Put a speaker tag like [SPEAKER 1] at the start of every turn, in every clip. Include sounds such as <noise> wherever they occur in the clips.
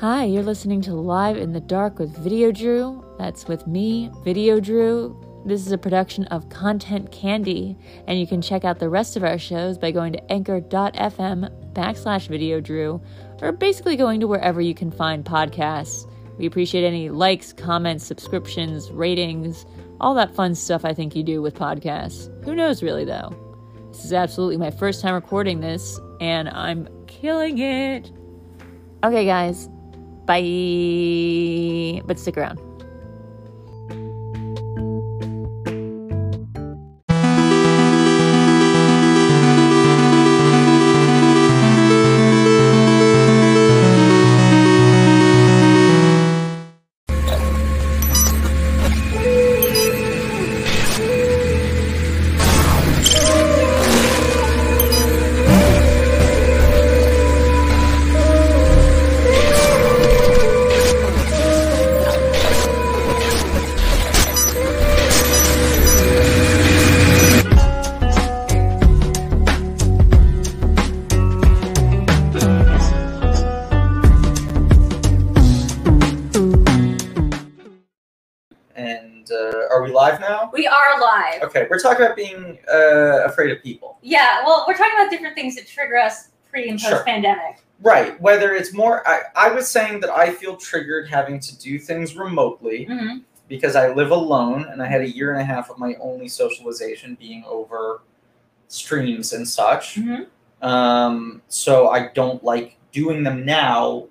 [SPEAKER 1] Hi, you're listening to Live in the Dark with Video Drew. That's with me, Video Drew. This is a production of Content Candy, and you can check out the rest of our shows by going to anchor.fm backslash Video Drew, or basically going to wherever you can find podcasts. We appreciate any likes, comments, subscriptions, ratings, all that fun stuff I think you do with podcasts. Who knows, really, though? This is absolutely my first time recording this, and I'm killing it. Okay, guys. Bye. But stick around.
[SPEAKER 2] And uh, are we live now?
[SPEAKER 3] We are live.
[SPEAKER 2] Okay, we're talking about being uh, afraid of people.
[SPEAKER 3] Yeah, well, we're talking about different things that trigger us pre and
[SPEAKER 2] Sure.
[SPEAKER 3] post pandemic.
[SPEAKER 2] Right, whether it's more, I, I was saying that I feel triggered having to do things remotely
[SPEAKER 3] hmm
[SPEAKER 2] because I live alone and I had a year and a half of my only socialization being over streams and such.
[SPEAKER 3] Mhm.
[SPEAKER 2] Um, so I don't like doing them now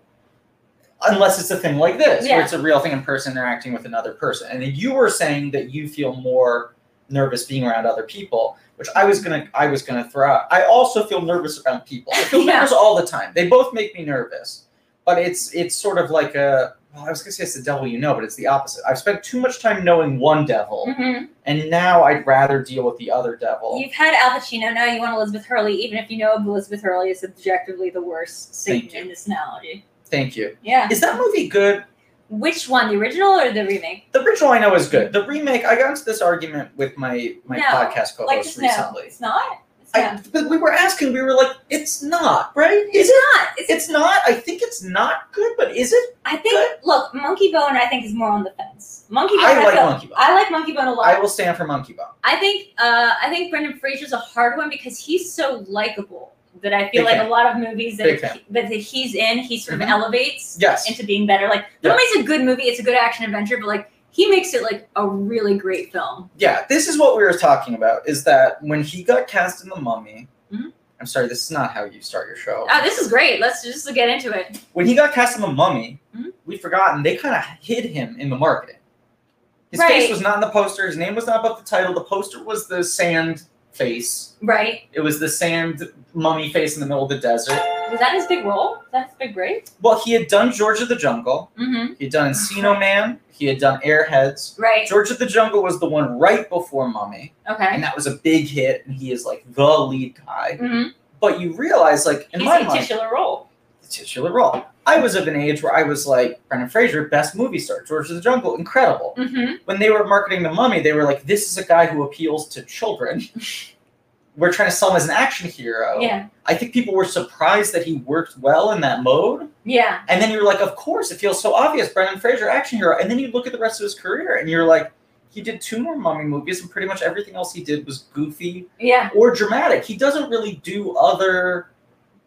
[SPEAKER 2] unless it's a thing like this
[SPEAKER 3] Yeah.
[SPEAKER 2] where it's a real thing in person interacting with another person. And then you were saying that you feel more nervous being around other people, which I was gonna I was gonna throw out. I also feel nervous around people. I feel
[SPEAKER 3] <laughs> Yeah.
[SPEAKER 2] nervous all the time. They both make me nervous. But it's it's sort of like a well, I was gonna say it's the devil you know, but it's the opposite. I've spent too much time knowing one devil,
[SPEAKER 3] hmm
[SPEAKER 2] and now I'd rather deal with the other devil.
[SPEAKER 3] You've had Al Pacino, now you want Elizabeth Hurley, even if you know Elizabeth Hurley is objectively the worst
[SPEAKER 2] Thank
[SPEAKER 3] Satan
[SPEAKER 2] you.
[SPEAKER 3] in this analogy.
[SPEAKER 2] Thank you.
[SPEAKER 3] Yeah.
[SPEAKER 2] Is that movie good?
[SPEAKER 3] Which one, the original or the remake?
[SPEAKER 2] The original I know is good. The remake, I got into this argument with my my
[SPEAKER 3] No,
[SPEAKER 2] podcast
[SPEAKER 3] like,
[SPEAKER 2] co-host
[SPEAKER 3] just no.
[SPEAKER 2] recently.
[SPEAKER 3] It's not? It's
[SPEAKER 2] I,
[SPEAKER 3] not.
[SPEAKER 2] but we were asking, we were like, it's not, right? Is
[SPEAKER 3] It's
[SPEAKER 2] it?
[SPEAKER 3] not. It's,
[SPEAKER 2] It's not. I think it's not good, but is it?
[SPEAKER 3] I think, look, Monkey Bone, I think, is more on the fence. Monkey Bone,
[SPEAKER 2] I like
[SPEAKER 3] feel-
[SPEAKER 2] Monkey Bone.
[SPEAKER 3] I like Monkey Bone a lot.
[SPEAKER 2] I will stand for Monkey Bone.
[SPEAKER 3] I think uh, I think Brendan Fraser's a hard one because he's so likable that I feel
[SPEAKER 2] Big
[SPEAKER 3] like
[SPEAKER 2] fan.
[SPEAKER 3] a lot of movies that
[SPEAKER 2] Big
[SPEAKER 3] that
[SPEAKER 2] fan.
[SPEAKER 3] that he's in, he sort
[SPEAKER 2] Mhm.
[SPEAKER 3] of elevates
[SPEAKER 2] Yes.
[SPEAKER 3] into being better. Like
[SPEAKER 2] Yeah.
[SPEAKER 3] the movie's a good movie; it's a good action adventure, but like he makes it like a really great film.
[SPEAKER 2] yeah, this is what we were talking about. Is that when he got cast in The Mummy?
[SPEAKER 3] Mhm.
[SPEAKER 2] I'm sorry, this is not how you start your show.
[SPEAKER 3] Oh, this is great. Let's just get into it.
[SPEAKER 2] when he got cast in The Mummy,
[SPEAKER 3] Mhm.
[SPEAKER 2] we've forgotten they kind of hid him in the marketing. His face
[SPEAKER 3] Right.
[SPEAKER 2] was not in the poster. His name was not above the title. The poster was the sand face.
[SPEAKER 3] Right?
[SPEAKER 2] It was the sand mummy face in the middle of the desert.
[SPEAKER 3] Was that his big role? Was that his big break?
[SPEAKER 2] Well, he had done George of the Jungle.
[SPEAKER 3] Mm-hmm.
[SPEAKER 2] He had done Encino Man. He had done Airheads.
[SPEAKER 3] Right.
[SPEAKER 2] George of the Jungle was the one right before Mummy,
[SPEAKER 3] Okay.
[SPEAKER 2] and that was a big hit. And he is like the lead guy.
[SPEAKER 3] Mm-hmm.
[SPEAKER 2] But you realize, like in
[SPEAKER 3] He's
[SPEAKER 2] my
[SPEAKER 3] a
[SPEAKER 2] mind,
[SPEAKER 3] titular role.
[SPEAKER 2] the titular role. I was of an age where I was like Brendan Fraser, best movie star. George of the Jungle, incredible.
[SPEAKER 3] Mm-hmm.
[SPEAKER 2] When they were marketing the Mummy, they were like, "This is a guy who appeals to
[SPEAKER 3] <laughs>
[SPEAKER 2] children." we're trying to sell him as an action hero.
[SPEAKER 3] Yeah.
[SPEAKER 2] I think people were surprised that he worked well in that mode.
[SPEAKER 3] Yeah.
[SPEAKER 2] And then you're like, of course, it feels so obvious, Brendan Fraser, action hero. And then you look at the rest of his career and you're like, he did two more mummy movies, and pretty much everything else he did was goofy
[SPEAKER 3] Yeah.
[SPEAKER 2] or dramatic. He doesn't really do other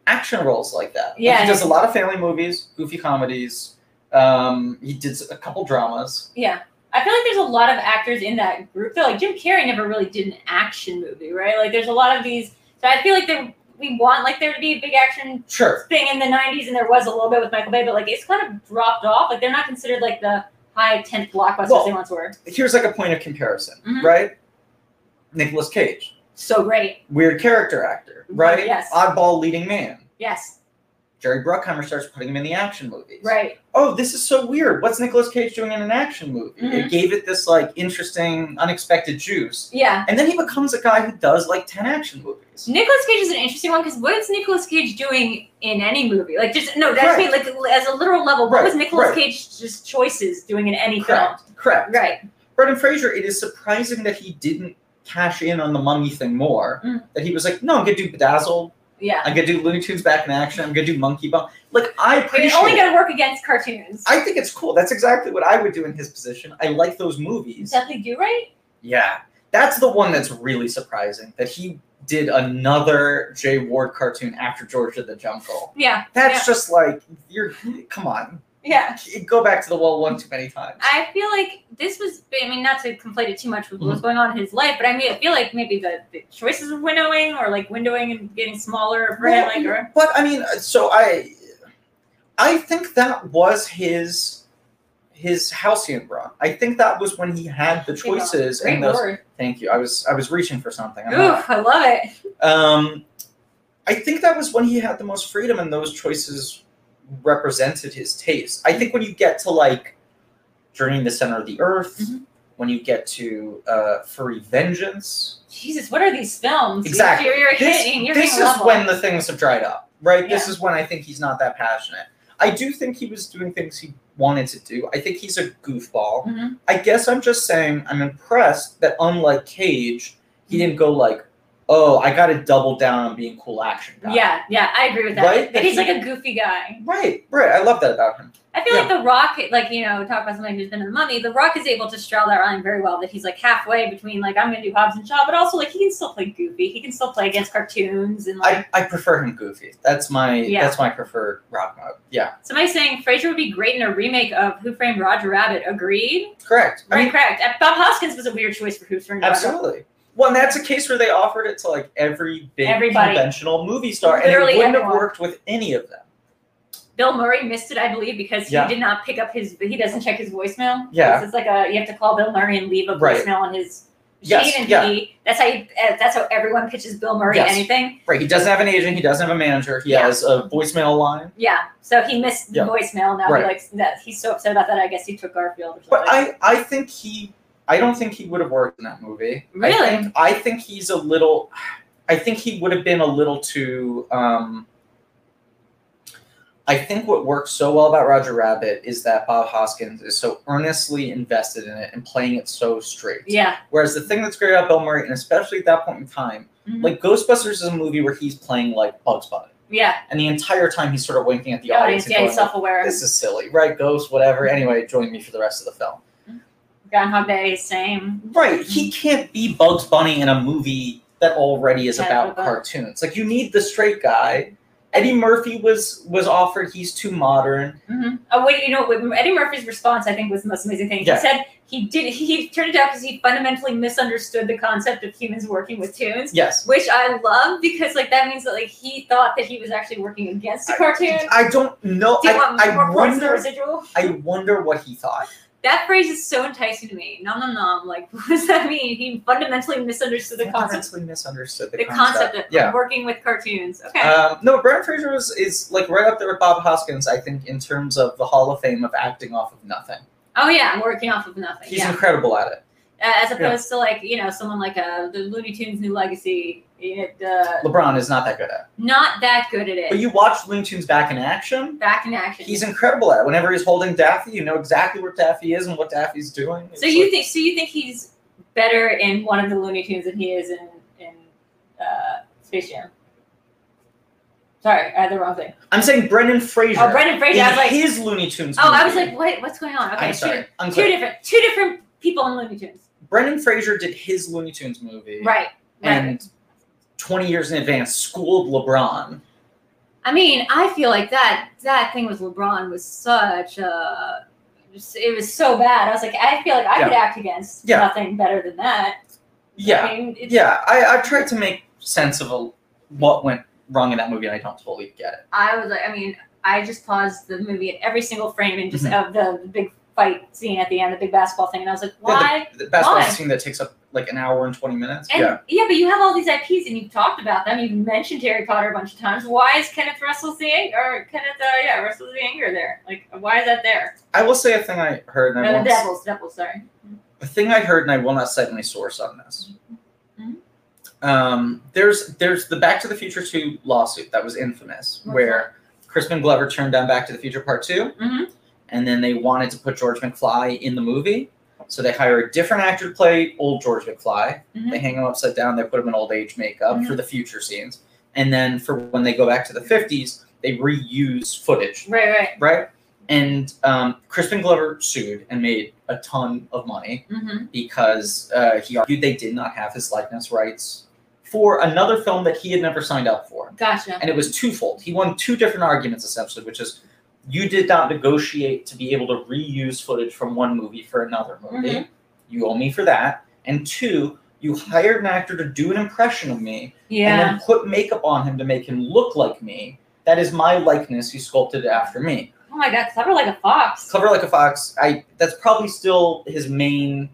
[SPEAKER 2] action roles like that. Like,
[SPEAKER 3] Yeah.
[SPEAKER 2] he does a lot of family movies, goofy comedies. Um, he did a couple dramas.
[SPEAKER 3] Yeah. I feel like there's a lot of actors in that group though. Like Jim Carrey never really did an action movie, right? Like there's a lot of these so I feel like there we want like there to be a big action
[SPEAKER 2] Sure.
[SPEAKER 3] thing in the nineties and there was a little bit with Michael Bay, but like it's kind of dropped off. Like they're not considered like the high tent blockbusters
[SPEAKER 2] Well-
[SPEAKER 3] they once were.
[SPEAKER 2] Here's like a point of comparison,
[SPEAKER 3] Mhm.
[SPEAKER 2] right? Nicolas Cage,
[SPEAKER 3] So great.
[SPEAKER 2] weird character actor, right?
[SPEAKER 3] Mm-hmm, Yes.
[SPEAKER 2] Oddball leading man.
[SPEAKER 3] Yes.
[SPEAKER 2] Jerry Bruckheimer starts putting him in the action movies.
[SPEAKER 3] Right.
[SPEAKER 2] oh, this is so weird. What's Nicolas Cage doing in an action movie? It
[SPEAKER 3] Mhm.
[SPEAKER 2] gave it this like interesting, unexpected juice.
[SPEAKER 3] Yeah.
[SPEAKER 2] And then he becomes a guy who does like 10 action movies.
[SPEAKER 3] Nicolas Cage is an interesting one because what's Nicolas Cage doing in any movie? Like just no, that's
[SPEAKER 2] Right.
[SPEAKER 3] me like as a literal level,
[SPEAKER 2] Right,
[SPEAKER 3] what was Nicolas
[SPEAKER 2] right.
[SPEAKER 3] Cage just choices doing in any
[SPEAKER 2] Correct. Correct.
[SPEAKER 3] film? Right.
[SPEAKER 2] Brendan Fraser, it is surprising that he didn't cash in on the mummy thing more.
[SPEAKER 3] Mm.
[SPEAKER 2] That he was like, no, I'm gonna do Bedazzled.
[SPEAKER 3] Yeah.
[SPEAKER 2] I'm gonna do Looney Tunes back in action. I'm gonna do Monkey Bone. Like I
[SPEAKER 3] But
[SPEAKER 2] appreciate.
[SPEAKER 3] it's only
[SPEAKER 2] it.
[SPEAKER 3] going to work against cartoons.
[SPEAKER 2] I think it's cool. That's exactly what I would do in his position. I like those movies.
[SPEAKER 3] Definitely do right.
[SPEAKER 2] Yeah, that's the one that's really surprising that he did another Jay Ward cartoon after Georgia the Jungle.
[SPEAKER 3] Yeah.
[SPEAKER 2] That's just like you're. Come on,
[SPEAKER 3] Yeah.
[SPEAKER 2] go back to the wall one too many times.
[SPEAKER 3] I feel like this was, I mean, not to conflate it too much with what
[SPEAKER 2] Mhm.
[SPEAKER 3] was going on in his life, but I mean, I feel like maybe the, the choices of windowing or like windowing and getting smaller for him, like, or,
[SPEAKER 2] But I mean, so I, I think that was his, his halcyon run. I think that was when he had the
[SPEAKER 3] Hang on.
[SPEAKER 2] choices
[SPEAKER 3] great
[SPEAKER 2] and those.
[SPEAKER 3] word.
[SPEAKER 2] Thank you. I was I was reaching for something. I'm not-
[SPEAKER 3] Oof, I love it.
[SPEAKER 2] um, I think that was when he had the most freedom, and those choices represented his taste. I think when you get to like Journey to the Center of the Earth,
[SPEAKER 3] Mhm.
[SPEAKER 2] when you get to uh, Furry Vengeance,
[SPEAKER 3] Jesus, what are these films? You're-
[SPEAKER 2] Exactly.
[SPEAKER 3] You're, you're
[SPEAKER 2] this,
[SPEAKER 3] hitting, you're
[SPEAKER 2] this
[SPEAKER 3] hitting
[SPEAKER 2] is
[SPEAKER 3] level.
[SPEAKER 2] when the things have dried up, right? This is when I think he's not that passionate. I do think he was doing things he wanted to do. I think he's a goofball.
[SPEAKER 3] Mhm.
[SPEAKER 2] I guess I'm just saying I'm impressed that unlike Cage, he didn't go like, "Oh, I got to double down on being cool action guy."
[SPEAKER 3] Yeah, yeah, I agree with that.
[SPEAKER 2] Right?
[SPEAKER 3] But he's
[SPEAKER 2] That
[SPEAKER 3] like
[SPEAKER 2] he-
[SPEAKER 3] a goofy guy.
[SPEAKER 2] Right, right. I love that about him.
[SPEAKER 3] I feel like The Rock, like, you know, talk about somebody who's been in the mummy, The Rock is able to straddle that line very well, that he's like halfway between, like, I'm going to do Hobbs and Shaw, but also, like, he can still play goofy. He can still play against cartoons and, like,
[SPEAKER 2] I, I prefer him goofy. That's my
[SPEAKER 3] Yeah.
[SPEAKER 2] that's my preferred rock mode. Yeah,
[SPEAKER 3] Somebody saying Frasier would be great in a remake of Who Framed Roger Rabbit. Agreed.
[SPEAKER 2] correct. I
[SPEAKER 3] Right,
[SPEAKER 2] mean,
[SPEAKER 3] correct. Uh, Bob Hoskins was a weird choice for Who Framed Roger.
[SPEAKER 2] absolutely. Well, and that's a case where they offered it to like every big
[SPEAKER 3] Everybody.
[SPEAKER 2] conventional movie star, and
[SPEAKER 3] Literally
[SPEAKER 2] it wouldn't
[SPEAKER 3] everyone.
[SPEAKER 2] have worked with any of them.
[SPEAKER 3] Bill Murray missed it, I believe, because he
[SPEAKER 2] Yeah.
[SPEAKER 3] did not pick up his. He doesn't check his voicemail.
[SPEAKER 2] Yeah.
[SPEAKER 3] Because It's like a you have to call Bill Murray and leave a voicemail
[SPEAKER 2] Right.
[SPEAKER 3] on his.
[SPEAKER 2] Yes,
[SPEAKER 3] machine, and
[SPEAKER 2] yeah.
[SPEAKER 3] he, that's how you, uh, that's how everyone pitches Bill Murray
[SPEAKER 2] Yes.
[SPEAKER 3] anything.
[SPEAKER 2] Right. He doesn't have an agent. He doesn't have a manager. He
[SPEAKER 3] Yeah.
[SPEAKER 2] has a voicemail line.
[SPEAKER 3] Yeah, so he missed
[SPEAKER 2] Yeah.
[SPEAKER 3] the voicemail. Now
[SPEAKER 2] Right.
[SPEAKER 3] he likes that. He's so upset about that. I guess he took Garfield. Or
[SPEAKER 2] But
[SPEAKER 3] something.
[SPEAKER 2] I, I think he, I don't think he would have worked in that movie.
[SPEAKER 3] Really?
[SPEAKER 2] I think, I think he's a little, I think he would have been a little too, um, I think what works so well about Roger Rabbit is that Bob Hoskins is so earnestly invested in it and playing it so straight.
[SPEAKER 3] yeah,
[SPEAKER 2] Whereas the thing that's great about Bill Murray, and especially at that point in time,
[SPEAKER 3] Mhm.
[SPEAKER 2] like Ghostbusters is a movie where he's playing like Bugs Bunny.
[SPEAKER 3] yeah.
[SPEAKER 2] And the entire time he's sort of winking at the
[SPEAKER 3] The audience,
[SPEAKER 2] and
[SPEAKER 3] yeah,
[SPEAKER 2] going
[SPEAKER 3] he's
[SPEAKER 2] like,
[SPEAKER 3] self-aware.
[SPEAKER 2] this is silly, right? Ghost, whatever. Anyway, join me for the rest of the film.
[SPEAKER 3] Groundhog Day, same.
[SPEAKER 2] Right. He can't be Bugs Bunny in a movie that already is
[SPEAKER 3] Yeah,
[SPEAKER 2] about
[SPEAKER 3] about-
[SPEAKER 2] cartoons. Like you need the straight guy. Eddie Murphy was was offered. He's too modern.
[SPEAKER 3] hmm Oh wait, you know what? Eddie Murphy's response I think was the most amazing thing.
[SPEAKER 2] Yeah.
[SPEAKER 3] He said he did he turned it down because he fundamentally misunderstood the concept of humans working with tunes,
[SPEAKER 2] Yes.
[SPEAKER 3] which I love because like that means that like he thought that he was actually working against a cartoon.
[SPEAKER 2] I don't know.
[SPEAKER 3] Do you
[SPEAKER 2] I,
[SPEAKER 3] want more
[SPEAKER 2] I
[SPEAKER 3] points for
[SPEAKER 2] wonder.
[SPEAKER 3] residual?
[SPEAKER 2] I wonder what he thought.
[SPEAKER 3] That phrase is so enticing to me. Nom nom nom. Like <laughs> what does that mean? He fundamentally misunderstood the concept.
[SPEAKER 2] Fundamentally misunderstood the,
[SPEAKER 3] The concept of
[SPEAKER 2] Yeah.
[SPEAKER 3] working with cartoons. Okay.
[SPEAKER 2] Um, no, Brent Fraser is, is like right up there with Bob Hoskins, I think, in terms of the Hall of Fame of acting off of nothing.
[SPEAKER 3] oh yeah, I'm working off of nothing.
[SPEAKER 2] He's
[SPEAKER 3] yeah.
[SPEAKER 2] incredible at it.
[SPEAKER 3] Uh, as opposed to like you know someone like uh, the Looney Tunes New Legacy. It, uh,
[SPEAKER 2] LeBron is not that good at it.
[SPEAKER 3] not that good at it.
[SPEAKER 2] But you watch Looney Tunes back in action.
[SPEAKER 3] Back in action.
[SPEAKER 2] He's incredible at it. Whenever he's holding Daffy, you know exactly where Daffy is and what Daffy's doing. It's
[SPEAKER 3] so you
[SPEAKER 2] like-
[SPEAKER 3] think so you think he's better in one of the Looney Tunes than he is in in uh, Space Jam? Sorry, I had the wrong thing.
[SPEAKER 2] I'm saying Brendan Fraser.
[SPEAKER 3] Oh, Brendan Fraser.
[SPEAKER 2] in
[SPEAKER 3] I was like,
[SPEAKER 2] his Looney Tunes.
[SPEAKER 3] oh, I was
[SPEAKER 2] movie.
[SPEAKER 3] like, what? What's going on? Okay,
[SPEAKER 2] I'm sorry.
[SPEAKER 3] two,
[SPEAKER 2] I'm
[SPEAKER 3] two
[SPEAKER 2] sorry.
[SPEAKER 3] different, two different people in Looney Tunes.
[SPEAKER 2] Brendan Fraser did his Looney Tunes movie,
[SPEAKER 3] Right. Right.
[SPEAKER 2] and 20 years in advance schooled LeBron.
[SPEAKER 3] I mean, I feel like that that thing with LeBron was such a. just- It was so bad. I was like, I feel like I
[SPEAKER 2] Yeah.
[SPEAKER 3] could act against
[SPEAKER 2] Yeah.
[SPEAKER 3] nothing better than that.
[SPEAKER 2] Yeah,
[SPEAKER 3] I mean, it's,
[SPEAKER 2] yeah. I I tried to make sense of a, what went wrong in that movie, and I don't totally get it.
[SPEAKER 3] I was like, I mean, I just paused the movie at every single frame and just of the, the big fight scene at the end, the big basketball thing, and I was like, why?
[SPEAKER 2] Mm-hmm. Yeah, the, the basketball
[SPEAKER 3] Why?
[SPEAKER 2] scene that takes up like an hour and 20 minutes.
[SPEAKER 3] and
[SPEAKER 2] yeah,
[SPEAKER 3] yeah. but you have all these IPs and you've talked about them. You've mentioned Harry Potter a bunch of times. Why is Kenneth Russell's the ang- or Kenneth uh, yeah Russell's the anger there? Like why is that there?
[SPEAKER 2] I will say a thing I heard, and I
[SPEAKER 3] No, the
[SPEAKER 2] won't s-
[SPEAKER 3] Devils, Devils, sorry.
[SPEAKER 2] the thing I heard, and I will not cite my source on this.
[SPEAKER 3] Mhm.
[SPEAKER 2] Um, there's there's the Back to the Future Two lawsuit that was infamous,
[SPEAKER 3] What's
[SPEAKER 2] where Crispin Glover turned down Back to the Future Part 2
[SPEAKER 3] Mhm.
[SPEAKER 2] and then they wanted to put George McFly in the movie, so they hire a different actor to play old George McFly.
[SPEAKER 3] Mhm.
[SPEAKER 2] They hang him upside down, they put him in old age makeup
[SPEAKER 3] Mhm.
[SPEAKER 2] for the future scenes, and then for when they go back to the 50s, they reuse footage,
[SPEAKER 3] Right, right.
[SPEAKER 2] right? And um, Crispin Glover sued and made a ton of money
[SPEAKER 3] Mm-hmm.
[SPEAKER 2] because uh, he argued they did not have his likeness rights for another film that he had never signed up for.
[SPEAKER 3] Gotcha.
[SPEAKER 2] And it was twofold. He won two different arguments essentially, which is you did not negotiate to be able to reuse footage from one movie for another movie. You owe me for that. And two, you hired an actor to do an impression of me and
[SPEAKER 3] Yeah.
[SPEAKER 2] then put makeup on him to make him look like me. That is my likeness. You sculpted it after me.
[SPEAKER 3] oh my god, clever like a fox.
[SPEAKER 2] Clever like a fox. I that's probably still his main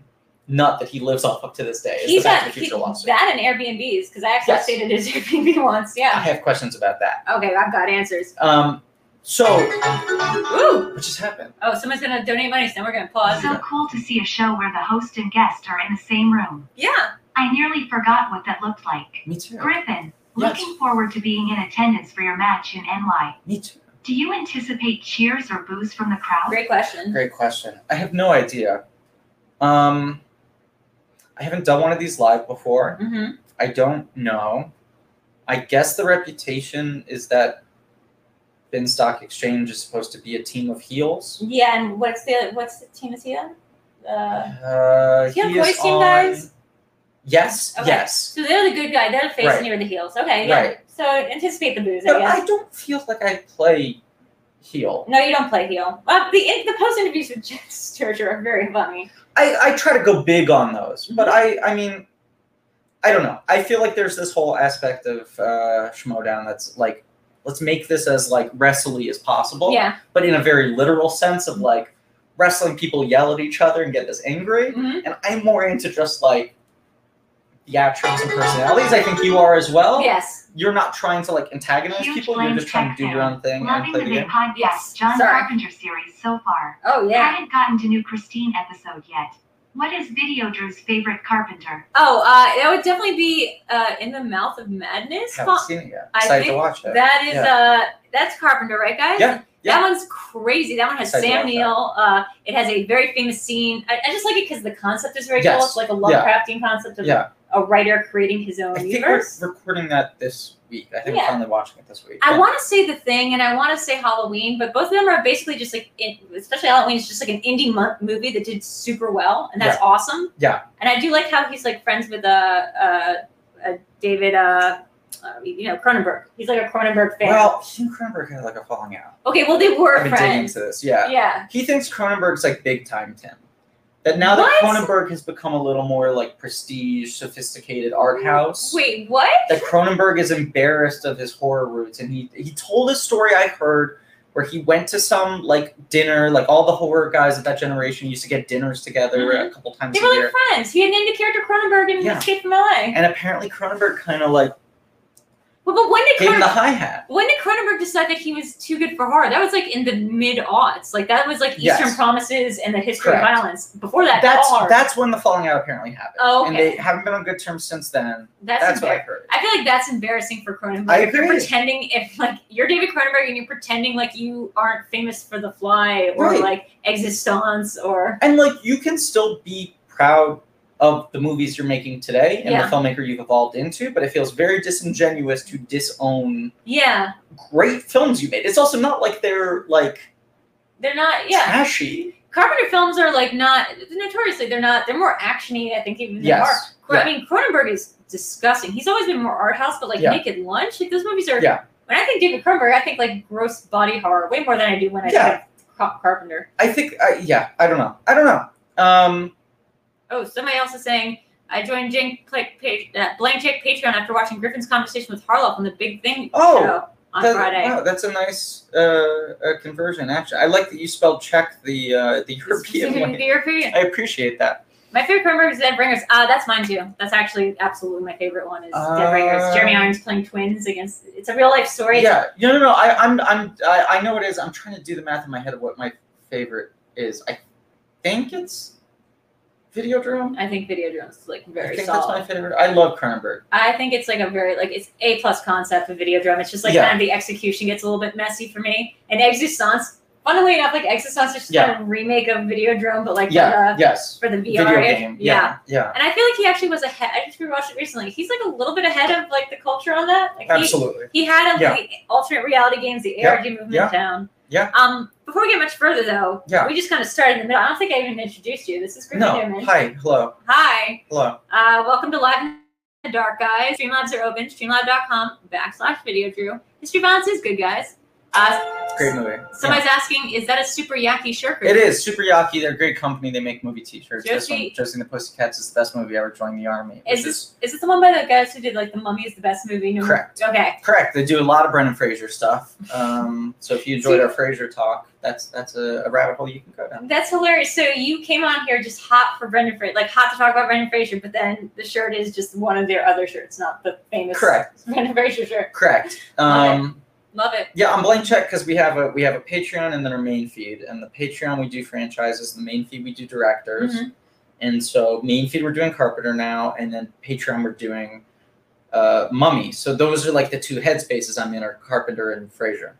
[SPEAKER 2] nut that he lives off of to this day. Is
[SPEAKER 3] He's
[SPEAKER 2] the Back
[SPEAKER 3] got
[SPEAKER 2] to the
[SPEAKER 3] he,
[SPEAKER 2] Future lawsuit.
[SPEAKER 3] that and Airbnbs because I actually
[SPEAKER 2] Yes.
[SPEAKER 3] stayed at his <laughs> Airbnb once.
[SPEAKER 2] I <laughs>
[SPEAKER 3] Yeah.
[SPEAKER 2] have questions about that.
[SPEAKER 3] Okay, I've got answers.
[SPEAKER 2] Um, so
[SPEAKER 3] Ooh.
[SPEAKER 2] what just happened?
[SPEAKER 3] Oh, someone's gonna donate money, so we're gonna
[SPEAKER 2] <laughs>
[SPEAKER 3] pause.
[SPEAKER 4] So cool to see a show where the host and guest are in the same room.
[SPEAKER 3] Yeah.
[SPEAKER 4] I nearly forgot what that looked like.
[SPEAKER 2] Me too.
[SPEAKER 4] Griffin,
[SPEAKER 2] Yes.
[SPEAKER 4] looking forward to being in attendance for your match in NY.
[SPEAKER 2] Me too.
[SPEAKER 4] Do you anticipate cheers or boos from the crowd?
[SPEAKER 3] Great question.
[SPEAKER 2] Great question. I have no idea. Um, I haven't done one of these live before.
[SPEAKER 3] Mm-hmm.
[SPEAKER 2] I don't know. I guess the reputation is that Binstock Exchange is supposed to be a team of heels.
[SPEAKER 3] Yeah, and what's the what's the team is he on? Uh,
[SPEAKER 2] Uh,
[SPEAKER 3] Do you have
[SPEAKER 2] he is
[SPEAKER 3] voice team,
[SPEAKER 2] on-
[SPEAKER 3] guys?
[SPEAKER 2] Yes.
[SPEAKER 3] Okay.
[SPEAKER 2] Yes.
[SPEAKER 3] so they're the good guy. They're the face
[SPEAKER 2] Right.
[SPEAKER 3] and you're the heels. Okay. Yeah.
[SPEAKER 2] Right.
[SPEAKER 3] So anticipate the booze, I
[SPEAKER 2] But
[SPEAKER 3] guess.
[SPEAKER 2] I don't feel like I play heel.
[SPEAKER 3] No, you don't play heel. Uh, the in- the post interviews with Jeff Sturger are very funny.
[SPEAKER 2] I, I try to go big on those, but I I mean, I don't know. I feel like there's this whole aspect of uh, Schmodown that's like, let's make this as like wrestly as possible,
[SPEAKER 3] yeah.
[SPEAKER 2] but in a very literal sense of like wrestling people yell at each other and get this angry.
[SPEAKER 3] Mhm.
[SPEAKER 2] And I'm more into just like theatrics and personalities. I think you are as well.
[SPEAKER 3] Yes.
[SPEAKER 2] You're not trying to like antagonize
[SPEAKER 4] Huge
[SPEAKER 2] people. You're
[SPEAKER 4] blame
[SPEAKER 2] just trying to do your own thing and
[SPEAKER 4] Loving
[SPEAKER 2] play
[SPEAKER 4] the
[SPEAKER 2] the
[SPEAKER 4] big
[SPEAKER 2] game.
[SPEAKER 4] podcast
[SPEAKER 3] Yes.
[SPEAKER 4] John
[SPEAKER 3] Sorry.
[SPEAKER 4] Carpenter series so far.
[SPEAKER 3] Oh yeah.
[SPEAKER 4] Haven't gotten to new Christine episode yet. What is Video Drew's favorite Carpenter?
[SPEAKER 3] Oh, uh, that would definitely be uh, in the mouth of madness.
[SPEAKER 2] Haven't
[SPEAKER 3] Huh.
[SPEAKER 2] seen it yet.
[SPEAKER 3] I
[SPEAKER 2] Excited to
[SPEAKER 3] think
[SPEAKER 2] watch it.
[SPEAKER 3] That is uh, that's Carpenter, right, guys?
[SPEAKER 2] Yeah, yeah.
[SPEAKER 3] That one's crazy. That one has
[SPEAKER 2] Excited
[SPEAKER 3] Sam
[SPEAKER 2] about that.
[SPEAKER 3] Neill. Uh, it has a very famous scene. I, I just like it because the concept is very cool.
[SPEAKER 2] Yes.
[SPEAKER 3] It's like a
[SPEAKER 2] Yeah.
[SPEAKER 3] Lovecraftian concept of
[SPEAKER 2] Yeah.
[SPEAKER 3] a writer creating his own
[SPEAKER 2] I think we're
[SPEAKER 3] universe.
[SPEAKER 2] recording that this week. I think
[SPEAKER 3] Yeah.
[SPEAKER 2] we're finally watching it this week.
[SPEAKER 3] I
[SPEAKER 2] Yeah.
[SPEAKER 3] want to say the thing, and I want to say Halloween, but both of them are basically just like, in, especially Halloween is just like an indie month movie that did super well, and that's awesome.
[SPEAKER 2] Yeah.
[SPEAKER 3] and I do like how he's like friends with uh, uh, uh David uh, uh, you know Cronenberg. He's like a Cronenberg fan.
[SPEAKER 2] Well, he and Cronenberg had like a falling out.
[SPEAKER 3] okay, well they were
[SPEAKER 2] I've been digging
[SPEAKER 3] friends.
[SPEAKER 2] into this. Yeah.
[SPEAKER 3] Yeah,
[SPEAKER 2] He thinks Cronenberg's like big time Tim. That now that
[SPEAKER 3] What?
[SPEAKER 2] Cronenberg has become a little more like prestige, sophisticated art house,
[SPEAKER 3] wait, what?
[SPEAKER 2] that Cronenberg is embarrassed of his horror roots, and he he told a story I heard where he went to some like dinner, like all the horror guys of that generation used to get dinners together a couple times
[SPEAKER 3] Mm-hmm. They
[SPEAKER 2] a
[SPEAKER 3] were
[SPEAKER 2] year.
[SPEAKER 3] like friends. He had named a character Cronenberg in
[SPEAKER 2] Yeah.
[SPEAKER 3] Escape from LA.
[SPEAKER 2] and apparently Cronenberg kind of like
[SPEAKER 3] Well, but when did
[SPEAKER 2] gave him
[SPEAKER 3] Cronenberg
[SPEAKER 2] the hi hat.
[SPEAKER 3] When did Cronenberg decide that he was too good for horror? That was like in the mid aughts. Like that was like
[SPEAKER 2] Yes.
[SPEAKER 3] Eastern Promises and the History of
[SPEAKER 2] Correct.
[SPEAKER 3] Violence. Before that,
[SPEAKER 2] that's
[SPEAKER 3] all horror.
[SPEAKER 2] that's when the falling out apparently happened.
[SPEAKER 3] Oh,
[SPEAKER 2] And they
[SPEAKER 3] okay.
[SPEAKER 2] haven't been on good terms since then.
[SPEAKER 3] that's,
[SPEAKER 2] That's, what I
[SPEAKER 3] embar-
[SPEAKER 2] heard.
[SPEAKER 3] I feel like that's embarrassing for Cronenberg.
[SPEAKER 2] I
[SPEAKER 3] If You're
[SPEAKER 2] agree.
[SPEAKER 3] pretending if like you're David Cronenberg and you're pretending like you aren't famous for The Fly or
[SPEAKER 2] Right.
[SPEAKER 3] like Existence or
[SPEAKER 2] And like you can still be proud of the movies you're making today and
[SPEAKER 3] Yeah.
[SPEAKER 2] the filmmaker you've evolved into, but it feels very disingenuous to disown
[SPEAKER 3] yeah,
[SPEAKER 2] great films you made. It's also not like they're like
[SPEAKER 3] they're not. Yeah,
[SPEAKER 2] trashy.
[SPEAKER 3] Carpenter films are like not notoriously they're not. They're more actiony. I think even than horror.
[SPEAKER 2] Yes.
[SPEAKER 3] Cro- I
[SPEAKER 2] Yeah.
[SPEAKER 3] mean, Cronenberg is disgusting. He's always been more art house, but like
[SPEAKER 2] Yeah.
[SPEAKER 3] Naked Lunch, like those movies are.
[SPEAKER 2] Yeah.
[SPEAKER 3] When I think David Cronenberg, I think like gross body horror way more than I do when I
[SPEAKER 2] Yeah.
[SPEAKER 3] think of Car- Carpenter.
[SPEAKER 2] I think I yeah, I don't know. I don't know. Um
[SPEAKER 3] Oh, somebody else is saying I joined Jane Click page, uh, Blank Check Patreon after watching Griffin's conversation with Harloff on the Big Thing
[SPEAKER 2] Oh,
[SPEAKER 3] show on
[SPEAKER 2] that-
[SPEAKER 3] Friday.
[SPEAKER 2] wow, that's a nice uh, uh conversion actually. I like that you spelled check the uh the European
[SPEAKER 3] Specifically, the
[SPEAKER 2] way. <laughs>
[SPEAKER 3] European.
[SPEAKER 2] I appreciate that.
[SPEAKER 3] My favorite Cronenberg is Dead Ringers. Uh, that's mine too. That's actually absolutely my favorite one is Dead Ringers.
[SPEAKER 2] Uh,
[SPEAKER 3] Jeremy Irons playing twins against. It's a real life story. It's
[SPEAKER 2] Yeah, no, no, no. I, I'm, I'm, I, I know it is. I'm trying to do the math in my head of what my favorite is. I think it's Videodrome.
[SPEAKER 3] I think Videodrome is like very
[SPEAKER 2] I think
[SPEAKER 3] solid.
[SPEAKER 2] that's my favorite. I love Cronenberg.
[SPEAKER 3] I think it's like a very like it's a plus concept of video drum. It's just like
[SPEAKER 2] Yeah.
[SPEAKER 3] kind of the execution gets a little bit messy for me. And Existence Funnily enough, like Exosauce is just
[SPEAKER 2] Yeah.
[SPEAKER 3] a remake of Videodrome, but like
[SPEAKER 2] yeah. Yes.
[SPEAKER 3] for the for the VR
[SPEAKER 2] Video
[SPEAKER 3] age.
[SPEAKER 2] game. Yeah. Yeah.
[SPEAKER 3] And I feel like he actually was ahead. I just rewatched it recently. He's like a little bit ahead of like the culture on that. Like he,
[SPEAKER 2] Absolutely.
[SPEAKER 3] he had
[SPEAKER 2] Yeah.
[SPEAKER 3] the alternate reality games, the
[SPEAKER 2] Yeah.
[SPEAKER 3] ARG movement
[SPEAKER 2] Yeah.
[SPEAKER 3] down.
[SPEAKER 2] Yeah.
[SPEAKER 3] Um, before we get much further though,
[SPEAKER 2] Yeah.
[SPEAKER 3] we just kind of started in the middle. I don't think I even introduced you. This is Griffin
[SPEAKER 2] No.
[SPEAKER 3] Newman.
[SPEAKER 2] Hi. Hello.
[SPEAKER 3] Hi.
[SPEAKER 2] Hello.
[SPEAKER 3] Uh, welcome to Live in the Dark, guys. Streamlabs are open. Streamlab.com backslash video drew. History violence is good, guys. Uh,
[SPEAKER 2] Great movie. Yeah.
[SPEAKER 3] somebody's asking, is that a super yaki shirt?
[SPEAKER 2] It is Super Yaki. They're a great company. They make movie T-shirts. This
[SPEAKER 3] Josie-
[SPEAKER 2] one, Josie and the Pussycats is the best movie ever. Join the army.
[SPEAKER 3] Is
[SPEAKER 2] which
[SPEAKER 3] this is it the one by the guys who did like the Mummy is the best movie? No-
[SPEAKER 2] Correct.
[SPEAKER 3] Okay.
[SPEAKER 2] correct? They do a lot of Brendan Fraser stuff. Um, so if you enjoyed
[SPEAKER 3] See-
[SPEAKER 2] our Fraser talk, that's that's a, a rabbit hole you can go down.
[SPEAKER 3] That's hilarious. So you came on here just hot for Brendan Fraser, like hot to talk about Brendan Fraser, but then the shirt is just one of their other shirts, not the famous
[SPEAKER 2] Correct.
[SPEAKER 3] <laughs> Brendan Fraser shirt.
[SPEAKER 2] Correct.
[SPEAKER 3] Love
[SPEAKER 2] Um,
[SPEAKER 3] Love it.
[SPEAKER 2] yeah, I'm blank check because we have a we have a Patreon and then our main feed. And the Patreon we do franchises. The main feed we do directors.
[SPEAKER 3] Mhm.
[SPEAKER 2] And so main feed we're doing Carpenter now, and then Patreon we're doing uh, Mummy. So those are like the two headspaces I'm in are Carpenter and Fraser.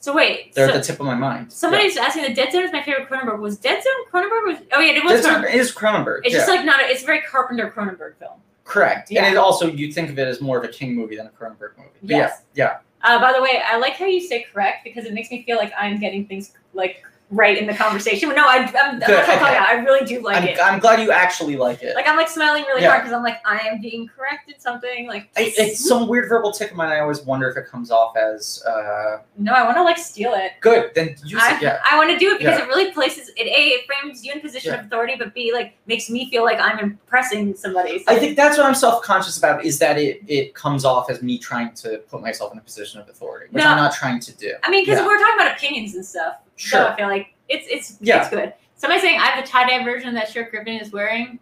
[SPEAKER 3] So wait.
[SPEAKER 2] They're
[SPEAKER 3] so-
[SPEAKER 2] at the tip of my mind. Yeah.
[SPEAKER 3] Somebody's asking the Dead Zone is my favorite Cronenberg. Was Dead Zone Cronenberg? Was, oh yeah, it was.
[SPEAKER 2] That's
[SPEAKER 3] Cronenberg.
[SPEAKER 2] not, it is Cronenberg.
[SPEAKER 3] It's
[SPEAKER 2] yeah.
[SPEAKER 3] just like not. A, it's a very Carpenter Cronenberg film.
[SPEAKER 2] correct.
[SPEAKER 3] yeah.
[SPEAKER 2] And it also you think of it as more of a King movie than a Cronenberg movie. But
[SPEAKER 3] Yes.
[SPEAKER 2] Yeah.
[SPEAKER 3] Uh, by the way, I like how you say correct because it makes me feel like I'm getting things like right in the conversation. No, I, I'm, I'm not
[SPEAKER 2] Good,
[SPEAKER 3] talking
[SPEAKER 2] okay.
[SPEAKER 3] about- I really do like
[SPEAKER 2] I'm,
[SPEAKER 3] it.
[SPEAKER 2] I'm glad you actually like it.
[SPEAKER 3] like I'm like smiling really
[SPEAKER 2] Yeah.
[SPEAKER 3] hard because I'm like I am being corrected something. Like
[SPEAKER 2] I- it's some weird verbal tick of mine. I always wonder if it comes off as uh,
[SPEAKER 3] no, I want to like steal it.
[SPEAKER 2] good. Then use
[SPEAKER 3] I,
[SPEAKER 2] it. Yeah.
[SPEAKER 3] I want to do it because
[SPEAKER 2] Yeah.
[SPEAKER 3] it really places it. A it frames you in a position of authority, but B like makes me feel like I'm impressing somebody. So-
[SPEAKER 2] I think that's what I'm self conscious about is that it, it comes off as me trying to put myself in a position of authority, which
[SPEAKER 3] No.
[SPEAKER 2] I'm not trying to do.
[SPEAKER 3] I mean, because
[SPEAKER 2] Yeah.
[SPEAKER 3] we're talking about opinions and stuff. So
[SPEAKER 2] Sure.
[SPEAKER 3] I feel like it's it's
[SPEAKER 2] Yeah.
[SPEAKER 3] it's good. Somebody saying I have the tie dye version that shirt Griffin is wearing.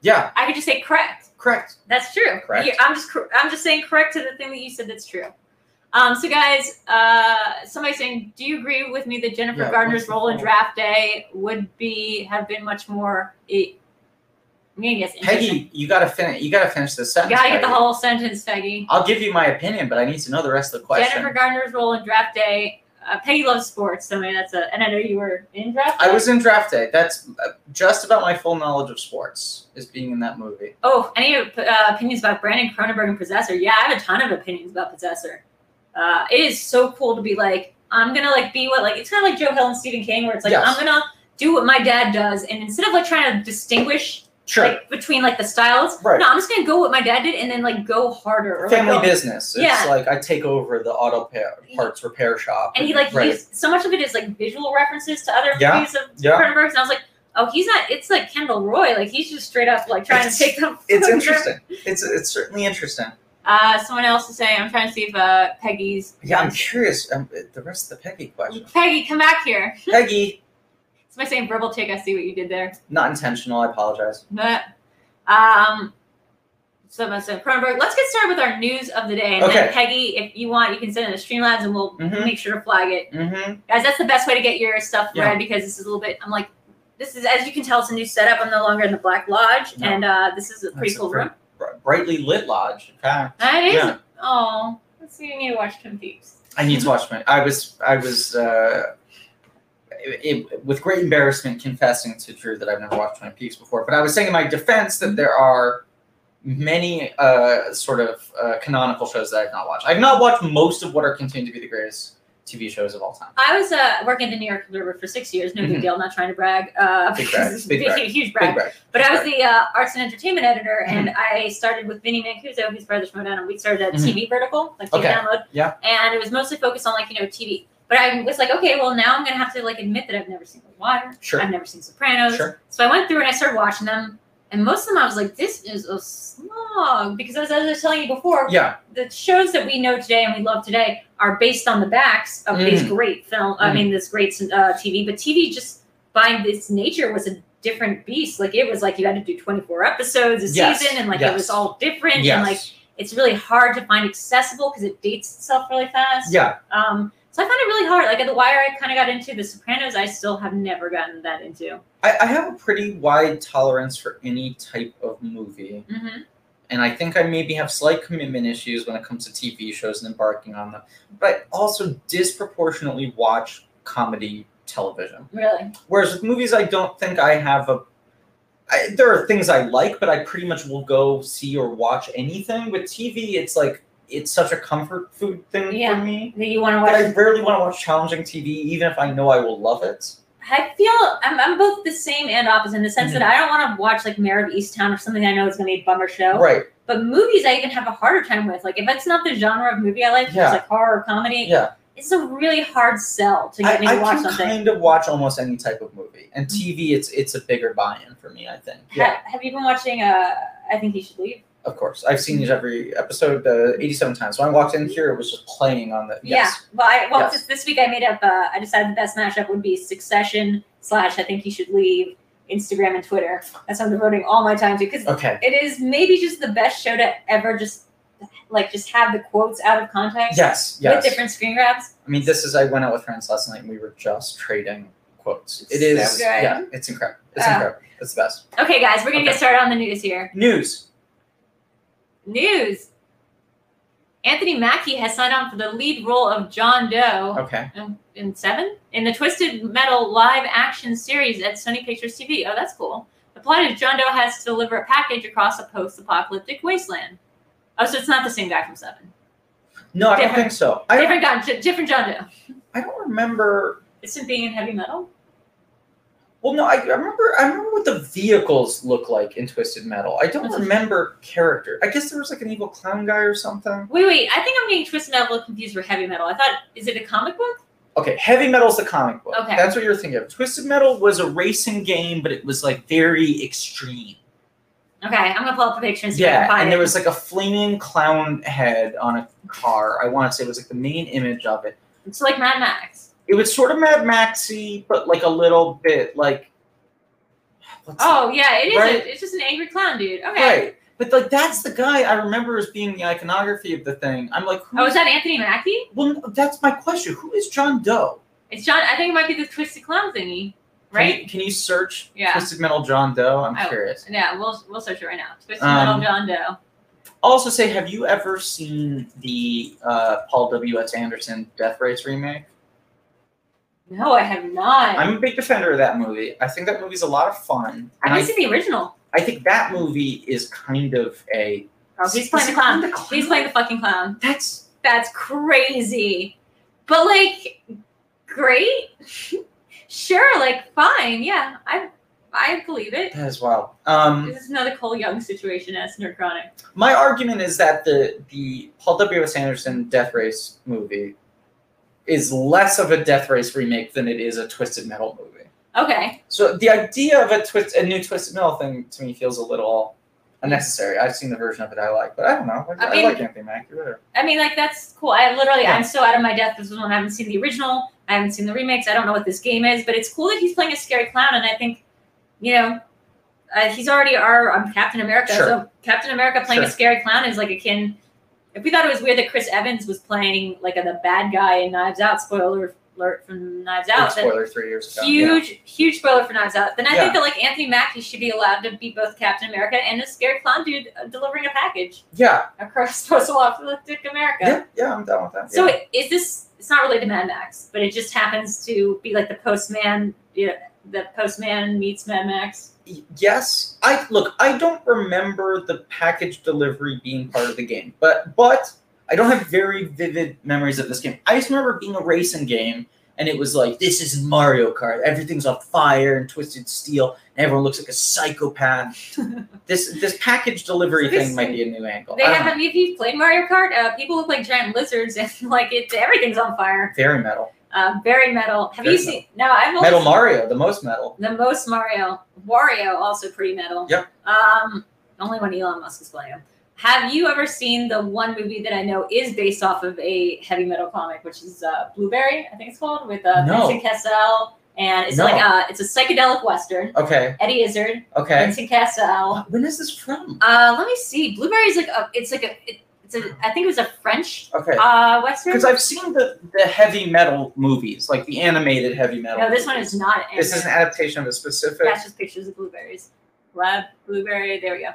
[SPEAKER 2] Yeah,
[SPEAKER 3] I could just say correct.
[SPEAKER 2] correct.
[SPEAKER 3] That's true.
[SPEAKER 2] Correct.
[SPEAKER 3] You- I'm just cor- I'm just saying correct to the thing that you said that's true. Um, so guys, uh, somebody saying, do you agree with me that Jennifer
[SPEAKER 2] Yeah, what's
[SPEAKER 3] Gardner's
[SPEAKER 2] the
[SPEAKER 3] role in
[SPEAKER 2] point?
[SPEAKER 3] Draft Day would be have been much more? i I mean, yes, interesting.
[SPEAKER 2] Peggy, you gotta finish. You gotta finish this
[SPEAKER 3] you
[SPEAKER 2] sentence.
[SPEAKER 3] gotta get the
[SPEAKER 2] Peggy.
[SPEAKER 3] whole sentence, Peggy.
[SPEAKER 2] I'll give you my opinion, but I need to know the rest of the question.
[SPEAKER 3] Jennifer Gardner's role in Draft Day. Uh, Peggy loves sports, so I mean that's a. And I know you were in Draft. Day?
[SPEAKER 2] I was in draft day. That's uh, just about my full knowledge of sports is being in that movie.
[SPEAKER 3] Oh, any uh, opinions about Brandon Cronenberg and Possessor? Yeah, I have a ton of opinions about Possessor. Uh, it is so cool to be like, I'm gonna like be what like it's kind of like Joe Hill and Stephen King, where it's like
[SPEAKER 2] Yes.
[SPEAKER 3] I'm gonna do what my dad does, and instead of like trying to distinguish
[SPEAKER 2] Sure.
[SPEAKER 3] like between like the styles,
[SPEAKER 2] Right.
[SPEAKER 3] no, I'm just gonna go what my dad did and then like go harder. Or, like,
[SPEAKER 2] Family
[SPEAKER 3] go-
[SPEAKER 2] business. It's
[SPEAKER 3] Yeah.
[SPEAKER 2] like I take over the auto pa- parts repair shop.
[SPEAKER 3] And he like
[SPEAKER 2] right.
[SPEAKER 3] used so much of it is like visual references to other
[SPEAKER 2] Yeah,
[SPEAKER 3] movies of
[SPEAKER 2] yeah.
[SPEAKER 3] Cronenberg's, and I was like, oh, he's not. It's like Kendall Roy, like he's just straight up like trying
[SPEAKER 2] It's-
[SPEAKER 3] to take them.
[SPEAKER 2] <laughs>
[SPEAKER 3] <laughs>
[SPEAKER 2] It's interesting. It's it's certainly interesting.
[SPEAKER 3] Uh, someone else is saying, I'm trying to see if uh, Peggy's.
[SPEAKER 2] Yeah, I'm curious. Um, the rest of the Peggy
[SPEAKER 3] <laughs>
[SPEAKER 2] question.
[SPEAKER 3] Peggy, come back here.
[SPEAKER 2] Peggy,
[SPEAKER 3] Somebody saying verbal tick. I see what you did there.
[SPEAKER 2] not intentional. I apologize.
[SPEAKER 3] But, um, someone said Cronenberg. Let's get started with our news of the day. And then
[SPEAKER 2] Okay.
[SPEAKER 3] Peggy, if you want, you can send it to Streamlabs and we'll
[SPEAKER 2] Mhm.
[SPEAKER 3] make sure to flag it.
[SPEAKER 2] Mm-hmm.
[SPEAKER 3] Guys, that's the best way to get your stuff
[SPEAKER 2] Yeah.
[SPEAKER 3] read because this is a little bit. I'm like, this is, as you can tell, it's a new setup. I'm no longer in the Black Lodge,
[SPEAKER 2] No.
[SPEAKER 3] and uh, this is a pretty cool room.
[SPEAKER 2] Brightly lit lodge. In fact,
[SPEAKER 3] That is.
[SPEAKER 2] Yeah.
[SPEAKER 3] Oh, let's see. You need to watch Twin Peaks.
[SPEAKER 2] I need to watch my. I was. I was. Uh, it, it- with great embarrassment, confessing to Drew that I've never watched Twin Peaks before. But I was saying in my defense that there are many uh, sort of uh, canonical shows that I've not watched. I've not watched most of what are continued to be the greatest TV shows of all time.
[SPEAKER 3] I was uh, working at the New York River for six years. No big
[SPEAKER 2] Mhm.
[SPEAKER 3] deal. Not trying to brag. Uh,
[SPEAKER 2] Big brag,
[SPEAKER 3] <laughs>
[SPEAKER 2] big brag,
[SPEAKER 3] huge brag.
[SPEAKER 2] Big brag. Mm-hmm.
[SPEAKER 3] But I was
[SPEAKER 2] Big
[SPEAKER 3] the uh, arts and entertainment editor, and I started with Vinny Mancuso, who's brothers from Down, and we started a
[SPEAKER 2] Mhm.
[SPEAKER 3] TV vertical, like TV
[SPEAKER 2] Okay.
[SPEAKER 3] download.
[SPEAKER 2] Yeah.
[SPEAKER 3] And it was mostly focused on like you know TV. But I was like, okay, well now I'm gonna have to like admit that I've never seen The Wire.
[SPEAKER 2] Sure.
[SPEAKER 3] I've never seen Sopranos.
[SPEAKER 2] Sure.
[SPEAKER 3] So I went through and I started watching them, and most of them I was like, this is a slog because as I was telling you before,
[SPEAKER 2] Yeah.
[SPEAKER 3] the shows that we know today and we love today are based on the backs of these
[SPEAKER 2] Mm.
[SPEAKER 3] great film. I
[SPEAKER 2] Mm.
[SPEAKER 3] mean, this great uh, TV, but TV just by its nature was a different beast. Like it was like you had to do twenty four episodes a
[SPEAKER 2] Yes,
[SPEAKER 3] season, and like it
[SPEAKER 2] yes.
[SPEAKER 3] was all different,
[SPEAKER 2] Yes.
[SPEAKER 3] and like it's really hard to find accessible because it dates itself really fast.
[SPEAKER 2] yeah.
[SPEAKER 3] Um, so I found it really hard. Like at The Wire, I kind of got into. The Sopranos, I still have never gotten that into.
[SPEAKER 2] I, I have a pretty wide tolerance for any type of movie.
[SPEAKER 3] hmm
[SPEAKER 2] and I think I maybe have slight commitment issues when it comes to TV shows and embarking on them. But I also disproportionately watch comedy television.
[SPEAKER 3] Really?
[SPEAKER 2] Whereas with movies, I don't think I have a. I, there are things I like, but I pretty much will go see or watch anything. With TV, it's like it's such a comfort food thing
[SPEAKER 3] Yeah.
[SPEAKER 2] for me
[SPEAKER 3] That you want to
[SPEAKER 2] that I
[SPEAKER 3] watch?
[SPEAKER 2] rarely want to watch challenging TV, even if I know I will love it.
[SPEAKER 3] I feel I'm, I'm both the same and opposite in the sense
[SPEAKER 2] Mhm.
[SPEAKER 3] that I don't want to watch like Mayor of Easttown or something I know is going to be a bummer show.
[SPEAKER 2] Right?
[SPEAKER 3] But movies, I even have a harder time with. Like if it's not the genre of movie I like,
[SPEAKER 2] Yeah.
[SPEAKER 3] it's like horror or comedy.
[SPEAKER 2] Yeah.
[SPEAKER 3] It's a really hard sell to
[SPEAKER 2] I,
[SPEAKER 3] get me
[SPEAKER 2] I
[SPEAKER 3] to watch
[SPEAKER 2] can
[SPEAKER 3] something.
[SPEAKER 2] kind of watch almost any type of movie, and TV, it's it's a bigger buy-in for me. I think. Yeah.
[SPEAKER 3] Ha- have you been watching? Uh, I think he should leave.
[SPEAKER 2] Of course, I've seen
[SPEAKER 3] Mm-hmm.
[SPEAKER 2] these every episode uh, 87 times. When I walked in here, it was just playing on the. Yes.
[SPEAKER 3] Yeah. Well, I well
[SPEAKER 2] Yes.
[SPEAKER 3] this, this week I made up. Uh, I decided the best mashup would be Succession slash I think he should leave. Instagram and Twitter. That's what I'm devoting all my time to because
[SPEAKER 2] Okay.
[SPEAKER 3] it is maybe just the best show to ever just like just have the quotes out of context
[SPEAKER 2] Yes. Yes.
[SPEAKER 3] with different screen grabs.
[SPEAKER 2] I mean, this is. I went out with friends last night, and we were just trading quotes. It is.
[SPEAKER 3] So good.
[SPEAKER 2] yeah. It's incredible. It's
[SPEAKER 3] Ah.
[SPEAKER 2] incredible. It's the best.
[SPEAKER 3] Okay, guys, we're gonna
[SPEAKER 2] Okay.
[SPEAKER 3] get started on the news here.
[SPEAKER 2] News.
[SPEAKER 3] News. Anthony Mackie has signed on for the lead role of John Doe.
[SPEAKER 2] Okay.
[SPEAKER 3] Um, in seven in the Twisted Metal live action series at Sony Pictures TV. Oh, that's cool. The plot is John Doe has to deliver a package across a post-apocalyptic wasteland. Oh, so it's not the same guy from Seven.
[SPEAKER 2] No, I don't
[SPEAKER 3] Different.
[SPEAKER 2] think so. I don't,
[SPEAKER 3] Different guy, di- different John Doe.
[SPEAKER 2] I don't remember.
[SPEAKER 3] Isn't being in heavy metal?
[SPEAKER 2] Well, no, I I remember. I remember what the vehicles look like in Twisted Metal. I don't
[SPEAKER 3] That's-
[SPEAKER 2] remember character. I guess there was like an evil clown guy or something.
[SPEAKER 3] Wait, wait. I think I'm getting Twisted Metal confused with heavy metal. I thought, is it a comic book?
[SPEAKER 2] Okay, Heavy Metal's the comic book.
[SPEAKER 3] Okay.
[SPEAKER 2] That's what you're thinking of. Twisted Metal was a racing game, but it was like very extreme.
[SPEAKER 3] Okay, I'm gonna pull up the picture and see if I
[SPEAKER 2] yeah,
[SPEAKER 3] can find
[SPEAKER 2] and
[SPEAKER 3] it.
[SPEAKER 2] there was like a flaming clown head on a car. I want to say it was like the main image of it.
[SPEAKER 3] it's like Mad Max.
[SPEAKER 2] It was sort of Mad Maxy, but like a little bit like. What's
[SPEAKER 3] Oh yeah, it is.
[SPEAKER 2] Right.
[SPEAKER 3] A, it's just an angry clown dude.
[SPEAKER 2] that?
[SPEAKER 3] Okay.
[SPEAKER 2] Right. But like that's the guy I remember as being the iconography of the thing. I'm like, who?
[SPEAKER 3] Oh, is that Anthony Mackie?
[SPEAKER 2] well, no, that's my question. Who is John Doe?
[SPEAKER 3] It's John. I think it might be the Twisted Clown thingy,
[SPEAKER 2] Can
[SPEAKER 3] right?
[SPEAKER 2] you- Can you, search
[SPEAKER 3] Yeah.
[SPEAKER 2] Twisted Metal John Doe? I'm
[SPEAKER 3] Oh.
[SPEAKER 2] curious.
[SPEAKER 3] Yeah, we'll we'll search it right now. Twisted
[SPEAKER 2] Um,
[SPEAKER 3] Metal John Doe.
[SPEAKER 2] Also, say, have you ever seen the uh, Paul W. S. Anderson Death Race remake?
[SPEAKER 3] No, I have not.
[SPEAKER 2] I'm a big defender of that movie. I think that movie's a lot of fun.
[SPEAKER 3] I've
[SPEAKER 2] And I
[SPEAKER 3] only seen the original.
[SPEAKER 2] I think that movie is kind of a.
[SPEAKER 3] Oh, he's playing the clown. He's playing the fucking clown.
[SPEAKER 2] That's
[SPEAKER 3] That's crazy. But like, great. <laughs> sure, like fine. Yeah, I I believe it.
[SPEAKER 2] that is wild. Um,
[SPEAKER 3] This is another Cole Young situation as Nerdchronic.
[SPEAKER 2] my argument is that the the Paul W. S. Anderson Death Race movie is less of a Death Race remake than it is a Twisted Metal movie.
[SPEAKER 3] Okay,
[SPEAKER 2] So the idea of a twist, a new Twisted Metal thing, to me feels a little unnecessary. I've seen the version of it I like, but I don't know. I,
[SPEAKER 3] I
[SPEAKER 2] I
[SPEAKER 3] mean-
[SPEAKER 2] like Anthony Mackie. Whatever.
[SPEAKER 3] I mean like that's cool. I literally
[SPEAKER 2] Yeah.
[SPEAKER 3] I'm so out of my depth. This is one I haven't seen the original. I haven't seen the remakes. I don't know what this game is, but it's cool that he's playing a scary clown. And I think, you know, uh, he's already our um, Captain America.
[SPEAKER 2] Sure.
[SPEAKER 3] So Captain America playing a
[SPEAKER 2] Sure.
[SPEAKER 3] scary clown is like akin. If we thought it was weird that Chris Evans was playing like a, the bad guy in Knives Out, spoiler alert from Knives
[SPEAKER 2] Big
[SPEAKER 3] Out, then
[SPEAKER 2] spoiler three years ago. yeah.
[SPEAKER 3] huge, huge spoiler for Knives Out. Then I
[SPEAKER 2] Yeah.
[SPEAKER 3] think that like Anthony Mackie should be allowed to be both Captain America and a scary clown dude uh, delivering a package
[SPEAKER 2] Yeah,
[SPEAKER 3] across <laughs> post-apocalyptic America.
[SPEAKER 2] yeah, yeah. I'm down with that.
[SPEAKER 3] So
[SPEAKER 2] yeah.
[SPEAKER 3] it- is this? It's not related to Mad Max, but it just happens to be like the postman. You know, the postman meets
[SPEAKER 2] <laughs>
[SPEAKER 3] Mad Max.
[SPEAKER 2] Y- yes, I look. I don't remember the package delivery being part of the game, but but I don't have very vivid memories of this game. I just remember it being a racing game. And it was like, this is Mario Kart. Everything's on fire and twisted steel, and everyone looks like a psychopath. this this package delivery
[SPEAKER 3] This-
[SPEAKER 2] thing might be a new angle.
[SPEAKER 3] They
[SPEAKER 2] I don't
[SPEAKER 3] have.
[SPEAKER 2] know.
[SPEAKER 3] I mean, if you've played Mario Kart, uh, people look like giant lizards, and <laughs> like it, everything's on fire.
[SPEAKER 2] Very metal.
[SPEAKER 3] Uh, very metal. Have
[SPEAKER 2] Very
[SPEAKER 3] you seen? No, I've only
[SPEAKER 2] Metal
[SPEAKER 3] seen
[SPEAKER 2] Mario, the most metal.
[SPEAKER 3] the most Mario. Wario also pretty metal.
[SPEAKER 2] Yep.
[SPEAKER 3] Um, only when Elon Musk is playing him. Have you ever seen the one movie that I know is based off of a heavy metal comic, which is uh, Blueberry, I think it's called, with uh,
[SPEAKER 2] No.
[SPEAKER 3] Vincent Cassell, and it's
[SPEAKER 2] No.
[SPEAKER 3] like uh, it's a psychedelic western.
[SPEAKER 2] Okay,
[SPEAKER 3] Eddie Izzard,
[SPEAKER 2] okay. Uh,
[SPEAKER 3] Vincent Cassell.
[SPEAKER 2] When is this from?
[SPEAKER 3] Uh, let me see. Blueberry's like a, it's like a, it, it's a, I think it was a French
[SPEAKER 2] Okay.
[SPEAKER 3] uh western.
[SPEAKER 2] Because I've seen the, the heavy metal movies, like the animated heavy metal.
[SPEAKER 3] no, this one
[SPEAKER 2] movies.
[SPEAKER 3] is not.
[SPEAKER 2] This is an adaptation of a specific.
[SPEAKER 3] That's just pictures of blueberries. Lab blueberry. There we go.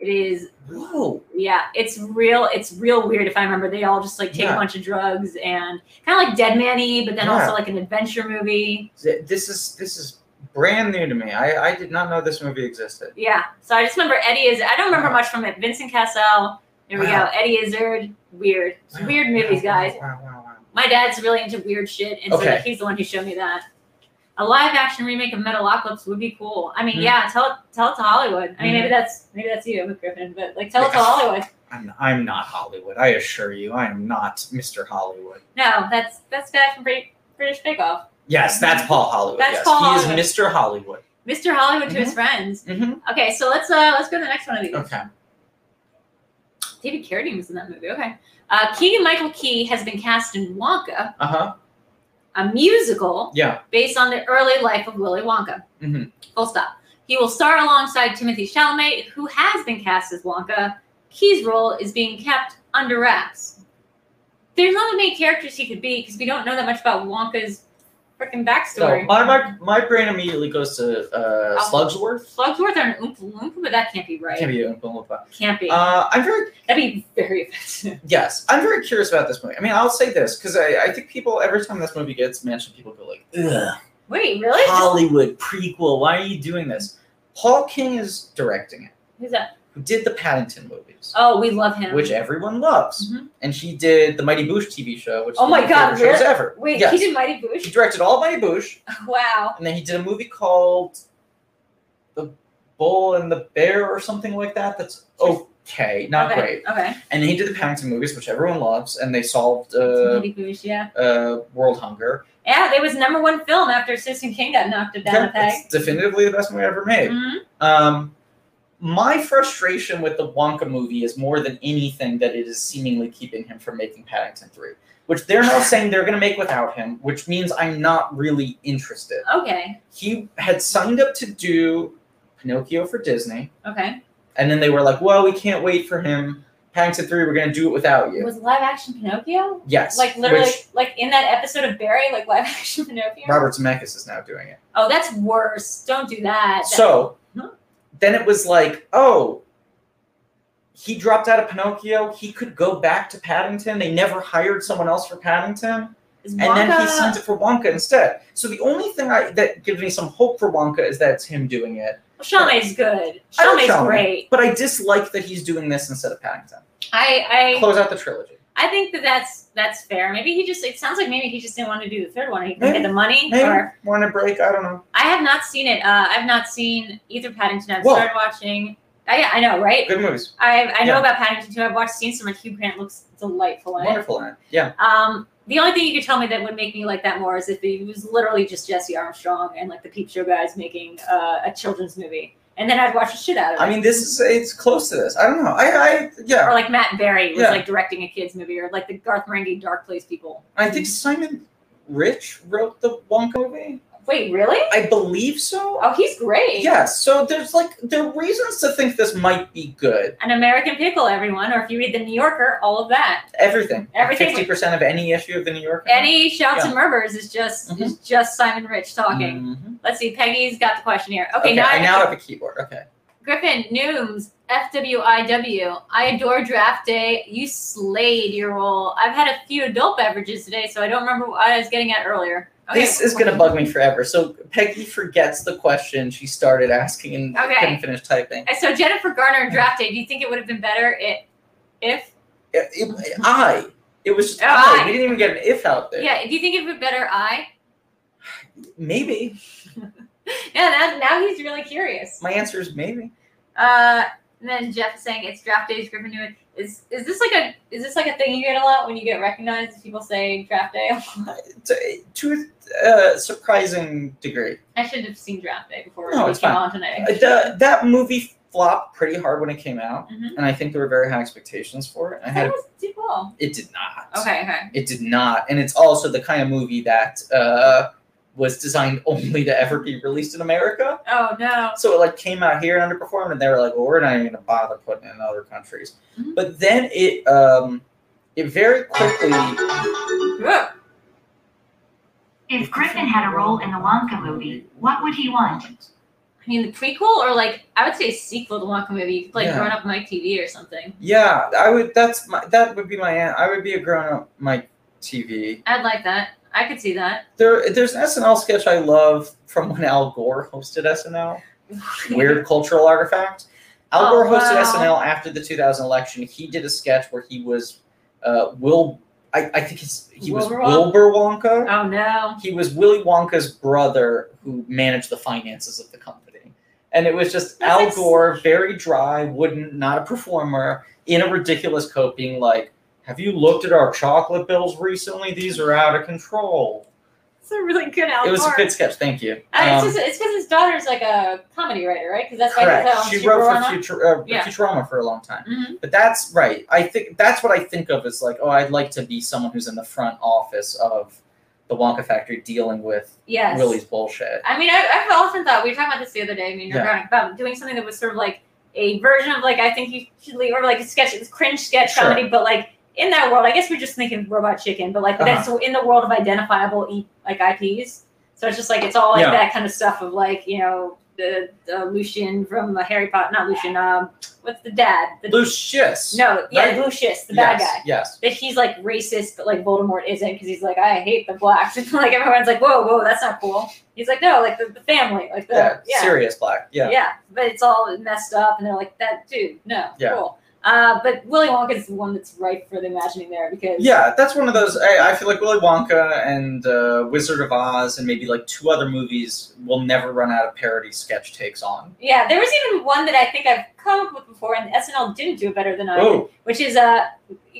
[SPEAKER 3] It is,
[SPEAKER 2] Whoa.
[SPEAKER 3] yeah, it's real. It's real weird. If I remember, they all just like take
[SPEAKER 2] Yeah.
[SPEAKER 3] a bunch of drugs and kind of like Dead Manny, but then
[SPEAKER 2] Yeah.
[SPEAKER 3] also like an adventure movie.
[SPEAKER 2] Th- This is this is brand new to me. I, I did not know this movie existed.
[SPEAKER 3] Yeah. So I just remember Eddie is. I don't remember
[SPEAKER 2] Wow.
[SPEAKER 3] much from it. Vincent Cassell. There we
[SPEAKER 2] Wow.
[SPEAKER 3] go. Eddie Izzard. Weird. It's
[SPEAKER 2] Wow,
[SPEAKER 3] weird movies,
[SPEAKER 2] wow,
[SPEAKER 3] guys.
[SPEAKER 2] Wow, wow, wow.
[SPEAKER 3] My dad's really into weird shit, and so
[SPEAKER 2] Okay.
[SPEAKER 3] he's the one who showed me that. A live action remake of Metalocalypse would be cool. I mean,
[SPEAKER 2] Mhm.
[SPEAKER 3] yeah, tell tell it to Hollywood. I mean,
[SPEAKER 2] Mhm.
[SPEAKER 3] maybe that's maybe that's you, Griffin, but like tell it to
[SPEAKER 2] Yeah.
[SPEAKER 3] Hollywood.
[SPEAKER 2] I'm, I'm not Hollywood. I assure you, I am not Mr. Hollywood.
[SPEAKER 3] No, that's that's guy from Brit- British Bake Off.
[SPEAKER 2] Yes, that's Paul Hollywood.
[SPEAKER 3] That's
[SPEAKER 2] yes,
[SPEAKER 3] Paul
[SPEAKER 2] he
[SPEAKER 3] Hollywood.
[SPEAKER 2] is Mr. Hollywood.
[SPEAKER 3] Mr. Hollywood to his friends.
[SPEAKER 2] Mm-hmm.
[SPEAKER 3] Okay, so let's uh let's go to the next one of these.
[SPEAKER 2] Okay.
[SPEAKER 3] David Carradine was in that movie. Okay, uh, Keegan Michael Key has been cast in Wonka,
[SPEAKER 2] Uh huh.
[SPEAKER 3] a musical
[SPEAKER 2] Yeah.
[SPEAKER 3] based on the early life of Willy Wonka.
[SPEAKER 2] Mhm.
[SPEAKER 3] Full stop. He will star alongside Timothy Chalamet, who has been cast as Wonka. Key's role is being kept under wraps. There's not many characters he could be because we don't know that much about Wonka's freaking
[SPEAKER 2] So
[SPEAKER 3] backstory.
[SPEAKER 2] my, my my brain immediately goes to uh,
[SPEAKER 3] Alpha.
[SPEAKER 2] Slugsworth.
[SPEAKER 3] Slugsworth are an Oompa Loompa, but that can't be right.
[SPEAKER 2] Can't be Oompa Loompa.
[SPEAKER 3] Can't be.
[SPEAKER 2] Uh, I'm very
[SPEAKER 3] That'd be very <laughs> offensive.
[SPEAKER 2] Yes, I'm very curious about this movie. I mean, I'll say this because I, I think people every time this movie gets mentioned, people go like, "Ugh,
[SPEAKER 3] Wait, really? Just-
[SPEAKER 2] Hollywood prequel. Why are you doing this?" Paul King is directing it.
[SPEAKER 3] Who's that?
[SPEAKER 2] Who did the Paddington movies,
[SPEAKER 3] Oh, we love him.
[SPEAKER 2] which everyone loves,
[SPEAKER 3] Mhm.
[SPEAKER 2] and he did the Mighty Boosh TV show, which is
[SPEAKER 3] Oh
[SPEAKER 2] one of
[SPEAKER 3] my
[SPEAKER 2] my
[SPEAKER 3] God,
[SPEAKER 2] favorite shows
[SPEAKER 3] really?
[SPEAKER 2] ever.
[SPEAKER 3] Wait,
[SPEAKER 2] yes.
[SPEAKER 3] he did Mighty
[SPEAKER 2] He
[SPEAKER 3] Boosh? <laughs>
[SPEAKER 2] directed all Mighty Boosh,
[SPEAKER 3] Wow.
[SPEAKER 2] and then he did a movie called The Bull and the Bear or something like that. That's okay, not
[SPEAKER 3] okay.
[SPEAKER 2] great.
[SPEAKER 3] Okay.
[SPEAKER 2] And then he did the Paddington movies, which everyone loves, and they solved.
[SPEAKER 3] It's
[SPEAKER 2] Uh,
[SPEAKER 3] Mighty Boosh, yeah.
[SPEAKER 2] uh, world hunger.
[SPEAKER 3] Yeah, it was number one film after Citizen King got knocked it down a peg.
[SPEAKER 2] It's definitively the best movie ever made.
[SPEAKER 3] Mhm.
[SPEAKER 2] Um, my frustration with the Wonka movie is more than anything that it is seemingly keeping him from making Paddington 3, which they're now saying they're going to make without him, which means I'm not really interested.
[SPEAKER 3] Okay.
[SPEAKER 2] He had signed up to do Pinocchio for Disney,
[SPEAKER 3] Okay.
[SPEAKER 2] and then they were like, well, we can't wait for him. Paddington 3, we're going to do it without you.
[SPEAKER 3] Was live action Pinocchio?
[SPEAKER 2] Yes.
[SPEAKER 3] Like literally,
[SPEAKER 2] which
[SPEAKER 3] like in that episode of Barry, like live <laughs> action Pinocchio.
[SPEAKER 2] Robert Zemeckis is now doing it.
[SPEAKER 3] Oh, that's worse. Don't do that. Mm-hmm. That-
[SPEAKER 2] So
[SPEAKER 3] Huh?
[SPEAKER 2] then it was like, oh, he dropped out of Pinocchio. He could go back to Paddington. They never hired someone else for Paddington,
[SPEAKER 3] is
[SPEAKER 2] and then he
[SPEAKER 3] Wonka-
[SPEAKER 2] signed it for Wonka instead. So the only thing I, that gives me some hope for Wonka is that it's him doing it.
[SPEAKER 3] Well, Chalamet's good.
[SPEAKER 2] I like
[SPEAKER 3] Chalamet's
[SPEAKER 2] Chalamet,
[SPEAKER 3] great.
[SPEAKER 2] but I dislike that he's doing this instead of Paddington.
[SPEAKER 3] I I
[SPEAKER 2] Close out the trilogy.
[SPEAKER 3] I think that that's that's fair. Maybe he just. It sounds like maybe he just didn't want to do the third one. He didn't
[SPEAKER 2] Maybe.
[SPEAKER 3] get the money.
[SPEAKER 2] Maybe
[SPEAKER 3] Or
[SPEAKER 2] want a break? I don't know.
[SPEAKER 3] I have not seen it. Uh, I've not seen either Paddington. I've
[SPEAKER 2] Whoa.
[SPEAKER 3] started watching. I I know right.
[SPEAKER 2] Good movies.
[SPEAKER 3] I I know
[SPEAKER 2] Yeah.
[SPEAKER 3] about Paddington too. I've watched scenes from it. Hugh Grant looks delightful in it.
[SPEAKER 2] Wonderful in it. Yeah.
[SPEAKER 3] Um, the only thing you could tell me that would make me like that more is if it was literally just Jesse Armstrong and like the Peep Show guys making uh, a children's movie, and then I'd watch the shit out of it.
[SPEAKER 2] I mean, this is it's close to this. I don't know. I, I yeah.
[SPEAKER 3] or like Matt Berry was
[SPEAKER 2] Yeah.
[SPEAKER 3] like directing a kids movie, or like the Garth Marenghi Dark Place people.
[SPEAKER 2] I think Simon Rich wrote the Wonka movie.
[SPEAKER 3] Wait, really?
[SPEAKER 2] I believe so.
[SPEAKER 3] Oh, he's great.
[SPEAKER 2] Yes. So there's like there are reasons to think this might be good.
[SPEAKER 3] An American Pickle, everyone, or if you read the New Yorker, all of that.
[SPEAKER 2] Everything.
[SPEAKER 3] Everything.
[SPEAKER 2] Fifty percent of any issue of the New Yorker.
[SPEAKER 3] Any shouts and murmurs is just is
[SPEAKER 2] Mm-hmm.
[SPEAKER 3] just Simon Rich talking.
[SPEAKER 2] Mhm.
[SPEAKER 3] Let's see, Peggy's got the question here. Okay,
[SPEAKER 2] Okay.
[SPEAKER 3] now
[SPEAKER 2] I
[SPEAKER 3] have
[SPEAKER 2] now
[SPEAKER 3] to-
[SPEAKER 2] have a keyboard. Okay.
[SPEAKER 3] Griffin, Nooms, FWIW. I adore draft day. You slayed your role. I've had a few adult beverages today, so I don't remember what I was getting at earlier. Okay.
[SPEAKER 2] This is gonna bug me forever. So Peggy forgets the question she started asking and
[SPEAKER 3] Okay.
[SPEAKER 2] couldn't finish typing.
[SPEAKER 3] And So Jennifer Garner and draft day. Do you think it would have been better it, if?
[SPEAKER 2] It, it- I. It was just
[SPEAKER 3] Oh,
[SPEAKER 2] I.
[SPEAKER 3] I.
[SPEAKER 2] We didn't even get an if out there.
[SPEAKER 3] Yeah. Do you think it would be better I? <laughs>
[SPEAKER 2] Maybe.
[SPEAKER 3] Yeah. Now, now he's really curious.
[SPEAKER 2] My answer is maybe.
[SPEAKER 3] Uh, and then Jeff is saying it's draft days. Griffin Newman. Is is this like a is this like a thing you get a lot when you get recognized? People say draft day. <laughs>
[SPEAKER 2] To, to a surprising degree.
[SPEAKER 3] I should have seen draft day before
[SPEAKER 2] No,
[SPEAKER 3] we
[SPEAKER 2] it's
[SPEAKER 3] came
[SPEAKER 2] fine.
[SPEAKER 3] on tonight.
[SPEAKER 2] the, that movie flopped pretty hard when it came out,
[SPEAKER 3] Mhm.
[SPEAKER 2] and I think there were very high expectations for it. And I
[SPEAKER 3] That
[SPEAKER 2] had
[SPEAKER 3] was too well.
[SPEAKER 2] it did not.
[SPEAKER 3] Okay, okay.
[SPEAKER 2] It did not, and it's also the kind of movie that uh, was designed only to ever be released in America.
[SPEAKER 3] Oh no.
[SPEAKER 2] So it like came out here and underperformed, and they were like, "Well, we're not even gonna bother putting it in other countries."
[SPEAKER 3] Mhm.
[SPEAKER 2] But then it um, it very quickly.
[SPEAKER 3] Ugh.
[SPEAKER 4] If Griffin had a role in the Wonka movie, what would he want?
[SPEAKER 3] I I mean, the prequel or like I would say sequel to Wonka movie, like
[SPEAKER 2] Yeah.
[SPEAKER 3] Grown Up Mike TV or something.
[SPEAKER 2] Yeah, I would. That's my. That would be my. an- I would be a grown up. My TV.
[SPEAKER 3] I'd like that. I could see that. <laughs>
[SPEAKER 2] There, there's an SNL sketch I love from when Al Gore hosted SNL. Weird cultural artifact. Al
[SPEAKER 3] Oh,
[SPEAKER 2] Gore hosted
[SPEAKER 3] wow.
[SPEAKER 2] SNL after the 2000 election. He did a sketch where he was, uh, Will. I, I think his, he
[SPEAKER 3] Wilbur
[SPEAKER 2] was
[SPEAKER 3] Wonka?
[SPEAKER 2] Wilbur Wonka.
[SPEAKER 3] oh no.
[SPEAKER 2] he was Willy Wonka's brother who managed the finances of the company. And it was just
[SPEAKER 3] That's
[SPEAKER 2] Al
[SPEAKER 3] like-
[SPEAKER 2] Gore, very dry, wooden, not a performer, in a ridiculous coat, being like, Have you looked at our chocolate bills recently? These are out of control.
[SPEAKER 3] It's a really good Al
[SPEAKER 2] it was
[SPEAKER 3] Gore.
[SPEAKER 2] a good sketch. Thank you.
[SPEAKER 3] Uh, it's
[SPEAKER 2] Um,
[SPEAKER 3] just it's because his daughter's like a comedy writer, right? Because that's why
[SPEAKER 2] correct.
[SPEAKER 3] he's on
[SPEAKER 2] She wrote for
[SPEAKER 3] Futurama.
[SPEAKER 2] Future, uh,
[SPEAKER 3] Yeah.
[SPEAKER 2] Futurama for a long time.
[SPEAKER 3] Mhm.
[SPEAKER 2] But that's right. I think that's what I think of as like, oh, I'd like to be someone who's in the front office of the Wonka factory dealing with
[SPEAKER 3] Yes.
[SPEAKER 2] Willy's bullshit.
[SPEAKER 3] I mean, I, I've often thought we were talking about this the other day. I mean, you're
[SPEAKER 2] Yeah.
[SPEAKER 3] growing about doing something that was sort of like a version of like I think you should leave, or like a sketch, it was cringe sketch
[SPEAKER 2] Sure.
[SPEAKER 3] comedy, but like in that world, I guess we're just thinking robot chicken, but like
[SPEAKER 2] Uh-huh.
[SPEAKER 3] that's in the world of identifiable e- like IPs. So it's just like it's all like
[SPEAKER 2] Yeah.
[SPEAKER 3] that kind of stuff of like you know the, the Lucian from the Harry Potter, not Lucian. Um, what's the dad? The,
[SPEAKER 2] Lucius.
[SPEAKER 3] no, yeah,
[SPEAKER 2] Right?
[SPEAKER 3] Lucius, the bad
[SPEAKER 2] yes,
[SPEAKER 3] guy.
[SPEAKER 2] Yes.
[SPEAKER 3] that he's like racist, but like Voldemort isn't because he's like, I hate the blacks. <laughs> And like everyone's like, whoa, whoa, that's not cool. He's like, no, like the, the family, like the
[SPEAKER 2] Yeah.
[SPEAKER 3] yeah, yeah,
[SPEAKER 2] Serious black. Yeah.
[SPEAKER 3] But it's all messed up, and they're like, that dude, no,
[SPEAKER 2] Yeah.
[SPEAKER 3] cool. Uh, but Willy Wonka is the one that's ripe for the imagining there because
[SPEAKER 2] Yeah, that's one of those. I, I feel like Willy Wonka and uh, Wizard of Oz and maybe like two other movies will never run out of parody sketch takes on.
[SPEAKER 3] Yeah, there was even one that I think I've come up with before, and SNL didn't do it better than I. did,
[SPEAKER 2] Oh,
[SPEAKER 3] Which is uh,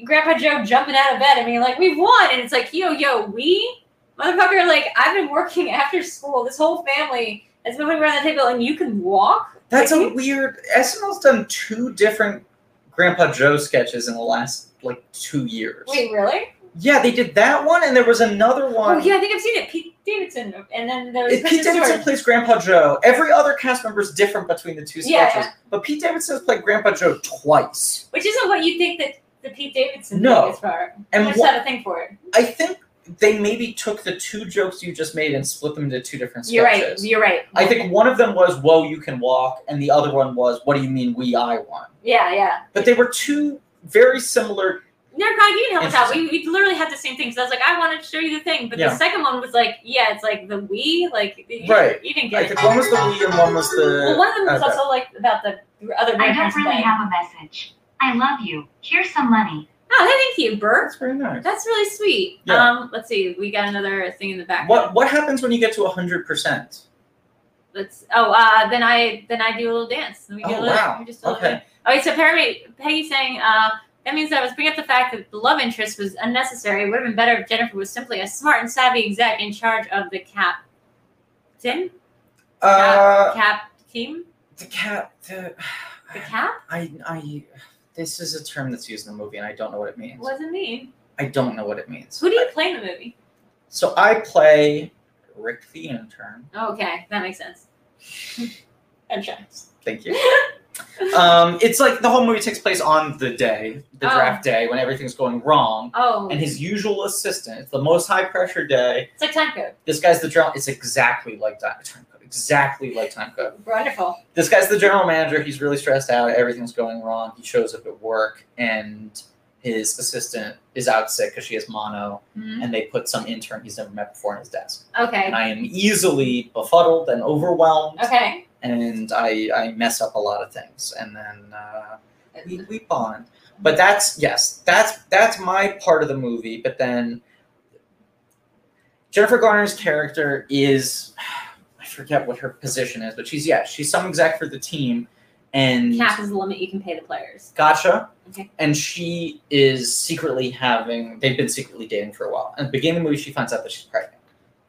[SPEAKER 3] Grandpa Joe jumping out of bed. I mean, like we've won, and it's like, yo, yo, we, motherfucker, like I've been working <laughs> after school. This whole family is moving around the table, and you can walk.
[SPEAKER 2] that's a
[SPEAKER 3] Like,
[SPEAKER 2] weird. SNL's done two different Grandpa Joe sketches in the last like two years.
[SPEAKER 3] Wait, really?
[SPEAKER 2] Yeah, they did that one, and there was another one.
[SPEAKER 3] Oh yeah, I think I've seen it. Pete Davidson, and then there was
[SPEAKER 2] If Pete
[SPEAKER 3] Kristen
[SPEAKER 2] Davidson
[SPEAKER 3] Stewart.
[SPEAKER 2] plays Grandpa Joe. Every other cast member is different between the two
[SPEAKER 3] Yeah,
[SPEAKER 2] sketches, but Pete Davidson's played Grandpa Joe twice.
[SPEAKER 3] which isn't what you think that the Pete Davidson
[SPEAKER 2] No.
[SPEAKER 3] thing is for.
[SPEAKER 2] And
[SPEAKER 3] There's
[SPEAKER 2] wha-
[SPEAKER 3] not a thing for it.
[SPEAKER 2] I think they maybe took the two jokes you just made and split them into two different sketches.
[SPEAKER 3] You're right. You're right.
[SPEAKER 2] I think one of them was "Whoa, you can walk," and the other one was "What do you mean we I won?"
[SPEAKER 3] Yeah, yeah.
[SPEAKER 2] But they were two very similar.
[SPEAKER 3] No, God, you didn't help us out. We, we literally had the same thing. So I was like, I wanted to show you the thing, but
[SPEAKER 2] Yeah.
[SPEAKER 3] the second one was like, yeah, it's like the we, like you,
[SPEAKER 2] Right.
[SPEAKER 3] You didn't
[SPEAKER 2] I
[SPEAKER 3] get it.
[SPEAKER 2] think one was the we and one was
[SPEAKER 3] Well,
[SPEAKER 2] the.
[SPEAKER 3] one of them was
[SPEAKER 2] okay.
[SPEAKER 3] also like about the other
[SPEAKER 4] I don't
[SPEAKER 3] grandparents.
[SPEAKER 4] really
[SPEAKER 3] dying.
[SPEAKER 4] have a message. I love you. Here's some money.
[SPEAKER 3] Oh, thank you, Bert.
[SPEAKER 2] That's very nice.
[SPEAKER 3] That's really sweet.
[SPEAKER 2] Yeah.
[SPEAKER 3] Um, let's see. We got another thing in the back.
[SPEAKER 2] What What happens when you get to hundred percent?
[SPEAKER 3] Let's. Oh, uh, then I then I do a little dance. And we do
[SPEAKER 2] Oh,
[SPEAKER 3] a little,
[SPEAKER 2] wow.
[SPEAKER 3] We just do a little
[SPEAKER 2] Okay.
[SPEAKER 3] Okay, so Peggy, Peggy's saying uh, that means I was bringing up the fact that the love interest was unnecessary. It would have been better if Jennifer was simply a smart and savvy exec in charge of the captain,
[SPEAKER 2] Uh,
[SPEAKER 3] cap team,
[SPEAKER 2] the cat. The, <sighs>
[SPEAKER 3] the cap.
[SPEAKER 2] I I. This is a term that's used in the movie, and I don't know what it means.
[SPEAKER 3] What does it mean?
[SPEAKER 2] I don't know what it means.
[SPEAKER 3] Who do you play in the movie?
[SPEAKER 2] So I play Rick the intern.
[SPEAKER 3] Okay, that makes sense.
[SPEAKER 4] <laughs>
[SPEAKER 3] and checks.
[SPEAKER 2] Thank you. um, it's like the whole movie takes place on the day, the
[SPEAKER 3] Oh.
[SPEAKER 2] draft day, when everything's going wrong.
[SPEAKER 3] Oh,
[SPEAKER 2] And his usual assistant, it's the most high pressure day.
[SPEAKER 3] it's like time code.
[SPEAKER 2] This guy's the general. It's exactly like Di- time code. Exactly like time code.
[SPEAKER 3] Wonderful.
[SPEAKER 2] This guy's the general manager. He's really stressed out. Everything's going wrong. He shows up at work, and his assistant is out sick because she has mono.
[SPEAKER 3] Mhm.
[SPEAKER 2] And they put some intern he's never met before on his desk.
[SPEAKER 3] Okay.
[SPEAKER 2] And I am easily befuddled and overwhelmed.
[SPEAKER 3] Okay.
[SPEAKER 2] and I, I mess up a lot of things, and then uh, we, we bond. But that's yes, that's that's my part of the movie. But then Jennifer Garner's character is <sighs> I forget what her position is, but she's yeah, she's some exec for the team, and
[SPEAKER 3] Cap is the limit you can pay the players.
[SPEAKER 2] gotcha.
[SPEAKER 3] Okay.
[SPEAKER 2] And she is secretly having they've been secretly dating for a while. And at the beginning of the movie, she finds out that she's pregnant.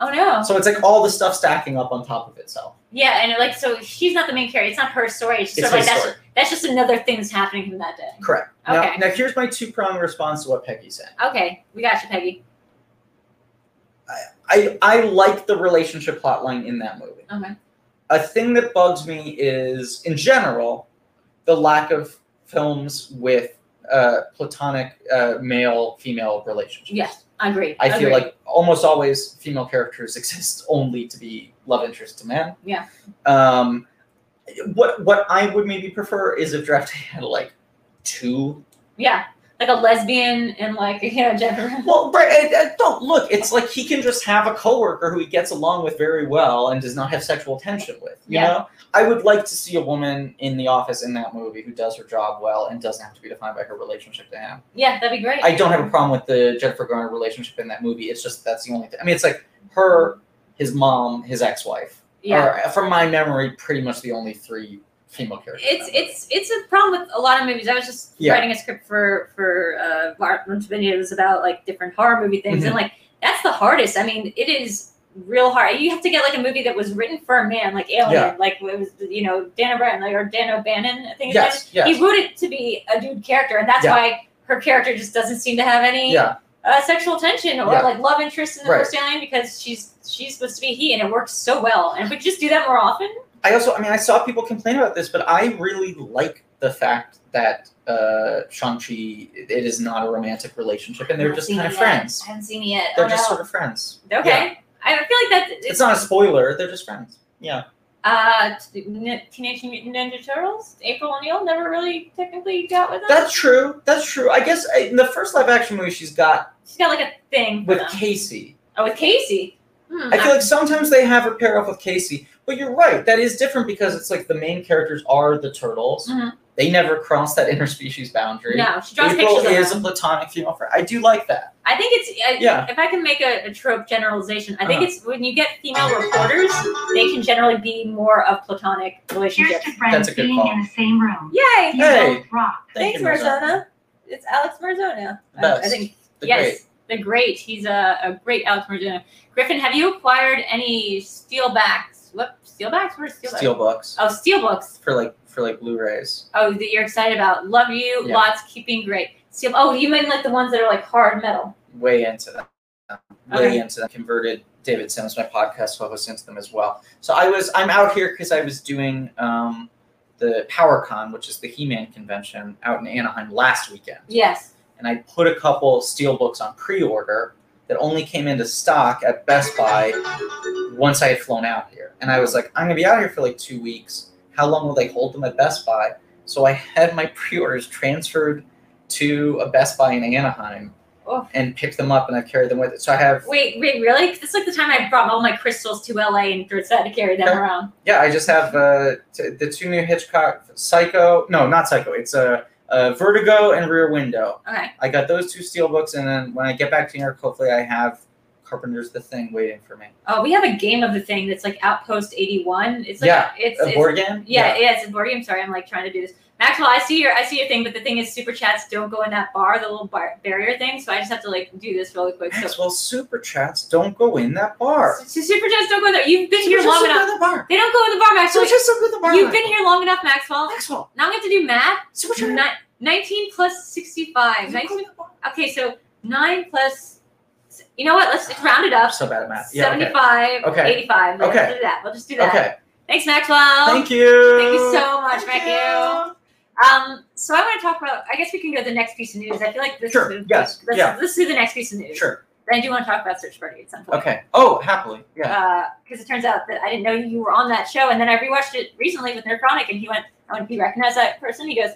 [SPEAKER 3] Oh no.
[SPEAKER 2] So it's like all the stuff stacking up on top of itself.
[SPEAKER 3] Yeah, and like so, she's not the main character. It's not her story. It's just
[SPEAKER 2] It's
[SPEAKER 3] sort of
[SPEAKER 2] his
[SPEAKER 3] like that's
[SPEAKER 2] story.
[SPEAKER 3] that's just another thing that's happening from that day.
[SPEAKER 2] Correct. Now,
[SPEAKER 3] Okay.
[SPEAKER 2] now here's my two pronged response to what Peggy said.
[SPEAKER 3] Okay, we got you, Peggy.
[SPEAKER 2] I I like the relationship plotline in that movie.
[SPEAKER 3] Okay.
[SPEAKER 2] A thing that bugs me is, in general, the lack of films with uh, platonic uh, male female relationships.
[SPEAKER 3] Yes, I agree.
[SPEAKER 2] I feel
[SPEAKER 3] Agreed.
[SPEAKER 2] like almost <laughs> always female characters exist only to be love interest to men.
[SPEAKER 3] Yeah.
[SPEAKER 2] Um, what what I would maybe prefer is if Draft <laughs> Day had like two.
[SPEAKER 3] Yeah, like a lesbian and like <laughs> you know gender.
[SPEAKER 2] Well, right, I, I don't look. It's like he can just have a coworker who he gets along with very well and does not have sexual tension with. You
[SPEAKER 3] Yeah.
[SPEAKER 2] know, I would like to see a woman in the office in that movie who does her job well and doesn't have to be defined by her relationship to him.
[SPEAKER 3] Yeah, that'd be great.
[SPEAKER 2] I don't have a problem with the Jennifer Garner relationship in that movie. It's just that's the only thing. I mean, it's like her, his mom, his ex-wife.
[SPEAKER 3] Yeah.
[SPEAKER 2] Are, from my memory, pretty much the only three female characters. in
[SPEAKER 3] It's
[SPEAKER 2] that
[SPEAKER 3] it's it's a problem with a lot of movies. I was just
[SPEAKER 2] Yeah.
[SPEAKER 3] writing a script for for uh, Martin videos about like different horror movie
[SPEAKER 2] Mm-hmm.
[SPEAKER 3] things, and like that's the hardest. I mean, it is real hard. You have to get like a movie that was written for a man, like Alien,
[SPEAKER 2] Yeah.
[SPEAKER 3] like it was you know Dan O'Brien like, or Dan O'Bannon. I think
[SPEAKER 2] movie.
[SPEAKER 3] his name
[SPEAKER 2] Yes,
[SPEAKER 3] is.
[SPEAKER 2] yes,
[SPEAKER 3] he wrote it to be a dude character, and that's
[SPEAKER 2] Yeah.
[SPEAKER 3] why her character just doesn't seem to have any
[SPEAKER 2] yeah,
[SPEAKER 3] uh, sexual tension or
[SPEAKER 2] Yeah.
[SPEAKER 3] like love interest in the
[SPEAKER 2] Right.
[SPEAKER 3] first Alien because she's she's supposed to be he, and it works so well. And if we just do that more often,
[SPEAKER 2] I also, I mean, I saw people complain about this, but I really like the fact that uh, Shang-Chi, it is not a romantic relationship, and they're
[SPEAKER 3] Not
[SPEAKER 2] just
[SPEAKER 3] seen
[SPEAKER 2] kind
[SPEAKER 3] it
[SPEAKER 2] of
[SPEAKER 3] yet.
[SPEAKER 2] friends.
[SPEAKER 3] I haven't seen it yet.
[SPEAKER 2] They're
[SPEAKER 3] oh,
[SPEAKER 2] just
[SPEAKER 3] no.
[SPEAKER 2] sort of friends.
[SPEAKER 3] Okay. I feel like that's
[SPEAKER 2] It's, not a spoiler. They're just friends. Yeah.
[SPEAKER 3] uh, t- n- Teenage Mutant Ninja Turtles. April O'Neil never really technically got with them.
[SPEAKER 2] That's true. That's true. I guess I, in the first live action movie she's got
[SPEAKER 3] She's got like a thing for
[SPEAKER 2] with
[SPEAKER 3] them.
[SPEAKER 2] Casey.
[SPEAKER 3] oh, with Casey. Hmm,
[SPEAKER 2] I feel like sometimes they have her pair up with Casey, but you're right. That is different because it's like the main characters are the turtles.
[SPEAKER 3] Mhm.
[SPEAKER 2] They never cross that <laughs> interspecies boundary.
[SPEAKER 3] no, she draws
[SPEAKER 2] April
[SPEAKER 3] pictures
[SPEAKER 2] is
[SPEAKER 3] of
[SPEAKER 2] a
[SPEAKER 3] them.
[SPEAKER 2] platonic female friend. I do like that.
[SPEAKER 3] I think it's I,
[SPEAKER 2] Yeah.
[SPEAKER 3] If I can make a, a trope generalization, I think
[SPEAKER 2] Uh-huh.
[SPEAKER 3] it's when you get female reporters, they can generally be more of platonic
[SPEAKER 4] Here's <laughs>
[SPEAKER 3] relationships.
[SPEAKER 4] to friends
[SPEAKER 2] That's a good
[SPEAKER 4] being
[SPEAKER 2] call.
[SPEAKER 4] in the same room.
[SPEAKER 3] Yay!
[SPEAKER 4] You
[SPEAKER 2] Hey.
[SPEAKER 4] both rock.
[SPEAKER 2] Thank
[SPEAKER 3] Thanks,
[SPEAKER 2] you, Marzana.
[SPEAKER 3] Marzana. It's Alex Marzona. I- I,
[SPEAKER 2] Best.
[SPEAKER 3] think
[SPEAKER 2] The
[SPEAKER 3] yes, the great. He's a, a great Alex Margina. Griffin, have you acquired any steelbacks? What steelbacks? What
[SPEAKER 2] great
[SPEAKER 3] are steelbacks?
[SPEAKER 2] steel books
[SPEAKER 3] Oh, steelbooks.
[SPEAKER 2] for like for like Blu-rays.
[SPEAKER 3] Oh, that you're excited about. Love you.
[SPEAKER 2] Yeah.
[SPEAKER 3] Lots keeping great. Steel. Oh, you mean like the ones that are like hard metal?
[SPEAKER 2] way into them. Way
[SPEAKER 3] Okay.
[SPEAKER 2] into them. Converted David Sims, my podcast co-host, into them as well. So I was I'm out here because I was doing um, the PowerCon, which is the He-Man convention out in Anaheim last weekend,
[SPEAKER 3] Yes.
[SPEAKER 2] and I put a couple steelbooks on pre-order that only came into stock at Best Buy once I had flown out here, and I was like, I'm gonna be out here for like two weeks. How long will they hold them at Best Buy? So I had my pre-orders transferred to a Best Buy in Anaheim
[SPEAKER 3] Oh.
[SPEAKER 2] and picked them up and I've carried them with it. So I have,
[SPEAKER 3] Wait, wait, really? That's like the time I brought all my crystals to LA and decided to carry them
[SPEAKER 2] Okay.
[SPEAKER 3] around.
[SPEAKER 2] yeah, I just have uh, t- the two new Hitchcock Psycho. No, not Psycho. It's a uh, uh, Vertigo and Rear Window.
[SPEAKER 3] Okay.
[SPEAKER 2] I got those two steel books, and then when I get back to New York, hopefully I have Carpenter's The Thing waiting for me.
[SPEAKER 3] Oh, we have a game of the thing that's like Outpost 81. It's like
[SPEAKER 2] Yeah.
[SPEAKER 3] it's,
[SPEAKER 2] A
[SPEAKER 3] it's
[SPEAKER 2] board game?
[SPEAKER 3] Yeah, yeah, it's a board game. Sorry, I'm like trying to do this. Maxwell, I see your I see your thing, but the thing is, super chats don't go in that bar, the little bar- barrier thing. So I just have to like do this really quick. So,
[SPEAKER 2] Maxwell super chats don't go in that bar.
[SPEAKER 3] so super chats don't go there. You've been
[SPEAKER 2] Super
[SPEAKER 3] here
[SPEAKER 2] chats
[SPEAKER 3] long
[SPEAKER 2] don't go
[SPEAKER 3] enough.
[SPEAKER 2] in the bar.
[SPEAKER 3] They don't go in the bar, Maxwell.
[SPEAKER 2] Super chats don't go in the bar.
[SPEAKER 3] You've been here long enough, Maxwell.
[SPEAKER 2] Maxwell.
[SPEAKER 3] Now I'm going to do math.
[SPEAKER 2] Super chat.
[SPEAKER 3] Ni- 19 plus 65.
[SPEAKER 2] don't go
[SPEAKER 3] 19,
[SPEAKER 2] in the bar.
[SPEAKER 3] okay, so 9 plus. You know what? Let's just round it up.
[SPEAKER 2] I'm so bad at math. Yeah. Okay.
[SPEAKER 3] 75,
[SPEAKER 2] Okay.
[SPEAKER 3] 85. Let's
[SPEAKER 2] Okay.
[SPEAKER 3] do that. We'll just do that.
[SPEAKER 2] Okay.
[SPEAKER 3] Thanks, Maxwell.
[SPEAKER 2] Thank you.
[SPEAKER 3] Thank you so much,
[SPEAKER 2] Thank
[SPEAKER 3] Matthew.
[SPEAKER 2] you.
[SPEAKER 3] Um, so I want to talk about. I guess we can go to the next piece of news. I feel like this.
[SPEAKER 2] Sure,
[SPEAKER 3] Is,
[SPEAKER 2] yes,
[SPEAKER 3] Let's,
[SPEAKER 2] yeah.
[SPEAKER 3] let's do the next piece of news.
[SPEAKER 2] Sure.
[SPEAKER 3] But I do want to talk about Search Party at some point.
[SPEAKER 2] Okay. Oh, happily.
[SPEAKER 3] Uh,
[SPEAKER 2] Yeah.
[SPEAKER 3] Because it turns out that I didn't know you were on that show, and then I rewatched it recently with Nerdchronic, and he went, "I want to be recognized that person." He goes,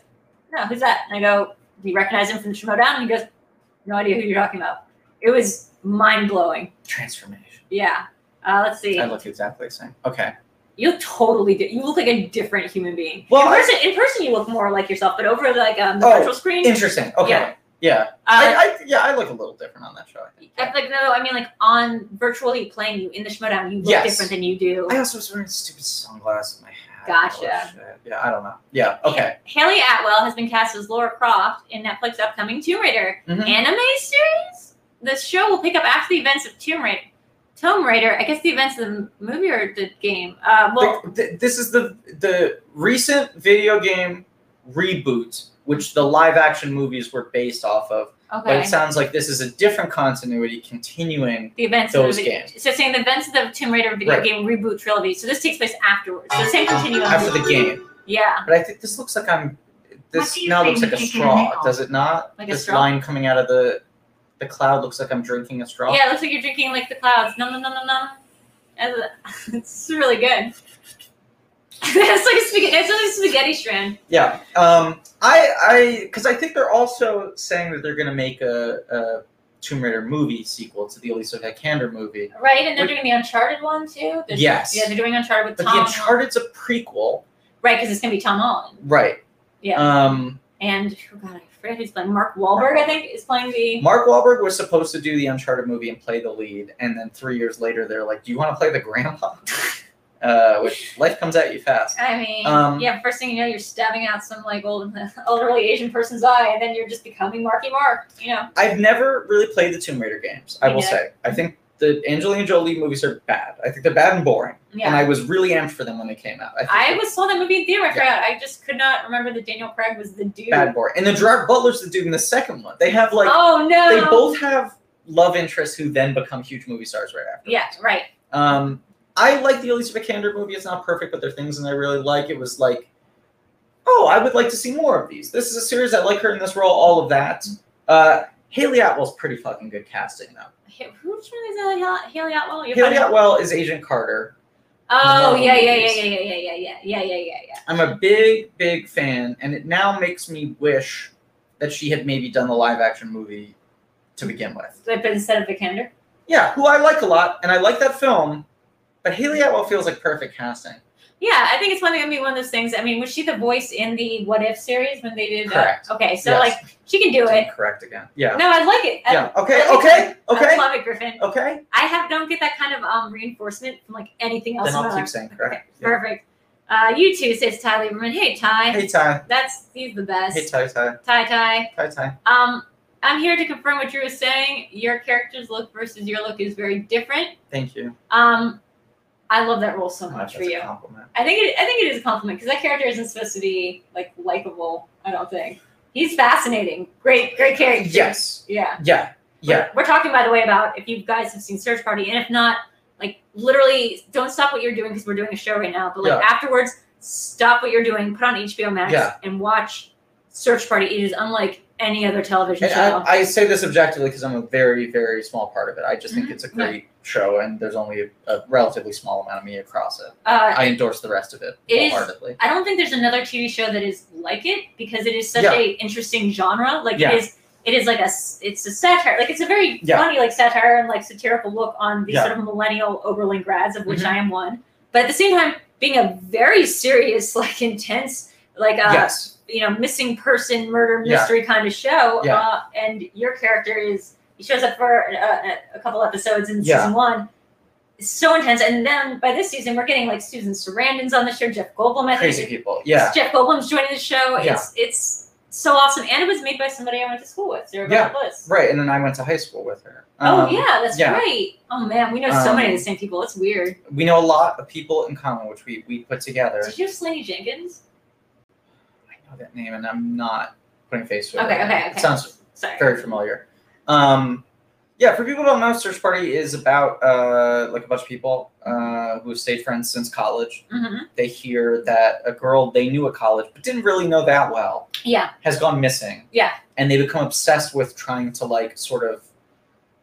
[SPEAKER 3] "No, who's that?" And I go, "Do you recognize him from the Down?" And he goes, "No idea who you're talking about." It was mind blowing.
[SPEAKER 2] Transformation.
[SPEAKER 3] Yeah. Uh, let's see.
[SPEAKER 2] I look exactly the same. Okay.
[SPEAKER 3] You'll totally do. You look like a different human being.
[SPEAKER 2] Well,
[SPEAKER 3] in
[SPEAKER 2] I-
[SPEAKER 3] person, in person, you look more like yourself, but over like um, the
[SPEAKER 2] Oh,
[SPEAKER 3] virtual screen,
[SPEAKER 2] Interesting. Okay.
[SPEAKER 3] Yeah.
[SPEAKER 2] Yeah.
[SPEAKER 3] uh,
[SPEAKER 2] I, I, yeah, I look a little different on that show. I think.
[SPEAKER 3] I- like no, I mean like on virtually playing you in the Schmodown, you look
[SPEAKER 2] Yes.
[SPEAKER 3] different than you do.
[SPEAKER 2] I also was wearing stupid sunglasses in my hat. and all
[SPEAKER 3] Gotcha.
[SPEAKER 2] that shit. Yeah, I don't know. Yeah. Okay.
[SPEAKER 3] Haley Atwell has been cast as Laura Croft in Netflix's upcoming Tomb Raider
[SPEAKER 2] Mhm.
[SPEAKER 3] anime series. The show will pick up after the events of Tomb Raider. Tomb Raider, I guess the events of the movie or the game. Uh, well,
[SPEAKER 2] Th- th- this is the the recent video game reboot, which the live action movies were based off of. But
[SPEAKER 3] okay.
[SPEAKER 2] it sounds like this is a different continuity continuing.
[SPEAKER 3] The events
[SPEAKER 2] those
[SPEAKER 3] of the
[SPEAKER 2] games.
[SPEAKER 3] So saying the events of the Tomb Raider video
[SPEAKER 2] Right. Uh,
[SPEAKER 3] game reboot trilogy. So this takes place afterwards. So same continuum.
[SPEAKER 2] After the game,
[SPEAKER 3] yeah,
[SPEAKER 2] but I think this looks like I'm. This
[SPEAKER 4] do you
[SPEAKER 2] now
[SPEAKER 4] say
[SPEAKER 2] looks
[SPEAKER 4] we
[SPEAKER 2] like a
[SPEAKER 4] take in a
[SPEAKER 2] straw,
[SPEAKER 4] nickel?
[SPEAKER 2] does it not?
[SPEAKER 3] like a
[SPEAKER 2] this
[SPEAKER 3] straw.
[SPEAKER 2] line coming out of the the cloud looks like I'm drinking a straw.
[SPEAKER 3] Yeah, it looks like you're drinking <laughs> like the clouds. Num num num num num. And the- <laughs> It's really good. it's like a spaghetti, it's like a spaghetti strand.
[SPEAKER 2] Yeah. Um, I I because I think they're also saying that they're going to make a, a Tomb Raider movie sequel to the Elisa Vikander movie.
[SPEAKER 3] Right, and they're
[SPEAKER 2] Wait.
[SPEAKER 3] doing the Uncharted one too. They're-
[SPEAKER 2] Yes.
[SPEAKER 3] Yeah, they're doing Uncharted with
[SPEAKER 2] But
[SPEAKER 3] Tom.
[SPEAKER 2] the Uncharted's a prequel,
[SPEAKER 3] Right, because it's gonna be Tom Holland.
[SPEAKER 2] right?
[SPEAKER 3] Yeah.
[SPEAKER 2] Um,
[SPEAKER 3] and oh god, I forget who's playing. Mark Wahlberg, I think, is playing the.
[SPEAKER 2] Mark Wahlberg was supposed to do the Uncharted movie and play the lead, and then three years later, they're like, "Do you want to play the grandpa?" <laughs> uh, which life comes at you fast.
[SPEAKER 3] I mean,
[SPEAKER 2] Um,
[SPEAKER 3] yeah. First thing you know, you're stabbing out some like old <laughs> elderly Asian person's eye, and then you're just becoming Marky Mark. You know.
[SPEAKER 2] I've never really played the Tomb Raider games. I
[SPEAKER 3] Me
[SPEAKER 2] will
[SPEAKER 3] neither.
[SPEAKER 2] say, I think the Angelina Jolie movies are bad. I think they're bad and boring, and
[SPEAKER 3] Yeah.
[SPEAKER 2] I was really amped for them when they came out. I, think
[SPEAKER 3] I
[SPEAKER 2] they're
[SPEAKER 3] was saw that movie in theater. I forgot. I just could not remember that Daniel Craig was the dude.
[SPEAKER 2] bad and boring, and then Gerard Butler's the dude in the second one. They have like
[SPEAKER 3] oh no.
[SPEAKER 2] they both have love interests who then become huge movie stars right after.
[SPEAKER 3] Yeah. Right.
[SPEAKER 2] Um, I like the Alicia Vikander movie. It's not perfect, but there are things that I really like. It was like, oh, I would like to see more of these. This is a series. I like her in this role. All of that. Uh, Haley Atwell's pretty fucking good casting though.
[SPEAKER 3] Hey, Which one is Haley Hal- Haley Atwell? You're
[SPEAKER 2] Haley
[SPEAKER 3] probably-
[SPEAKER 2] Atwell is Agent Carter.
[SPEAKER 3] Oh
[SPEAKER 2] Marvel
[SPEAKER 3] yeah, yeah, yeah,
[SPEAKER 2] movies.
[SPEAKER 3] yeah, yeah, yeah, yeah, yeah, yeah, yeah, yeah.
[SPEAKER 2] I'm a big, big fan, and it now makes me wish that she had maybe done the live action movie to begin with.
[SPEAKER 3] But instead of Vikander.
[SPEAKER 2] Yeah, who I like a lot, and I like that film, but Haley Atwell feels like perfect casting.
[SPEAKER 3] Yeah, I think it's one, gonna be one of those things. I mean, was she the voice in the What If series when they did?
[SPEAKER 2] Correct.
[SPEAKER 3] Uh, okay, so
[SPEAKER 2] Yes.
[SPEAKER 3] like she can do it.
[SPEAKER 2] Correct again. Yeah.
[SPEAKER 3] No, I like it. I,
[SPEAKER 2] yeah. Okay.
[SPEAKER 3] I-
[SPEAKER 2] Okay. Okay.
[SPEAKER 3] I love it, Griffin.
[SPEAKER 2] Okay.
[SPEAKER 3] I have don't get that kind of um reinforcement from like anything else.
[SPEAKER 2] Then
[SPEAKER 3] in my
[SPEAKER 2] I'll keep
[SPEAKER 3] life.
[SPEAKER 2] saying correct.
[SPEAKER 3] Okay, Perfect. Uh, you too, says Ty Lieberman. Hey Ty,
[SPEAKER 2] Hey Ty.
[SPEAKER 3] that's he's the best.
[SPEAKER 2] Hey Ty Ty.
[SPEAKER 3] Ty Ty.
[SPEAKER 2] Ty Ty.
[SPEAKER 3] Um, I'm here to confirm what Drew was saying. Your character's look versus your look is very different.
[SPEAKER 2] Thank you.
[SPEAKER 3] Um, I love that role so
[SPEAKER 2] Oh, that's
[SPEAKER 3] much for
[SPEAKER 2] a
[SPEAKER 3] you.
[SPEAKER 2] compliment.
[SPEAKER 3] I think it, I think it is a compliment because that character isn't supposed to be like likable. I don't think he's fascinating. Great, great character.
[SPEAKER 2] Yes.
[SPEAKER 3] Yeah.
[SPEAKER 2] Yeah. Yeah.
[SPEAKER 3] We're, we're talking, by the way, about if you guys have seen Search Party, and if not, like literally, don't stop what you're doing because we're doing a show right now. But like
[SPEAKER 2] Yeah.
[SPEAKER 3] afterwards, stop what you're doing, put on HBO Max,
[SPEAKER 2] Yeah.
[SPEAKER 3] and watch Search Party. It is unlike any other television
[SPEAKER 2] And
[SPEAKER 3] show.
[SPEAKER 2] I, I say this objectively because I'm a very, very small part of it. I just think
[SPEAKER 3] Mhm.
[SPEAKER 2] it's a great show, and there's only a, a relatively small amount of me across it.
[SPEAKER 3] uh,
[SPEAKER 2] I endorse the rest of it
[SPEAKER 3] It is-
[SPEAKER 2] wholeheartedly.
[SPEAKER 3] I don't think there's another TV show that is like it because it is such
[SPEAKER 2] Yeah.
[SPEAKER 3] a interesting genre. Like
[SPEAKER 2] Yeah.
[SPEAKER 3] it is, it is like a s- it's a satire. Like it's a very
[SPEAKER 2] Yeah.
[SPEAKER 3] funny like satire and like satirical look on these
[SPEAKER 2] Yeah.
[SPEAKER 3] sort of millennial Oberlin grads of which
[SPEAKER 2] Mhm.
[SPEAKER 3] I am one. But at the same time, being a very serious, like intense, like uh,
[SPEAKER 2] yes.
[SPEAKER 3] you know, missing person murder
[SPEAKER 2] Yeah.
[SPEAKER 3] mystery kind of show.
[SPEAKER 2] Yeah.
[SPEAKER 3] Uh, and your character is he shows up for uh, a couple episodes in
[SPEAKER 2] Yeah.
[SPEAKER 3] season one. It's so intense, and then by this season, we're getting like Susan Sarandon's on the show, Jeff Goldblum. I think
[SPEAKER 2] Crazy people. Yeah.
[SPEAKER 3] Jeff Goldblum's joining the show.
[SPEAKER 2] Yeah.
[SPEAKER 3] It's it's so awesome, and it was made by somebody I went to school with, Sarah
[SPEAKER 2] Yeah.
[SPEAKER 3] Beth Bliss.
[SPEAKER 2] Right. And then I went to high school with her.
[SPEAKER 3] Oh
[SPEAKER 2] Um,
[SPEAKER 3] yeah, that's
[SPEAKER 2] yeah.
[SPEAKER 3] right. Oh man, we know so
[SPEAKER 2] Um,
[SPEAKER 3] many of the same people. It's weird.
[SPEAKER 2] We know a lot of people in common, which we, we put together.
[SPEAKER 3] Did you have Slaney Jenkins?
[SPEAKER 2] I know that name, and I'm not putting face to it.
[SPEAKER 3] Okay,
[SPEAKER 2] right
[SPEAKER 3] okay,
[SPEAKER 2] now.
[SPEAKER 3] okay.
[SPEAKER 2] It sounds
[SPEAKER 3] Sorry.
[SPEAKER 2] very familiar. Um, yeah, for people who don't know, Search Party is about uh, like a bunch of people uh, who have stayed friends since college.
[SPEAKER 3] Mhm.
[SPEAKER 2] They hear that a girl they knew at college but didn't really know that well
[SPEAKER 3] Yeah.
[SPEAKER 2] has gone missing.
[SPEAKER 3] Yeah.
[SPEAKER 2] And they become obsessed with trying to like sort of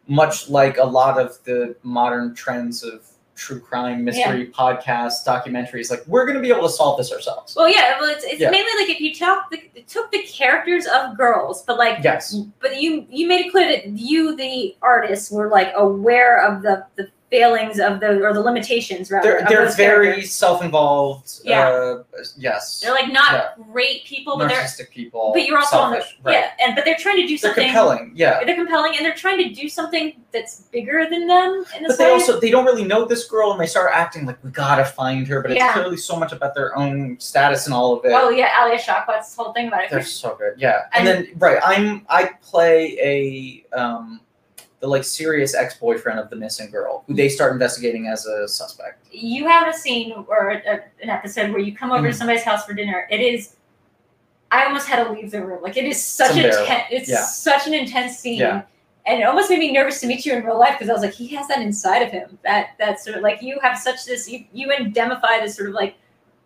[SPEAKER 2] much like a lot of the modern trends of true crime, mystery podcasts, documentaries, like we're gonna be able to solve this ourselves.
[SPEAKER 3] Well, yeah. Well, it's, it's
[SPEAKER 2] Yeah.
[SPEAKER 3] mainly like if you took the, took the characters of girls, but like
[SPEAKER 2] Yes.
[SPEAKER 3] but you you made it clear that you the artist were like aware of the the failings of the or the limitations rather
[SPEAKER 2] They're
[SPEAKER 3] of
[SPEAKER 2] they're
[SPEAKER 3] those
[SPEAKER 2] very
[SPEAKER 3] characters.
[SPEAKER 2] self-involved.
[SPEAKER 3] Yeah.
[SPEAKER 2] Uh, yes.
[SPEAKER 3] they're like not
[SPEAKER 2] Yeah.
[SPEAKER 3] great people but they're
[SPEAKER 2] narcissistic people.
[SPEAKER 3] but you're also
[SPEAKER 2] selfish,
[SPEAKER 3] on the
[SPEAKER 2] right.
[SPEAKER 3] yeah and but they're trying to do
[SPEAKER 2] They're
[SPEAKER 3] something
[SPEAKER 2] compelling, yeah.
[SPEAKER 3] they're compelling and they're trying to do something that's bigger than them in this
[SPEAKER 2] But they
[SPEAKER 3] way.
[SPEAKER 2] also they don't really know this girl, and they start acting like we gotta find her. But
[SPEAKER 3] Yeah.
[SPEAKER 2] it's clearly so much about their own status and all of it.
[SPEAKER 3] oh yeah alia shawkwat's whole thing about it
[SPEAKER 2] They're so good, yeah. And,
[SPEAKER 3] And-
[SPEAKER 2] then right, I'm I play a um the like serious ex boyfriend of the missing girl who they start investigating as a suspect.
[SPEAKER 3] you have a scene or a, an episode where you come over
[SPEAKER 2] Mm-hmm.
[SPEAKER 3] to somebody's house for dinner. It is, I almost had to leave the room. Like it is such
[SPEAKER 2] It's
[SPEAKER 3] a
[SPEAKER 2] unbearable.
[SPEAKER 3] ten, it's
[SPEAKER 2] Yeah.
[SPEAKER 3] such an intense scene,
[SPEAKER 2] Yeah.
[SPEAKER 3] and it almost made me nervous to meet you in real life because I was like, he has that inside of him. That that sort of like you have such this you you indemnify this sort of like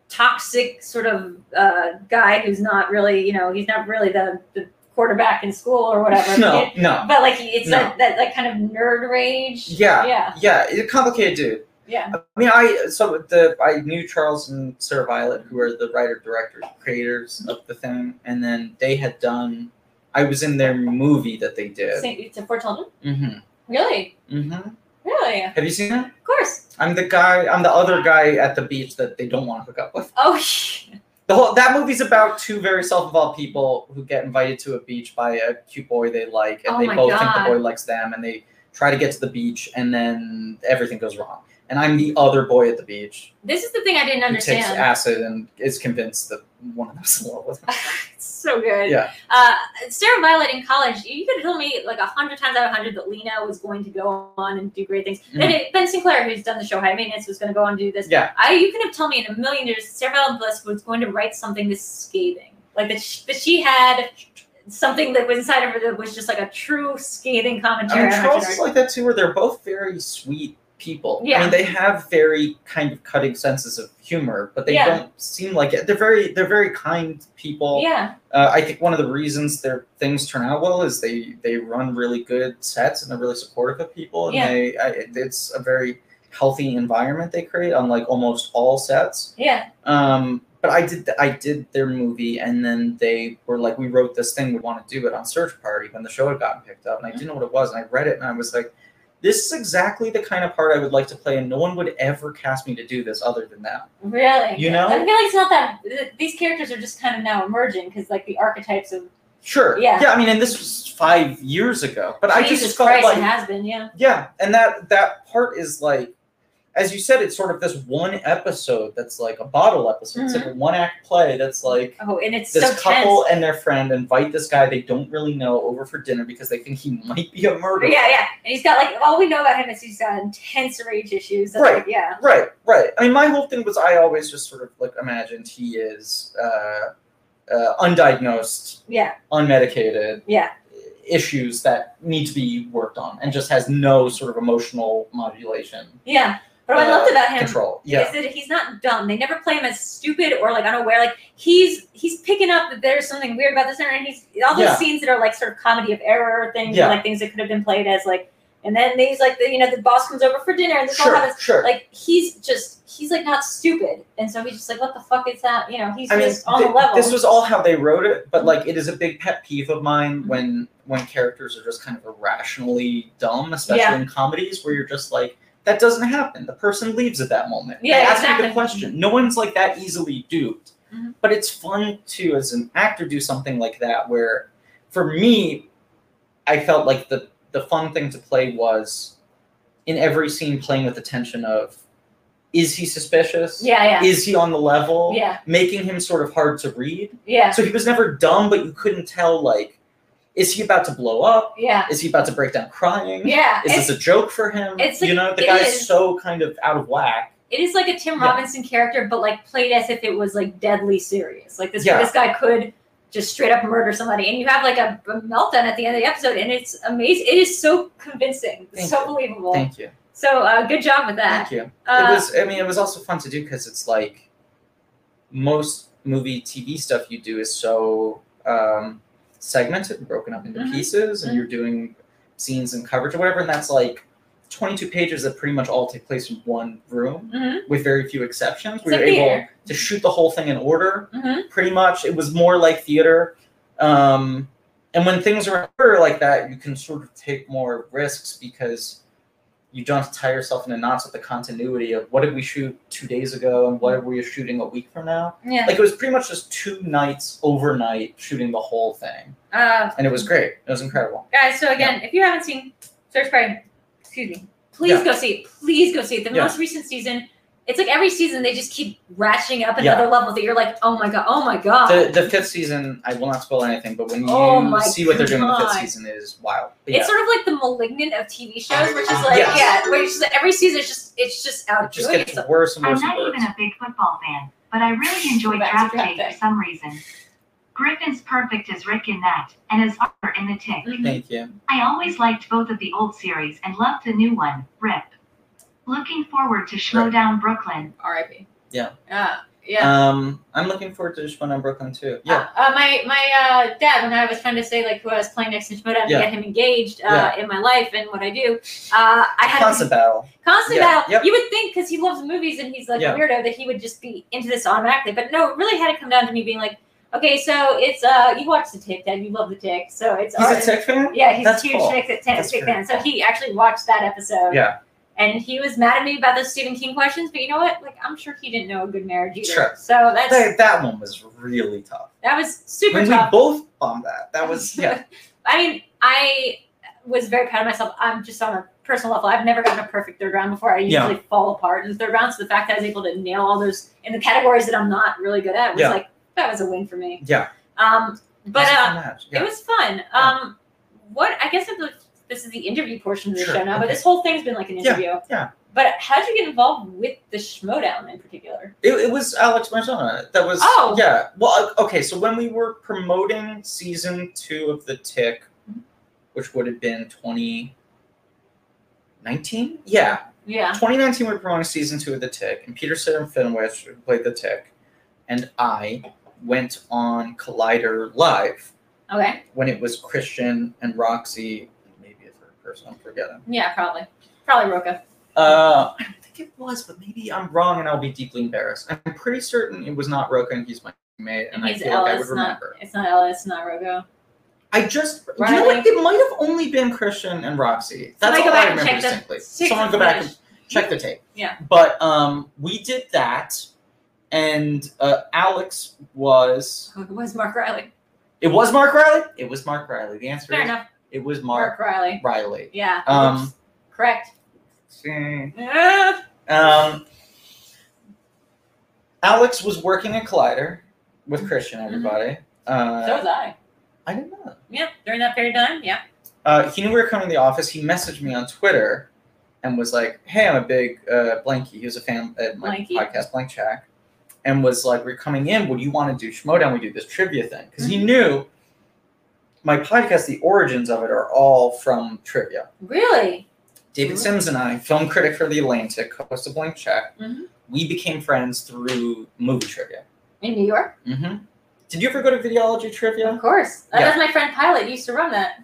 [SPEAKER 3] toxic sort of uh, guy who's not really you know he's not really the the quarterback in school or whatever.
[SPEAKER 2] <laughs> No, no,
[SPEAKER 3] But like it's
[SPEAKER 2] No.
[SPEAKER 3] that, that like kind of nerd rage.
[SPEAKER 2] yeah,
[SPEAKER 3] Yeah.
[SPEAKER 2] yeah. It's a complicated dude.
[SPEAKER 3] Yeah.
[SPEAKER 2] I mean, I so the I knew Charles and Sarah Violet, who are the writer directors, creators of the thing, and then they had done. I was in their movie that they did.
[SPEAKER 3] Saint, to four children?
[SPEAKER 2] Mm-hmm.
[SPEAKER 3] Really?
[SPEAKER 2] Mm-hmm.
[SPEAKER 3] Really? Of
[SPEAKER 2] Have you seen that?
[SPEAKER 3] course.
[SPEAKER 2] I'm the guy. I'm the other guy at the beach that they don't want to hook up with.
[SPEAKER 3] Oh, <laughs>
[SPEAKER 2] The whole that movie's about two very self-involved people who get invited to a beach by a cute boy they like, and
[SPEAKER 3] Oh
[SPEAKER 2] they
[SPEAKER 3] my
[SPEAKER 2] both think
[SPEAKER 3] God.
[SPEAKER 2] the boy likes them, and they try to get to the beach, and then everything goes wrong. And I'm the other boy at the beach
[SPEAKER 3] this is the thing I didn't
[SPEAKER 2] who takes
[SPEAKER 3] understand.
[SPEAKER 2] acid and is convinced that one of them's <laughs> in love with him.
[SPEAKER 3] It's so good.
[SPEAKER 2] Yeah.
[SPEAKER 3] Uh, Sarah Violet in college, you could tell me like a hundred times out of a hundred that Lena was going to go on and do great things. Then it, Ben Sinclair, who's done the show High Maintenance, was going to go on and do this.
[SPEAKER 2] Mm. Yeah.
[SPEAKER 3] I you could have told me in a million years Sarah Violet Bliss was going to write something this scathing, like that. She, that she had something that was inside of her that was just like a true scathing
[SPEAKER 2] I
[SPEAKER 3] commentary.
[SPEAKER 2] mean,
[SPEAKER 3] on
[SPEAKER 2] Charles
[SPEAKER 3] her
[SPEAKER 2] is like that too, where they're both very sweet people. I
[SPEAKER 3] Yeah.
[SPEAKER 2] mean, they have very kind of cutting senses of humor, but they
[SPEAKER 3] Yeah.
[SPEAKER 2] don't seem like it. They're very, they're very kind people.
[SPEAKER 3] yeah,
[SPEAKER 2] Uh, I think one of the reasons their things turn out well is they they run really good sets and they're really supportive of people and
[SPEAKER 3] Yeah.
[SPEAKER 2] they I, it- it's a very healthy environment they create on like almost all sets.
[SPEAKER 3] yeah,
[SPEAKER 2] Um, but I did I did their movie and then they were like we wrote this thing we want to do it on Search Party when the show had gotten picked up and I didn't know what it was and I read it and I was like this is exactly the kind of part I would like to play and no one would ever cast me to do this other than them.
[SPEAKER 3] really.
[SPEAKER 2] You know?
[SPEAKER 3] I feel like it's not that th- these characters are just kind of now emerging because like the archetypes of
[SPEAKER 2] Sure.
[SPEAKER 3] Yeah.
[SPEAKER 2] Yeah. I mean, and this was five years ago, but I
[SPEAKER 3] Jesus
[SPEAKER 2] just felt
[SPEAKER 3] Christ
[SPEAKER 2] like
[SPEAKER 3] it has been, yeah.
[SPEAKER 2] Yeah, and that that part is like, as you said, it's sort of this one episode that's like a bottle episode. It's like a one act play that's like
[SPEAKER 3] Oh, and Mm-hmm. it's
[SPEAKER 2] this
[SPEAKER 3] so
[SPEAKER 2] couple
[SPEAKER 3] tense.
[SPEAKER 2] and their friend invite this guy they don't really know over for dinner because they think he <laughs> might be a murderer.
[SPEAKER 3] Yeah, yeah. And he's got like all we know about him is he's got intense rage issues. That's
[SPEAKER 2] Right.
[SPEAKER 3] Like, yeah.
[SPEAKER 2] Right, right. I mean, my whole thing was I always just sort of like imagined he is uh, uh, undiagnosed,
[SPEAKER 3] Yeah.
[SPEAKER 2] unmedicated.
[SPEAKER 3] Yeah.
[SPEAKER 2] Issues that need to be worked on, and just has no sort of emotional modulation
[SPEAKER 3] Yeah. But what I
[SPEAKER 2] Uh,
[SPEAKER 3] loved about him
[SPEAKER 2] control. Yeah,
[SPEAKER 3] is that he's not dumb. They never play him as stupid or like unaware. Like he's he's picking up that there's something weird about this and he's all those
[SPEAKER 2] Yeah.
[SPEAKER 3] scenes that are like sort of comedy of error things
[SPEAKER 2] Yeah.
[SPEAKER 3] and like things that could have been played as like and then these like the you know the boss comes over for dinner and this all
[SPEAKER 2] sure,
[SPEAKER 3] happens.
[SPEAKER 2] sure.
[SPEAKER 3] Like he's just he's like not stupid. And so he's just like, what the fuck is that? You know, he's
[SPEAKER 2] I mean,
[SPEAKER 3] just on
[SPEAKER 2] thi-
[SPEAKER 3] the level.
[SPEAKER 2] this was all how they wrote it, but like it is a big pet peeve of mine when when characters are just kind of irrationally dumb, especially
[SPEAKER 3] Yeah.
[SPEAKER 2] in comedies where you're just like that doesn't happen. The person leaves at that moment.
[SPEAKER 3] Yeah,
[SPEAKER 2] they ask you
[SPEAKER 3] exactly.
[SPEAKER 2] the question. No one's like that easily duped.
[SPEAKER 3] Mhm.
[SPEAKER 2] But it's fun to, as an actor, do something like that. Where, for me, I felt like the the fun thing to play was in every scene playing with the tension of is he suspicious?
[SPEAKER 3] yeah, yeah.
[SPEAKER 2] Is he on the level?
[SPEAKER 3] Yeah.
[SPEAKER 2] making him sort of hard to read.
[SPEAKER 3] Yeah.
[SPEAKER 2] So he was never dumb, but you couldn't tell like, is he about to blow up?
[SPEAKER 3] Yeah.
[SPEAKER 2] Is he about to break down crying?
[SPEAKER 3] Yeah.
[SPEAKER 2] Is
[SPEAKER 3] It's-
[SPEAKER 2] this a joke for him?
[SPEAKER 3] it's
[SPEAKER 2] you
[SPEAKER 3] like-
[SPEAKER 2] know, the
[SPEAKER 3] it
[SPEAKER 2] guy's
[SPEAKER 3] is.
[SPEAKER 2] so kind of out of whack.
[SPEAKER 3] it is like a Tim
[SPEAKER 2] Yeah.
[SPEAKER 3] Robinson character, but like played as if it was like deadly serious. Like this,
[SPEAKER 2] Yeah.
[SPEAKER 3] this guy could just straight up murder somebody, and you have like a, a meltdown at the end of the episode, and it's amazing. It is so convincing,
[SPEAKER 2] Thank
[SPEAKER 3] It's so
[SPEAKER 2] you.
[SPEAKER 3] believable.
[SPEAKER 2] Thank you.
[SPEAKER 3] so uh, good job with that.
[SPEAKER 2] Thank you.
[SPEAKER 3] Uh,
[SPEAKER 2] it was I mean, it was also fun to do because it's like most movie TV stuff you do is so um segmented and broken up into
[SPEAKER 3] Mhm.
[SPEAKER 2] pieces and you're doing scenes and coverage or whatever, and that's like 22 pages that pretty much all take place in one room.
[SPEAKER 3] mhm,
[SPEAKER 2] with very few exceptions. We
[SPEAKER 3] It's a
[SPEAKER 2] were able
[SPEAKER 3] theater.
[SPEAKER 2] to shoot the whole thing in order,
[SPEAKER 3] mhm.
[SPEAKER 2] pretty much. It was more like theater. Um, and when things are in order like that, you can sort of take more risks because you don't have to tie yourself into knots with the continuity of what did we shoot two days ago and what are we shooting a week from now.
[SPEAKER 3] Yeah.
[SPEAKER 2] Like it was pretty much just two nights overnight shooting the whole thing.
[SPEAKER 3] Uh,
[SPEAKER 2] And it was great. It was incredible.
[SPEAKER 3] guys, so again, if you haven't seen Search Party, excuse me, please
[SPEAKER 2] Yeah.
[SPEAKER 3] go see it. Please go see it. The
[SPEAKER 2] Yeah.
[SPEAKER 3] most recent season, it's like every season they just keep ratcheting up
[SPEAKER 2] Yeah.
[SPEAKER 3] another level that you're like, oh my god, oh my god.
[SPEAKER 2] The, the fifth season, I will not spoil anything, but when you
[SPEAKER 3] Oh my
[SPEAKER 2] see what they're doing in the
[SPEAKER 3] God.
[SPEAKER 2] fifth season, it is wild. But yeah.
[SPEAKER 3] It's sort of like the malignant of TV shows, which is like
[SPEAKER 2] Yes.
[SPEAKER 3] yeah, which is every season it's just it's just out
[SPEAKER 2] it just
[SPEAKER 3] doing
[SPEAKER 2] gets worse and
[SPEAKER 4] I'm
[SPEAKER 2] worse and
[SPEAKER 4] not
[SPEAKER 2] worse.
[SPEAKER 4] even a big football fan, but I really enjoy
[SPEAKER 3] Back to
[SPEAKER 4] draft
[SPEAKER 3] draft
[SPEAKER 4] day
[SPEAKER 3] day.
[SPEAKER 4] for some reason. Griffin's perfect as Rick in that, and as Arthur in the Tick.
[SPEAKER 3] Mhm.
[SPEAKER 2] Thank you.
[SPEAKER 4] I always liked both of the old series and loved the new one, Rip. Looking forward to Schmodown Brooklyn.
[SPEAKER 3] R.I.P.
[SPEAKER 2] Yeah.
[SPEAKER 3] Yeah. Yeah.
[SPEAKER 2] Um, I'm looking forward to just one on Brooklyn too. Yeah.
[SPEAKER 3] Uh, uh, my my uh, dad, when I was trying to say like who I was playing next in Shmoda and
[SPEAKER 2] Yeah.
[SPEAKER 3] get him engaged uh,
[SPEAKER 2] Yeah.
[SPEAKER 3] in my life and what I do, uh, I had
[SPEAKER 2] Constant battle.
[SPEAKER 3] constant
[SPEAKER 2] Yeah,
[SPEAKER 3] battle.
[SPEAKER 2] yep.
[SPEAKER 3] You would think because he loves movies and he's like
[SPEAKER 2] Yeah.
[SPEAKER 3] a weirdo that he would just be into this automatically, but no, it really had to come down to me being like, okay, so it's uh, you watch the Tick, Dad, you love the Tick, so it's
[SPEAKER 2] He's
[SPEAKER 3] art-
[SPEAKER 2] a tech fan.
[SPEAKER 3] Yeah, he's
[SPEAKER 2] That's
[SPEAKER 3] a huge
[SPEAKER 2] cool.
[SPEAKER 3] Nick Tick fan.
[SPEAKER 2] That's
[SPEAKER 3] Tick
[SPEAKER 2] great.
[SPEAKER 3] fan. So he actually watched that episode.
[SPEAKER 2] Yeah.
[SPEAKER 3] And he was mad at me about those Stephen King questions, but you know what? Like, I'm sure he didn't know a good marriage either.
[SPEAKER 2] Sure.
[SPEAKER 3] So that's
[SPEAKER 2] That, that one was really tough.
[SPEAKER 3] that was super
[SPEAKER 2] when we
[SPEAKER 3] tough.
[SPEAKER 2] both bombed that, that
[SPEAKER 3] <laughs>
[SPEAKER 2] was yeah.
[SPEAKER 3] I mean, I was very proud of myself. I'm just on a personal level. I've never gotten a perfect third round before. I
[SPEAKER 2] Yeah.
[SPEAKER 3] usually fall apart in the third round. So the fact that I was able to nail all those in the categories that I'm not really good at was
[SPEAKER 2] Yeah.
[SPEAKER 3] like that was a win for me.
[SPEAKER 2] Yeah.
[SPEAKER 3] Um, but
[SPEAKER 2] That's a
[SPEAKER 3] uh,
[SPEAKER 2] fun match. Yeah.
[SPEAKER 3] it was fun. Um, what I guess that the, this is the interview portion of the
[SPEAKER 2] Sure,
[SPEAKER 3] show now, but
[SPEAKER 2] okay.
[SPEAKER 3] this whole thing's been like an
[SPEAKER 2] Yeah,
[SPEAKER 3] interview.
[SPEAKER 2] yeah.
[SPEAKER 3] But how did you get involved with the Schmodown in particular?
[SPEAKER 2] It, it was Alex Marzana. That was
[SPEAKER 3] Oh.
[SPEAKER 2] yeah. Well, uh, okay. So when we were promoting season two of The Tick, which would have been twenty nineteen, yeah,
[SPEAKER 3] Yeah.
[SPEAKER 2] 2019 we were promoting season two of The Tick, and Peter Sitter and Finwich who played The Tick, and I went on Collider Live
[SPEAKER 3] Okay.
[SPEAKER 2] when it was Christian and Roxy, and maybe a third person. I'm forgetting.
[SPEAKER 3] Yeah, probably. Probably Roca.
[SPEAKER 2] Uh, I don't think it was, but maybe I'm wrong, and I'll be deeply embarrassed. I'm pretty certain it was not Roka, and he's my mate, and,
[SPEAKER 3] And he's
[SPEAKER 2] I feel like I
[SPEAKER 3] Ella.
[SPEAKER 2] would
[SPEAKER 3] It's not.
[SPEAKER 2] remember.
[SPEAKER 3] It's not Ella. It's not Rogo.
[SPEAKER 2] I just you know what?
[SPEAKER 3] Riley?
[SPEAKER 2] It might have only been Christian and Roxy. That's
[SPEAKER 3] Somebody
[SPEAKER 2] all
[SPEAKER 3] go
[SPEAKER 2] I
[SPEAKER 3] back and
[SPEAKER 2] remember
[SPEAKER 3] check the-
[SPEAKER 2] distinctly.
[SPEAKER 3] check
[SPEAKER 2] Someone
[SPEAKER 3] the
[SPEAKER 2] go back
[SPEAKER 3] footage.
[SPEAKER 2] and check the tape.
[SPEAKER 3] Yeah.
[SPEAKER 2] But um, we did that, and uh, Alex was.
[SPEAKER 3] Who Oh, was Mark Riley?
[SPEAKER 2] It was Mark Riley. It was Mark Riley. The answer
[SPEAKER 3] Fair
[SPEAKER 2] is
[SPEAKER 3] enough.
[SPEAKER 2] it was Mark
[SPEAKER 3] Mark Riley.
[SPEAKER 2] Riley.
[SPEAKER 3] Yeah.
[SPEAKER 2] Um,
[SPEAKER 3] Correct.
[SPEAKER 2] Mm.
[SPEAKER 3] Ah,
[SPEAKER 2] Um, Alex was working at Collider with Christian. Everybody. Uh,
[SPEAKER 3] Mm-hmm. so was I.
[SPEAKER 2] I didn't know. that.
[SPEAKER 3] Yeah. During that period of time. Yeah.
[SPEAKER 2] Uh, he knew we were coming to the office. He messaged me on Twitter and was like, "Hey, I'm a big uh, blankie. He was a fan at my
[SPEAKER 3] Blanky.
[SPEAKER 2] podcast, Blank Check, and was like, "We're coming in. Would you want to do Schmodown? We do this trivia thing because he knew my podcast. The origins of it are all from trivia.
[SPEAKER 3] Really?
[SPEAKER 2] David
[SPEAKER 3] Mhm.
[SPEAKER 2] Sims and I, film critic for The Atlantic, host of Blank Check,
[SPEAKER 3] Mhm.
[SPEAKER 2] we became friends through movie trivia.
[SPEAKER 3] In New York?
[SPEAKER 2] hmm Did you ever go to videology trivia?
[SPEAKER 3] Of course. Uh,
[SPEAKER 2] Yeah.
[SPEAKER 3] That's my friend Pilot used to run that.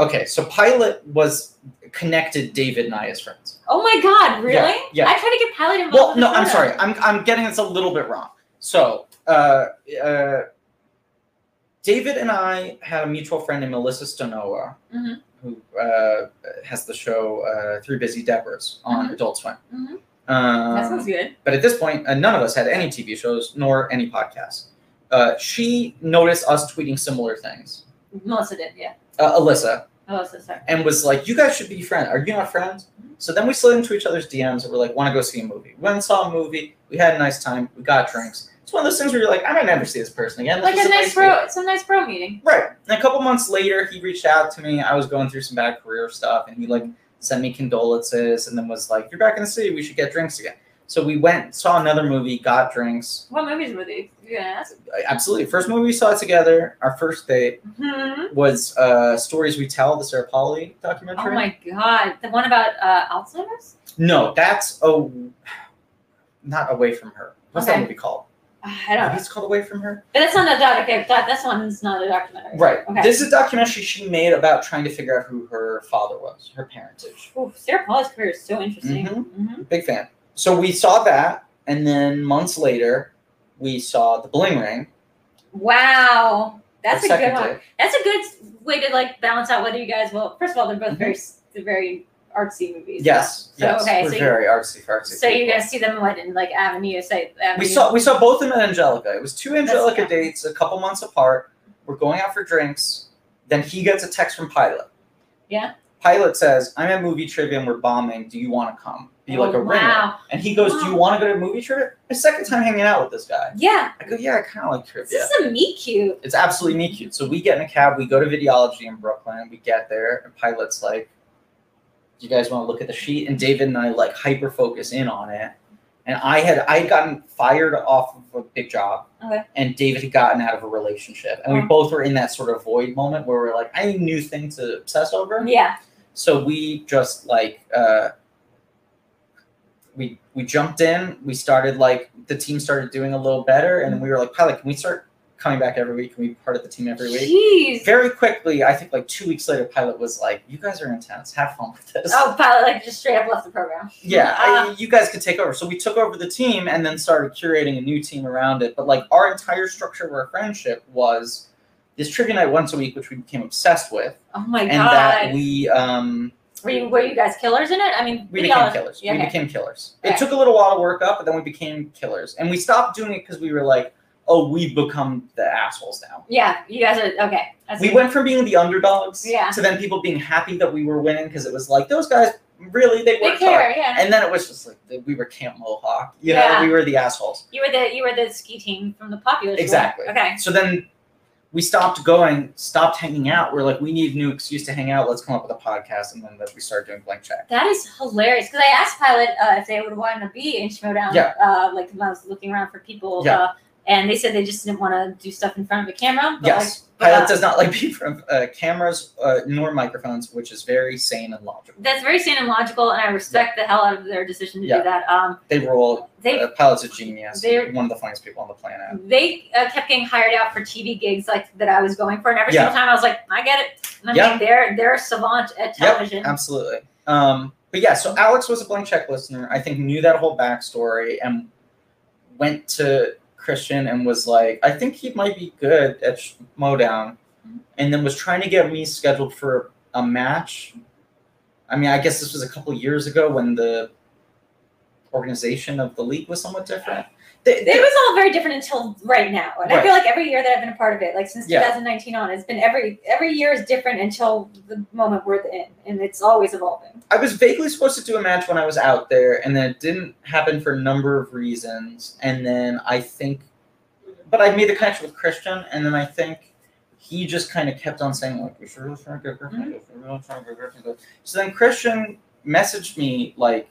[SPEAKER 2] Okay, so Pilot was connected David and I as friends.
[SPEAKER 3] Oh my God! Really?
[SPEAKER 2] yeah.
[SPEAKER 3] I tried to get Pilot involved.
[SPEAKER 2] Well,
[SPEAKER 3] in
[SPEAKER 2] no,
[SPEAKER 3] the
[SPEAKER 2] I'm
[SPEAKER 3] photo.
[SPEAKER 2] sorry. I'm, I'm getting this a little bit wrong. So, uh, uh, David and I had a mutual friend named Melissa Stonowa,
[SPEAKER 3] Mhm.
[SPEAKER 2] who uh, has the show uh, Three Busy Deborahs on Adult Swim.
[SPEAKER 3] Mhm.
[SPEAKER 2] Um,
[SPEAKER 3] that sounds good.
[SPEAKER 2] But at this point, uh, none of us had any TV shows nor any podcasts. Uh, she noticed us tweeting similar things,
[SPEAKER 3] Melissa did. Yeah.
[SPEAKER 2] uh, Alyssa,
[SPEAKER 3] Melissa, sorry.
[SPEAKER 2] and was like, "You guys should be friends. Are you not friends?" So then we slid into each other's DMs and we're like, "Want to go see a movie?" We went and saw a movie. We had a nice time. We got drinks. It's one of those things where you're like, "I might never see this person again." This
[SPEAKER 3] Like
[SPEAKER 2] was
[SPEAKER 3] a nice
[SPEAKER 2] meeting.
[SPEAKER 3] pro. It's a nice pro meeting.
[SPEAKER 2] Right. And a couple months later, he reached out to me. I was going through some bad career stuff, and he like sent me condolences, and then was like, "You're back in the city. We should get drinks again." So we went, saw another movie, got drinks.
[SPEAKER 3] What movies were these? You gonna ask?
[SPEAKER 2] Absolutely, first movie we saw together, our first date
[SPEAKER 3] Hmm.
[SPEAKER 2] was uh, "Stories We Tell," the Sarah Polly documentary.
[SPEAKER 3] Oh my God! The one about uh, Alzheimer's?
[SPEAKER 2] No, that's a not away from her. What's
[SPEAKER 3] Okay.
[SPEAKER 2] that movie called?
[SPEAKER 3] Uh, I don't know.
[SPEAKER 2] It's called Away from Her.
[SPEAKER 3] But that's not a doc. Okay, that that's one's not a documentary.
[SPEAKER 2] Right.
[SPEAKER 3] Okay.
[SPEAKER 2] This is a documentary she made about trying to figure out who her father was, her parentage.
[SPEAKER 3] Ooh, Sarah Paul's career is so interesting. Mhm.
[SPEAKER 2] Big fan. So we saw that, and then months later, we saw the Bling Ring.
[SPEAKER 3] Wow, that's a
[SPEAKER 2] our
[SPEAKER 3] good
[SPEAKER 2] second
[SPEAKER 3] one.
[SPEAKER 2] date.
[SPEAKER 3] That's a good way to like balance out whether you guys will. First of all, they're both very s- they're very artsy movies.
[SPEAKER 2] Mm-hmm. Yes,
[SPEAKER 3] So,
[SPEAKER 2] yes,
[SPEAKER 3] okay,
[SPEAKER 2] we're
[SPEAKER 3] so you-
[SPEAKER 2] very artsy fartsy.
[SPEAKER 3] So you
[SPEAKER 2] people.
[SPEAKER 3] guys see them what in like Avenue? Say Avenue.
[SPEAKER 2] We saw we saw both of them at Angelica. It was two Angelica
[SPEAKER 3] yeah.
[SPEAKER 2] dates, a couple months apart. We're going out for drinks. Then he gets a text from Pilot.
[SPEAKER 3] Yeah.
[SPEAKER 2] Pilot says, "I'm at movie trivia and we're bombing. Do you want to come? Be like
[SPEAKER 3] Oh,
[SPEAKER 2] a ringer."
[SPEAKER 3] wow.
[SPEAKER 2] And he goes, "Do you want to go to movie trivia?" My second time hanging out with this guy.
[SPEAKER 3] Yeah,
[SPEAKER 2] I go, "Yeah, I kind of like
[SPEAKER 3] this
[SPEAKER 2] trivia."
[SPEAKER 3] is a meet cute.
[SPEAKER 2] It's absolutely me cute. So we get in a cab, we go to videology in Brooklyn, we get there, and pilot's like, Do you guys want to look at the sheet? And David and I like hyper focus in on it. And I had I had gotten fired off of a big job.
[SPEAKER 3] Okay.
[SPEAKER 2] And David had gotten out of a relationship. And we
[SPEAKER 3] Oh.
[SPEAKER 2] both were in that sort of void moment where we're like, I need a new thing to obsess over.
[SPEAKER 3] Yeah.
[SPEAKER 2] So we just like uh we we jumped in. We started like the team started doing a little better, and we were like, "Pilot, can we start coming back every week? Can we be part of the team every week?"
[SPEAKER 3] Jeez.
[SPEAKER 2] Very quickly, I think like two weeks later, Pilot was like, "You guys are intense. Have fun with this."
[SPEAKER 3] Oh, pilot like just straight up left the program.
[SPEAKER 2] <laughs> Yeah, I- you guys could take over. So we took over the team and then started curating a new team around it. But like our entire structure of our friendship was this trivia night once a week, which we became obsessed with,
[SPEAKER 3] Oh my
[SPEAKER 2] and
[SPEAKER 3] god.
[SPEAKER 2] that we um
[SPEAKER 3] were, you, were you guys killers in it? I mean,
[SPEAKER 2] we
[SPEAKER 3] we
[SPEAKER 2] became
[SPEAKER 3] all-
[SPEAKER 2] killers.
[SPEAKER 3] Yeah,
[SPEAKER 2] We
[SPEAKER 3] okay.
[SPEAKER 2] became killers.
[SPEAKER 3] Okay.
[SPEAKER 2] It took a little while to work up, but then we became killers, and we stopped doing it because we were like, oh, we've become the assholes now.
[SPEAKER 3] yeah, you guys are okay. That's
[SPEAKER 2] We went from being the underdogs
[SPEAKER 3] Yeah.
[SPEAKER 2] to then people being happy that we were winning because it was like those guys really they
[SPEAKER 3] They
[SPEAKER 2] worked hard.
[SPEAKER 3] care, yeah.
[SPEAKER 2] And then it was just like that we were Camp Mohawk. You
[SPEAKER 3] Yeah.
[SPEAKER 2] know, we were the assholes.
[SPEAKER 3] You were the you were the ski team from the popular school.
[SPEAKER 2] Exactly.
[SPEAKER 3] Okay.
[SPEAKER 2] So then we stopped going, stopped hanging out. We're like, we need a new excuse to hang out. Let's come up with a podcast, and then that we started doing blank check.
[SPEAKER 3] That is hilarious because I asked Pilot uh, if they would want to be in Schmodown.
[SPEAKER 2] Yeah.
[SPEAKER 3] Uh, like when I was looking around for people.
[SPEAKER 2] Yeah.
[SPEAKER 3] Uh, and they said they just didn't want to do stuff in front of a camera. But
[SPEAKER 2] Yes,
[SPEAKER 3] like,
[SPEAKER 2] Pilot
[SPEAKER 3] uh,
[SPEAKER 2] does not like <laughs> people from uh, cameras uh, nor microphones, which is very sane and logical.
[SPEAKER 3] that's very sane and logical, and I respect the hell out of their decision to
[SPEAKER 2] Yeah.
[SPEAKER 3] do that. Um,
[SPEAKER 2] They rule.
[SPEAKER 3] they
[SPEAKER 2] uh, Pilot's a genius.
[SPEAKER 3] they're-
[SPEAKER 2] One of the funniest people on the planet.
[SPEAKER 3] they uh, kept getting hired out for TV gigs like that I was going for, and every
[SPEAKER 2] Yeah.
[SPEAKER 3] single time I was like, I get it. I mean,
[SPEAKER 2] Yeah.
[SPEAKER 3] they're they're a savant at television.
[SPEAKER 2] Absolutely. Um, but yeah, so Alex was a blank check listener. I think knew that whole backstory and went to Christian and was like, I think he might be good at sh- Modown, and then was trying to get me scheduled for a match. I mean, I guess this was a couple years ago when the organization of the league was somewhat different. They,
[SPEAKER 3] It was all very different until right now, and I
[SPEAKER 2] Right.
[SPEAKER 3] feel like every year that I've been a part of it, like since
[SPEAKER 2] Yeah.
[SPEAKER 3] 2019 on, it's been every every year is different until the moment we're in, and it's always evolving.
[SPEAKER 2] I was vaguely supposed to do a match when I was out there, and then it didn't happen for a number of reasons. And then I think, but I made the connection with Christian, and then I think he just kind of kept on saying like, "We should really try to get Griffin. to do this, we should really try to get Griffin." to do this." So then Christian messaged me like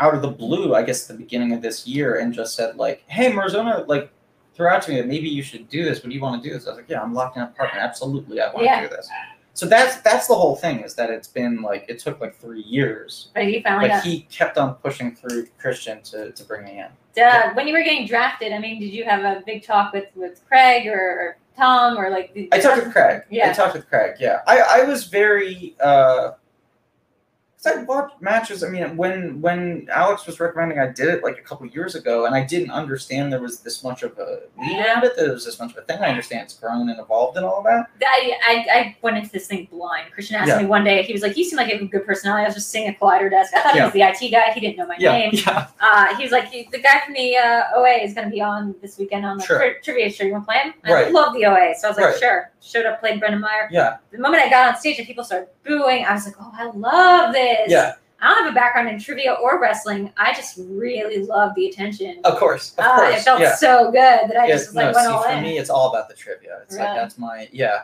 [SPEAKER 2] out of the blue, I guess, at the beginning of this year, and just said like, "Hey, Marzona, like." Threw out to me that maybe you should do this. Would you want to do this? I was like, yeah, I'm locked in an apartment. Absolutely, I want
[SPEAKER 3] Yeah.
[SPEAKER 2] to do this. So that's that's the whole thing is that it's been like it took like three years,
[SPEAKER 3] But you finally
[SPEAKER 2] but
[SPEAKER 3] got
[SPEAKER 2] he kept on pushing through Christian to, to bring me in.
[SPEAKER 3] Duh, when you were getting drafted. I mean, did you have a big talk with with Craig or, or Tom or like? did-
[SPEAKER 2] I talked with Craig. I
[SPEAKER 3] Yeah.
[SPEAKER 2] talked with Craig. Yeah, I I was very uh, because I watched matches. I mean, when when Alex was recommending, I did it like a couple years ago, and I didn't understand there was this much of a lead around it. That there was this much of a thing. I understand it's grown and evolved and all that.
[SPEAKER 3] I, I, I went into this thing blind. Christian asked
[SPEAKER 2] Yeah.
[SPEAKER 3] me one day, he was like, You seem like you have a good personality. I was just sitting at Collider Desk. I thought he was the IT guy. He didn't know my
[SPEAKER 2] yeah,
[SPEAKER 3] name.
[SPEAKER 2] yeah.
[SPEAKER 3] Uh, he was like, "You- The guy from the uh, OA is going to be on this weekend on the
[SPEAKER 2] Sure.
[SPEAKER 3] tri- trivia show. You want to play him? I
[SPEAKER 2] Right.
[SPEAKER 3] love the OA. So I was like,
[SPEAKER 2] Right.
[SPEAKER 3] Sure. Showed up, played Brendan Meyer.
[SPEAKER 2] Yeah,
[SPEAKER 3] The moment I got on stage and people started booing, I was like, Oh, I love this.
[SPEAKER 2] yeah,
[SPEAKER 3] I don't have a background in trivia or wrestling. I just really love the attention.
[SPEAKER 2] of course, of
[SPEAKER 3] Uh,
[SPEAKER 2] course,
[SPEAKER 3] it felt
[SPEAKER 2] yeah.
[SPEAKER 3] so good that I
[SPEAKER 2] Yeah,
[SPEAKER 3] just was like
[SPEAKER 2] no,
[SPEAKER 3] went
[SPEAKER 2] see,
[SPEAKER 3] all
[SPEAKER 2] for
[SPEAKER 3] in.
[SPEAKER 2] me, it's all about the trivia. It's like
[SPEAKER 3] Really?
[SPEAKER 2] that's my yeah.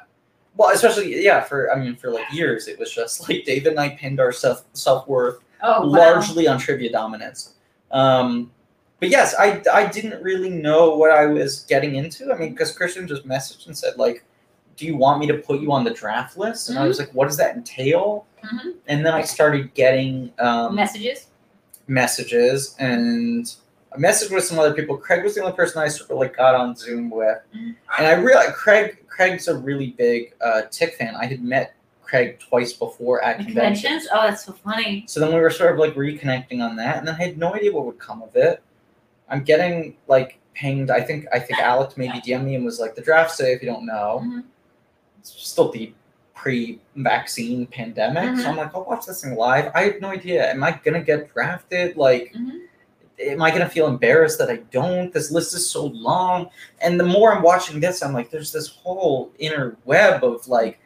[SPEAKER 2] Well, especially yeah, for I mean, for like years, it was just like David and I pinned our self self worth
[SPEAKER 3] oh, wow.
[SPEAKER 2] largely on trivia dominance. Um, but yes, I I didn't really know what I was getting into. I mean, because Christian just messaged and said like, "Do you want me to put you on the draft list?" And I
[SPEAKER 3] Mm-hmm.
[SPEAKER 2] was like, "What does that entail?"
[SPEAKER 3] Mhm.
[SPEAKER 2] And then I started getting um,
[SPEAKER 3] Messages.
[SPEAKER 2] messages and a message with some other people. Craig was the only person I sort of like got on Zoom with,
[SPEAKER 3] Mhm.
[SPEAKER 2] and I realized Craig Craig's a really big uh, Tick fan. I had met Craig twice before at convention,
[SPEAKER 3] Conventions? Oh, that's so funny.
[SPEAKER 2] so then we were sort of like reconnecting on that, and then I had no idea what would come of it. I'm getting like pinged. I think I think Alex maybe DM me and was like, "The draft say if you don't know."
[SPEAKER 3] Mhm.
[SPEAKER 2] It's still the pre-vaccine pandemic, so I'm like, "I'll watch this thing live." I have no idea. Am I gonna get drafted? Like,
[SPEAKER 3] Mhm.
[SPEAKER 2] am I gonna feel embarrassed that I don't? This list is so long, and the more I'm watching this, I'm like, there's this whole inner web of like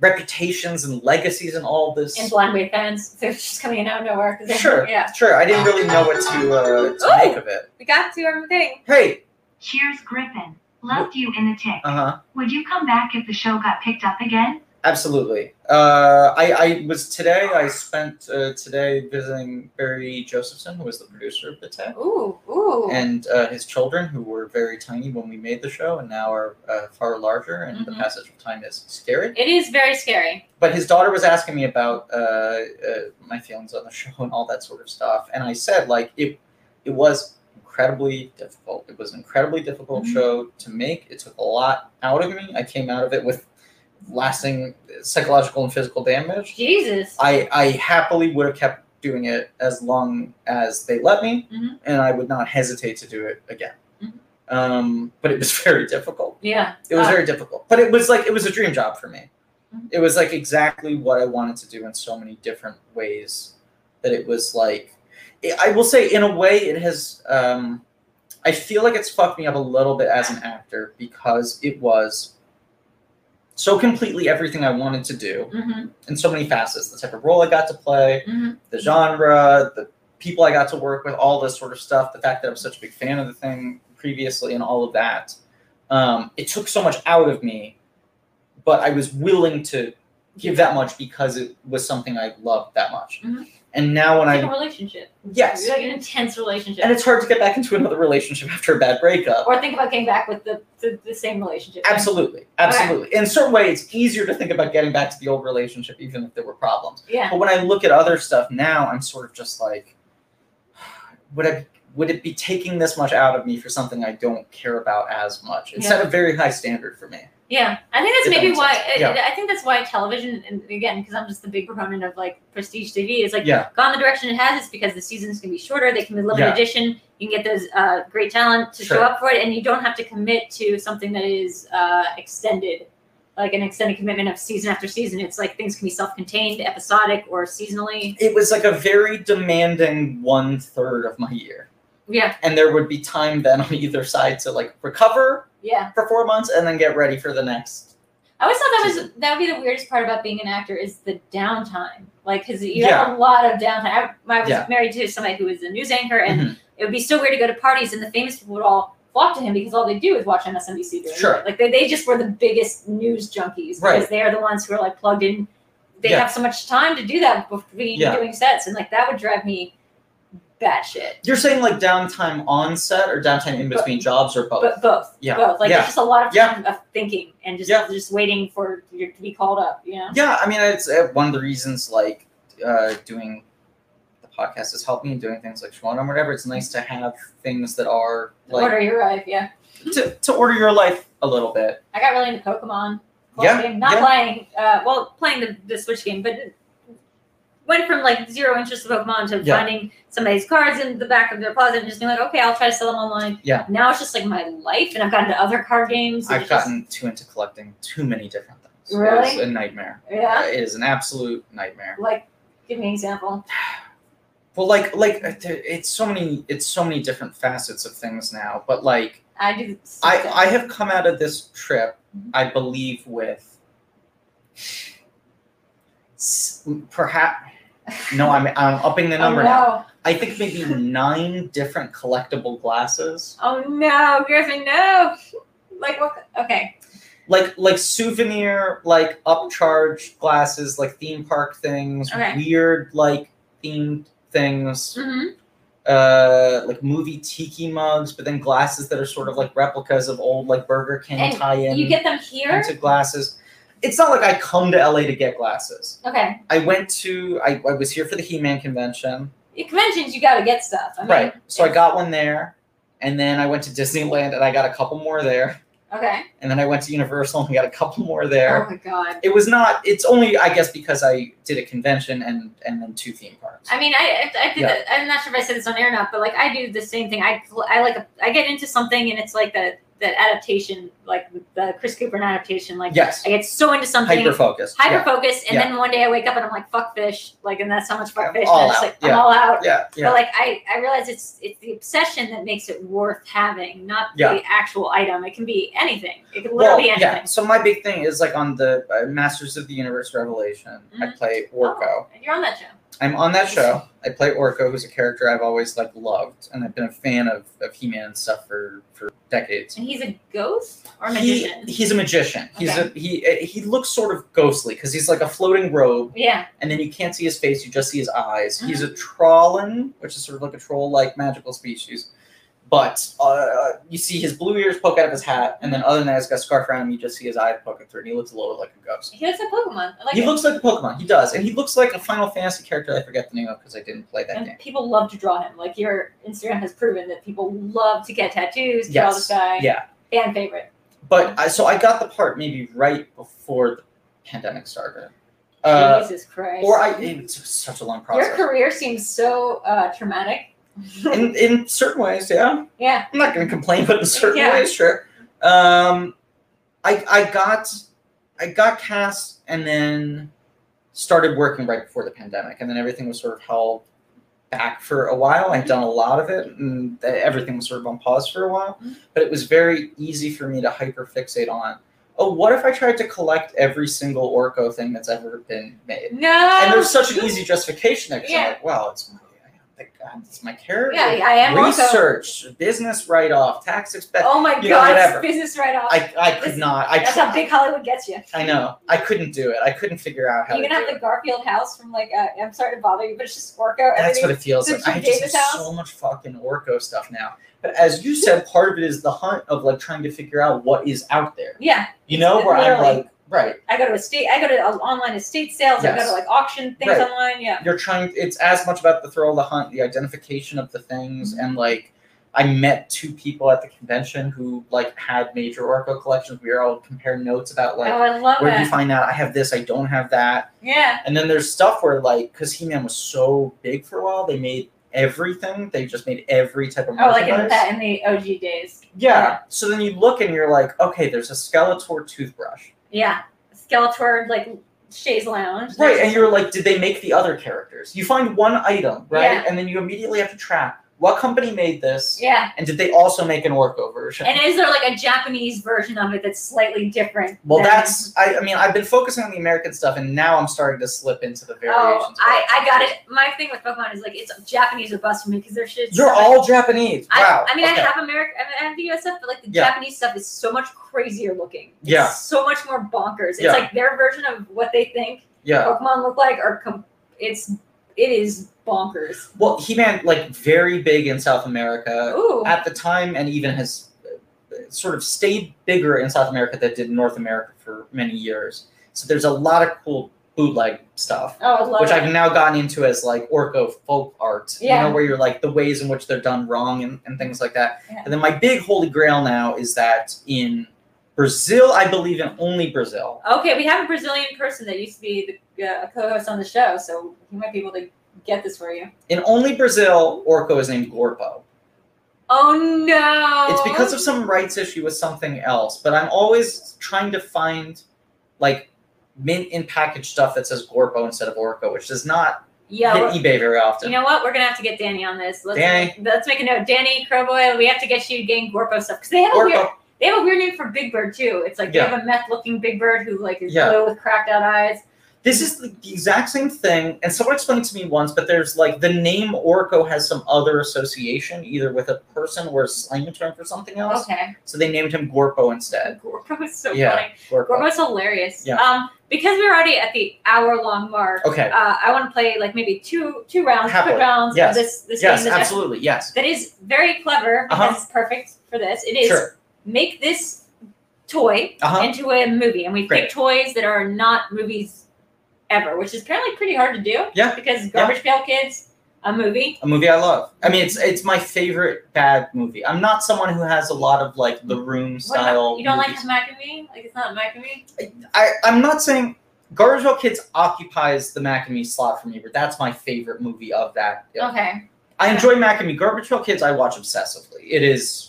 [SPEAKER 2] reputations and legacies and all this
[SPEAKER 3] And blind way fans. <laughs> They're just coming in out of nowhere. 'cause they're-
[SPEAKER 2] Sure.
[SPEAKER 3] <laughs> Yeah.
[SPEAKER 2] Sure, I didn't really know what to uh, to
[SPEAKER 3] Ooh.
[SPEAKER 2] make of it.
[SPEAKER 3] We got to our thing.
[SPEAKER 2] Hey,
[SPEAKER 4] Cheers, Griffin. Loved you in the tick.
[SPEAKER 2] uh huh.
[SPEAKER 4] Would you come back if the show got picked up again?
[SPEAKER 2] Absolutely. Uh, I, I was today. I spent uh, today visiting Barry Josephson, who was the producer of the tech,
[SPEAKER 3] Ooh, ooh.
[SPEAKER 2] and uh, his children, who were very tiny when we made the show, and now are uh, far larger. And the
[SPEAKER 3] Mhm.
[SPEAKER 2] passage of time is scary.
[SPEAKER 3] it is very scary.
[SPEAKER 2] But his daughter was asking me about uh, uh, my feelings on the show and all that sort of stuff, and I said like it. It was incredibly difficult. It was an incredibly difficult
[SPEAKER 3] Mhm.
[SPEAKER 2] show to make. It took a lot out of me. I came out of it with lasting psychological and physical damage.
[SPEAKER 3] Jesus.
[SPEAKER 2] I, I happily would have kept doing it as long as they let me,
[SPEAKER 3] Mhm.
[SPEAKER 2] and I would not hesitate to do it again.
[SPEAKER 3] Mhm.
[SPEAKER 2] Um, but it was <laughs> very difficult.
[SPEAKER 3] yeah.
[SPEAKER 2] It was
[SPEAKER 3] Ah.
[SPEAKER 2] very difficult. But it was like it was a dream job for me.
[SPEAKER 3] Mhm.
[SPEAKER 2] It was like exactly what I wanted to do in so many different ways that it was like I- I will say in a way it has um I feel like it's fucked me up a little bit as an actor because it was so completely everything I wanted to do
[SPEAKER 3] hmm
[SPEAKER 2] in so many facets the type of role I got to play,
[SPEAKER 3] Mhm.
[SPEAKER 2] the genre, the people I got to work with, all this sort of stuff, the fact that I'm such a big fan of the thing previously, and all of that. Um, it took so much out of me, but I was willing to give that much because it was something I loved that much.
[SPEAKER 3] Mhm.
[SPEAKER 2] And now when
[SPEAKER 3] It's like
[SPEAKER 2] I,
[SPEAKER 3] a relationship.
[SPEAKER 2] yes.
[SPEAKER 3] Like an intense relationship.
[SPEAKER 2] And it's hard to get back into another relationship <laughs> after a bad breakup.
[SPEAKER 3] or think about getting back with the, the, the same relationship.
[SPEAKER 2] Absolutely. Absolutely. In a certain way, it's easier to think about getting back to the old relationship, even if there were problems.
[SPEAKER 3] Yeah.
[SPEAKER 2] But when I look at other stuff now, I'm sort of just like, would I would it be taking this much out of me for something I don't care about as much? It set a very high standard for me.
[SPEAKER 3] Yeah. I think that's
[SPEAKER 2] If that
[SPEAKER 3] maybe
[SPEAKER 2] makes
[SPEAKER 3] why.
[SPEAKER 2] sense.
[SPEAKER 3] I-
[SPEAKER 2] Yeah.
[SPEAKER 3] I think that's why television, and again, because I'm just the big proponent of like prestige TV, is like
[SPEAKER 2] Yeah.
[SPEAKER 3] gone the direction it has. It's because the seasons can be shorter. They can be limited
[SPEAKER 2] Yeah.
[SPEAKER 3] edition. You can get those uh, great talent to show
[SPEAKER 2] Sure.
[SPEAKER 3] up for it, and you don't have to commit to something that is uh, extended, like an extended commitment of season after season. It's like things can be self-contained, episodic, or seasonally.
[SPEAKER 2] It was like a very demanding one third of my year.
[SPEAKER 3] Yeah.
[SPEAKER 2] And there would be time then on either side to like recover
[SPEAKER 3] Yeah.
[SPEAKER 2] for four months and then get ready for the next.
[SPEAKER 3] I always thought that was that would be the weirdest part about being an actor is the downtime. Like, because you have a lot of downtime. I, I was
[SPEAKER 2] Yeah.
[SPEAKER 3] married to somebody who was a news anchor, and
[SPEAKER 2] Mhm.
[SPEAKER 3] it would be so weird to go to parties, and the famous people would all flock to him because all they do is watch MSNBC. During
[SPEAKER 2] Sure.
[SPEAKER 3] The day. Like they, they just were the biggest news junkies because
[SPEAKER 2] Right.
[SPEAKER 3] they are the ones who are like plugged in. They
[SPEAKER 2] Yeah.
[SPEAKER 3] have so much time to do that between
[SPEAKER 2] Yeah.
[SPEAKER 3] doing sets, and like that would drive me batshit.
[SPEAKER 2] You're saying like downtime on set or downtime in
[SPEAKER 3] But-
[SPEAKER 2] between jobs or both?
[SPEAKER 3] But both,
[SPEAKER 2] yeah.
[SPEAKER 3] both. Like
[SPEAKER 2] yeah.
[SPEAKER 3] there's just a lot of
[SPEAKER 2] Yeah.
[SPEAKER 3] time of thinking and just
[SPEAKER 2] Yeah.
[SPEAKER 3] just waiting for you to be called up. You know.
[SPEAKER 2] Yeah, I mean, it's uh, one of the reasons like uh, doing the podcast has helped me doing things like Shwana and whatever. It's nice to have things that are like
[SPEAKER 3] Order your life, yeah.
[SPEAKER 2] to, to order your life a little bit.
[SPEAKER 3] I got really into Pokemon. Card
[SPEAKER 2] Yeah,
[SPEAKER 3] game. Not
[SPEAKER 2] yeah.
[SPEAKER 3] playing, uh, well, playing the, the Switch game, but went from like zero interest in Pokemon to
[SPEAKER 2] Yeah.
[SPEAKER 3] finding somebody's cards in the back of their closet and just being like, okay, I'll try to sell them online.
[SPEAKER 2] Yeah.
[SPEAKER 3] Now it's just like my life, and I've gotten to other card games. and
[SPEAKER 2] I've
[SPEAKER 3] it's just-
[SPEAKER 2] gotten too into collecting too many different things. It's
[SPEAKER 3] Really?
[SPEAKER 2] a nightmare. Uh,
[SPEAKER 3] yeah.
[SPEAKER 2] It is an absolute nightmare.
[SPEAKER 3] Like, give me an example.
[SPEAKER 2] Well, like like uh, there- it's so many it's so many different facets of things now. But like
[SPEAKER 3] I do.
[SPEAKER 2] I, I have come out of this trip,
[SPEAKER 3] Mhm.
[SPEAKER 2] I believe, with s- perhaps.
[SPEAKER 3] <laughs>
[SPEAKER 2] No, I'm, I'm upping the number
[SPEAKER 3] oh,
[SPEAKER 2] now.
[SPEAKER 3] no.
[SPEAKER 2] I think maybe nine different collectible glasses,
[SPEAKER 3] Oh no, Griffin, no. Like what? Okay.
[SPEAKER 2] like like souvenir, like upcharge glasses, like theme park things,
[SPEAKER 3] Okay.
[SPEAKER 2] weird like themed things,
[SPEAKER 3] Mm-hmm.
[SPEAKER 2] uh, like movie tiki mugs, but then glasses that are sort of like replicas of old like Burger King
[SPEAKER 3] And
[SPEAKER 2] tie-in.
[SPEAKER 3] You get them here.
[SPEAKER 2] into glasses. It's not like I come to LA to get glasses.
[SPEAKER 3] Okay.
[SPEAKER 2] I went to I, I was here for the He-Man convention.
[SPEAKER 3] At conventions, you got to get stuff. I mean,
[SPEAKER 2] right. So I
[SPEAKER 3] it's-
[SPEAKER 2] got one there and then I went to Disneyland and I got a couple more there.
[SPEAKER 3] Okay.
[SPEAKER 2] And then I went to Universal and got a couple more there.
[SPEAKER 3] Oh my god.
[SPEAKER 2] It was not it's only I guess because I did a convention and and then two theme parks.
[SPEAKER 3] I mean, I I, I did
[SPEAKER 2] Yeah.
[SPEAKER 3] that- I'm not sure if I said this on air or not, but like I do the same thing. I I like I get into something and it's like that that adaptation, like the Chris Cooper adaptation. Like
[SPEAKER 2] yes.
[SPEAKER 3] I get so into something.
[SPEAKER 2] Hyper focused.
[SPEAKER 3] Hyper focused, and
[SPEAKER 2] Yeah.
[SPEAKER 3] then one day I wake up and I'm like, "Fuck fish!" Like, and that's how much fuck
[SPEAKER 2] I'm
[SPEAKER 3] fish.
[SPEAKER 2] all
[SPEAKER 3] and I'm just
[SPEAKER 2] out.
[SPEAKER 3] like, I'm
[SPEAKER 2] Yeah.
[SPEAKER 3] all out.
[SPEAKER 2] Yeah. Yeah.
[SPEAKER 3] But like, I I realize it's it's the obsession that makes it worth having, not
[SPEAKER 2] Yeah.
[SPEAKER 3] the actual item. It can be anything. It can
[SPEAKER 2] Well,
[SPEAKER 3] literally be
[SPEAKER 2] yeah.
[SPEAKER 3] anything.
[SPEAKER 2] So my big thing is like on the uh, Masters of the Universe Revelation, I
[SPEAKER 3] Mhm.
[SPEAKER 2] play Orko.
[SPEAKER 3] You're on that show.
[SPEAKER 2] I'm on that show. I play Orko, who's a character I've always like loved, and I've been a fan of, of He-Man and stuff for, for decades.
[SPEAKER 3] And he's a ghost or a
[SPEAKER 2] He-
[SPEAKER 3] magician?
[SPEAKER 2] he's a magician. He's a he uh, he looks sort of ghostly because he's like a floating robe,
[SPEAKER 3] yeah.
[SPEAKER 2] and then you can't see his face; you just see his eyes.
[SPEAKER 3] Ah.
[SPEAKER 2] He's a trollin, which is sort of like a troll-like magical species. But uh, you see his blue ears poke out of his hat, and then other than that, he's got a scarf around him. You just see his eyes poking through, and he looks a little like a ghost.
[SPEAKER 3] He looks like Pokemon. I like
[SPEAKER 2] he
[SPEAKER 3] it.
[SPEAKER 2] looks like a Pokemon. He does, and he looks like a Final Fantasy character. I forget the name of because I didn't play that game.
[SPEAKER 3] and people love to draw him. Like your Instagram has proven that people love to get tattoos, draw
[SPEAKER 2] Yes.
[SPEAKER 3] this guy,
[SPEAKER 2] Yeah,
[SPEAKER 3] fan favorite.
[SPEAKER 2] but I, so I got the part maybe right before the pandemic started, uh,
[SPEAKER 3] Jesus Christ!
[SPEAKER 2] or I it was such a long
[SPEAKER 3] your
[SPEAKER 2] process.
[SPEAKER 3] career seems so uh, traumatic.
[SPEAKER 2] in in certain ways, yeah.
[SPEAKER 3] <laughs> yeah,
[SPEAKER 2] I'm not going to complain, but in certain
[SPEAKER 3] Yeah.
[SPEAKER 2] ways, sure. Um, I I got I got cast and then started working right before the pandemic, and then everything was sort of held back for a while. I'd done a lot of it, and th- everything was sort of on pause for a while.
[SPEAKER 3] Mhm.
[SPEAKER 2] But it was very easy for me to hyper fixate on. Oh, what if I tried to collect every single Orco thing that's ever been made?
[SPEAKER 3] no.
[SPEAKER 2] And there's such an easy justification. Actually,
[SPEAKER 3] Um, Yeah.
[SPEAKER 2] like, wow, it's my, God, it's my character
[SPEAKER 3] Yeah, I am also.
[SPEAKER 2] research, business write-off, tax expense.
[SPEAKER 3] Oh my
[SPEAKER 2] you know,
[SPEAKER 3] God!
[SPEAKER 2] whatever.
[SPEAKER 3] Business write-off.
[SPEAKER 2] I, I could
[SPEAKER 3] Listen,
[SPEAKER 2] not. I
[SPEAKER 3] That's
[SPEAKER 2] tried.
[SPEAKER 3] how big Hollywood gets you.
[SPEAKER 2] I know. I couldn't do it. I couldn't figure out how
[SPEAKER 3] You're
[SPEAKER 2] to
[SPEAKER 3] gonna have
[SPEAKER 2] do
[SPEAKER 3] the
[SPEAKER 2] it.
[SPEAKER 3] Garfield house from like uh, I'm sorry to bother you, but it's just Orko.
[SPEAKER 2] That's what
[SPEAKER 3] Everything.
[SPEAKER 2] it feels
[SPEAKER 3] the
[SPEAKER 2] like. I
[SPEAKER 3] Jim
[SPEAKER 2] just have
[SPEAKER 3] Davis
[SPEAKER 2] so much fucking Orco stuff now. But as you said, part of it is the hunt of like trying to figure out what is out there.
[SPEAKER 3] yeah,
[SPEAKER 2] You know, where I'm
[SPEAKER 3] Literally.
[SPEAKER 2] like, right.
[SPEAKER 3] I go to estate. I go to uh, online estate sales. I go
[SPEAKER 2] Yes.
[SPEAKER 3] to like auction things
[SPEAKER 2] Right.
[SPEAKER 3] online. Yeah.
[SPEAKER 2] You're trying. It's as much about the thrill of the hunt, the identification of the things, and like. I met two people at the convention who like had major Orco collections. We were all comparing notes about like
[SPEAKER 3] oh, I love
[SPEAKER 2] where do you
[SPEAKER 3] that.
[SPEAKER 2] find out I have this, I don't have that.
[SPEAKER 3] yeah.
[SPEAKER 2] And then there's stuff where like because He Man was so big for a while, they made everything. They just made every type of
[SPEAKER 3] Oh,
[SPEAKER 2] merchandise.
[SPEAKER 3] like in the, in the OG days.
[SPEAKER 2] yeah. So then you look and you're like, okay, there's a Skeletor toothbrush.
[SPEAKER 3] Yeah. Skeletor, like Shay's Lounge.
[SPEAKER 2] Right. And you're like, did they make the other characters? You find one item, right?
[SPEAKER 3] Yeah.
[SPEAKER 2] And then you immediately have to track what company made this
[SPEAKER 3] Yeah.
[SPEAKER 2] and did they also make an Orco version?
[SPEAKER 3] And is there like a Japanese version of it that's slightly different?
[SPEAKER 2] well,
[SPEAKER 3] than-
[SPEAKER 2] that's I, I mean I've been focusing on the American stuff and now I'm starting to slip into the variations.
[SPEAKER 3] Oh,
[SPEAKER 2] of
[SPEAKER 3] I,
[SPEAKER 2] it.
[SPEAKER 3] I got it. My thing with Pokemon is like it's Japanese or bust for me because their shit's
[SPEAKER 2] You're
[SPEAKER 3] so-
[SPEAKER 2] all Japanese.
[SPEAKER 3] I,
[SPEAKER 2] Wow.
[SPEAKER 3] I mean,
[SPEAKER 2] okay.
[SPEAKER 3] I have America, I have the US stuff, but like the
[SPEAKER 2] Yeah.
[SPEAKER 3] Japanese stuff is so much crazier looking. It's
[SPEAKER 2] Yeah.
[SPEAKER 3] So much more bonkers. It's
[SPEAKER 2] Yeah.
[SPEAKER 3] like their version of what they think
[SPEAKER 2] yeah.
[SPEAKER 3] Pokemon look like are. Com- it's it is bonkers.
[SPEAKER 2] Well, He Man, like, very big in South America
[SPEAKER 3] Ooh.
[SPEAKER 2] Uh, at the time, and even has uh, sort of stayed bigger in South America than it did in North America for many years. So there's a lot of cool bootleg stuff,
[SPEAKER 3] oh, I love
[SPEAKER 2] which
[SPEAKER 3] it.
[SPEAKER 2] I've now gotten into as like Orco folk art, you
[SPEAKER 3] Yeah.
[SPEAKER 2] know, where you're like the ways in which they're done wrong and, and things like that.
[SPEAKER 3] Yeah.
[SPEAKER 2] And then my big holy grail now is that in Brazil, I believe in only Brazil.
[SPEAKER 3] Okay, we have a Brazilian person that used to be the uh, co-host on the show, so he might be able to get this for you.
[SPEAKER 2] In only Brazil, Orco is named Gorpo.
[SPEAKER 3] Oh no!
[SPEAKER 2] It's because of some rights issue with something else, but I'm always trying to find like mint in package stuff that says Gorpo instead of Orco, which does not
[SPEAKER 3] yeah.
[SPEAKER 2] hit
[SPEAKER 3] we're-
[SPEAKER 2] eBay very often.
[SPEAKER 3] You know what? We're gonna have to get Danny on this. Let's
[SPEAKER 2] Danny.
[SPEAKER 3] Make, let's make a note. Danny Crowboy, we have to get you getting Gorpo stuff because they have a weird
[SPEAKER 2] Gorpo,
[SPEAKER 3] they have a weird name for Big Bird too. It's like
[SPEAKER 2] Yeah.
[SPEAKER 3] they have a meth looking Big Bird who like is
[SPEAKER 2] Yeah.
[SPEAKER 3] blue with cracked out eyes.
[SPEAKER 2] this is the the exact same thing, and someone explained it to me once, but there's like the name Orco has some other association, either with a person or a slang term for something else.
[SPEAKER 3] Okay. <laughs>
[SPEAKER 2] So they named him Gorpo instead.
[SPEAKER 3] Gorpo is so
[SPEAKER 2] Yeah.
[SPEAKER 3] funny.
[SPEAKER 2] Gorpo.
[SPEAKER 3] Gorpo's hilarious.
[SPEAKER 2] Yeah.
[SPEAKER 3] Um, because we're already at the hour long mark.
[SPEAKER 2] Okay.
[SPEAKER 3] Uh, I want to play like maybe two two rounds,
[SPEAKER 2] Happily.
[SPEAKER 3] quick rounds
[SPEAKER 2] Yes.
[SPEAKER 3] of this this
[SPEAKER 2] Yes,
[SPEAKER 3] game. that-
[SPEAKER 2] absolutely. Yes.
[SPEAKER 3] that is very clever.
[SPEAKER 2] Uh-huh.
[SPEAKER 3] That's perfect for this. It is
[SPEAKER 2] Sure.
[SPEAKER 3] make this toy
[SPEAKER 2] Uh huh.
[SPEAKER 3] into a movie, and we
[SPEAKER 2] Great.
[SPEAKER 3] pick toys that are not movies ever, which is apparently pretty hard to do.
[SPEAKER 2] Yeah.
[SPEAKER 3] because Garbage Pail Kids, a movie.
[SPEAKER 2] a movie I love. I mean, it's it's my favorite bad movie. I'm not someone who has a lot of like the room
[SPEAKER 3] What about-
[SPEAKER 2] style.
[SPEAKER 3] you don't
[SPEAKER 2] movies.
[SPEAKER 3] like Macamee? Like it's not Macamee?
[SPEAKER 2] I I'm not saying Garbage Pail Kids occupies the Mac and Me slot for me, but that's my favorite movie of that.
[SPEAKER 3] Okay.
[SPEAKER 2] I enjoy Mac and Me. Garbage Pail Kids I watch obsessively. It is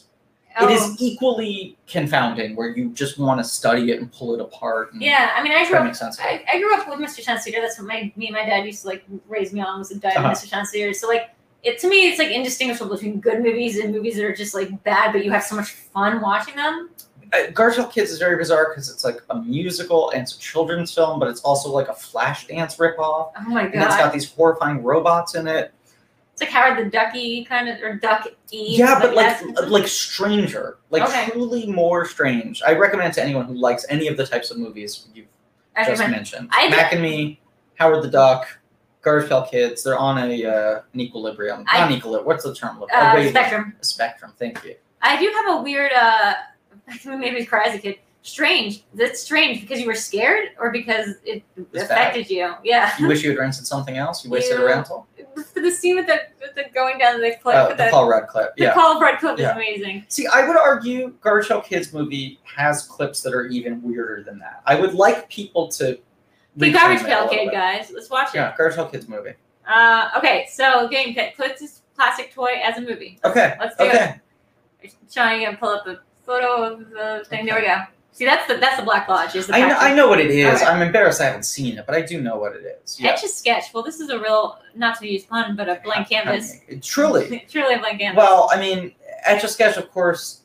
[SPEAKER 3] Oh.
[SPEAKER 2] it is equally confounding where you just want to study it and pull it apart. And
[SPEAKER 3] Yeah, I mean, I
[SPEAKER 2] Try
[SPEAKER 3] grew
[SPEAKER 2] to
[SPEAKER 3] up.
[SPEAKER 2] make sense of it.
[SPEAKER 3] I, I grew up with Mr. Chansier. That's what my me and my dad used to like raise me on was a diet
[SPEAKER 2] Uh-huh.
[SPEAKER 3] of Mr. Chansier. So like. It, to me, it's like indistinguishable between good movies and movies that are just like bad, but you have so much fun watching them.
[SPEAKER 2] uh, Garfield Kids is very bizarre because it's like a musical and it's a children's film, but it's also like a Flashdance ripoff.
[SPEAKER 3] Oh my
[SPEAKER 2] And it's got
[SPEAKER 3] god.
[SPEAKER 2] these horrifying robots in it.
[SPEAKER 3] It's like Howard the Ducky kind of or Duck E.
[SPEAKER 2] Yeah, but like uh,
[SPEAKER 3] that's-
[SPEAKER 2] like stranger, like
[SPEAKER 3] Okay.
[SPEAKER 2] truly more strange. I recommend to anyone who likes any of the types of movies you've
[SPEAKER 3] I
[SPEAKER 2] just
[SPEAKER 3] recommend-
[SPEAKER 2] mentioned.
[SPEAKER 3] I did-
[SPEAKER 2] Mac and Me, Howard the Duck, Garfield Kids. They're on a uh, an equilibrium.
[SPEAKER 3] I-
[SPEAKER 2] Not an equilibrium. What's the term? a
[SPEAKER 3] uh,
[SPEAKER 2] wave-
[SPEAKER 3] Spectrum.
[SPEAKER 2] a spectrum. Thank you.
[SPEAKER 3] I do have a weird uh <laughs> made me cry as a kid. Strange. That's strange because you were scared or because it
[SPEAKER 2] bad.
[SPEAKER 3] affected you. Yeah. <laughs>
[SPEAKER 2] You wish you had rented something else. You wasted
[SPEAKER 3] Uh-huh. You-
[SPEAKER 2] a rental.
[SPEAKER 3] For the scene with the, with the going down the cliff
[SPEAKER 2] Oh,
[SPEAKER 3] with
[SPEAKER 2] the Paul Rudd clip.
[SPEAKER 3] the
[SPEAKER 2] Yeah.
[SPEAKER 3] Paul Rudd clip
[SPEAKER 2] Yeah.
[SPEAKER 3] is amazing.
[SPEAKER 2] See, I would argue Garbage Pail Kids movie has clips that are even weirder than that. I would like people to.
[SPEAKER 3] The
[SPEAKER 2] reframe
[SPEAKER 3] garbage
[SPEAKER 2] it a
[SPEAKER 3] pail
[SPEAKER 2] little
[SPEAKER 3] kid,
[SPEAKER 2] bit.
[SPEAKER 3] guys. Let's watch it.
[SPEAKER 2] Yeah, Garbage Pail Kids movie.
[SPEAKER 3] Uh, okay, so game pit. Put this classic toy as a movie.
[SPEAKER 2] Okay.
[SPEAKER 3] Let's do
[SPEAKER 2] Okay.
[SPEAKER 3] it. Showing and pull up a photo of the thing. There we go. See, that's the that's the Black Lodge. Is the
[SPEAKER 2] I know, I know what it is.
[SPEAKER 3] Okay.
[SPEAKER 2] I'm embarrassed I haven't seen it, but I do know what it is. Yeah.
[SPEAKER 3] Etch a sketch. Well, this is a real not to use pun, but a blank canvas.
[SPEAKER 2] I mean, truly.
[SPEAKER 3] <laughs> Truly a blank canvas.
[SPEAKER 2] Well, I mean, Etch a Sketch, of course,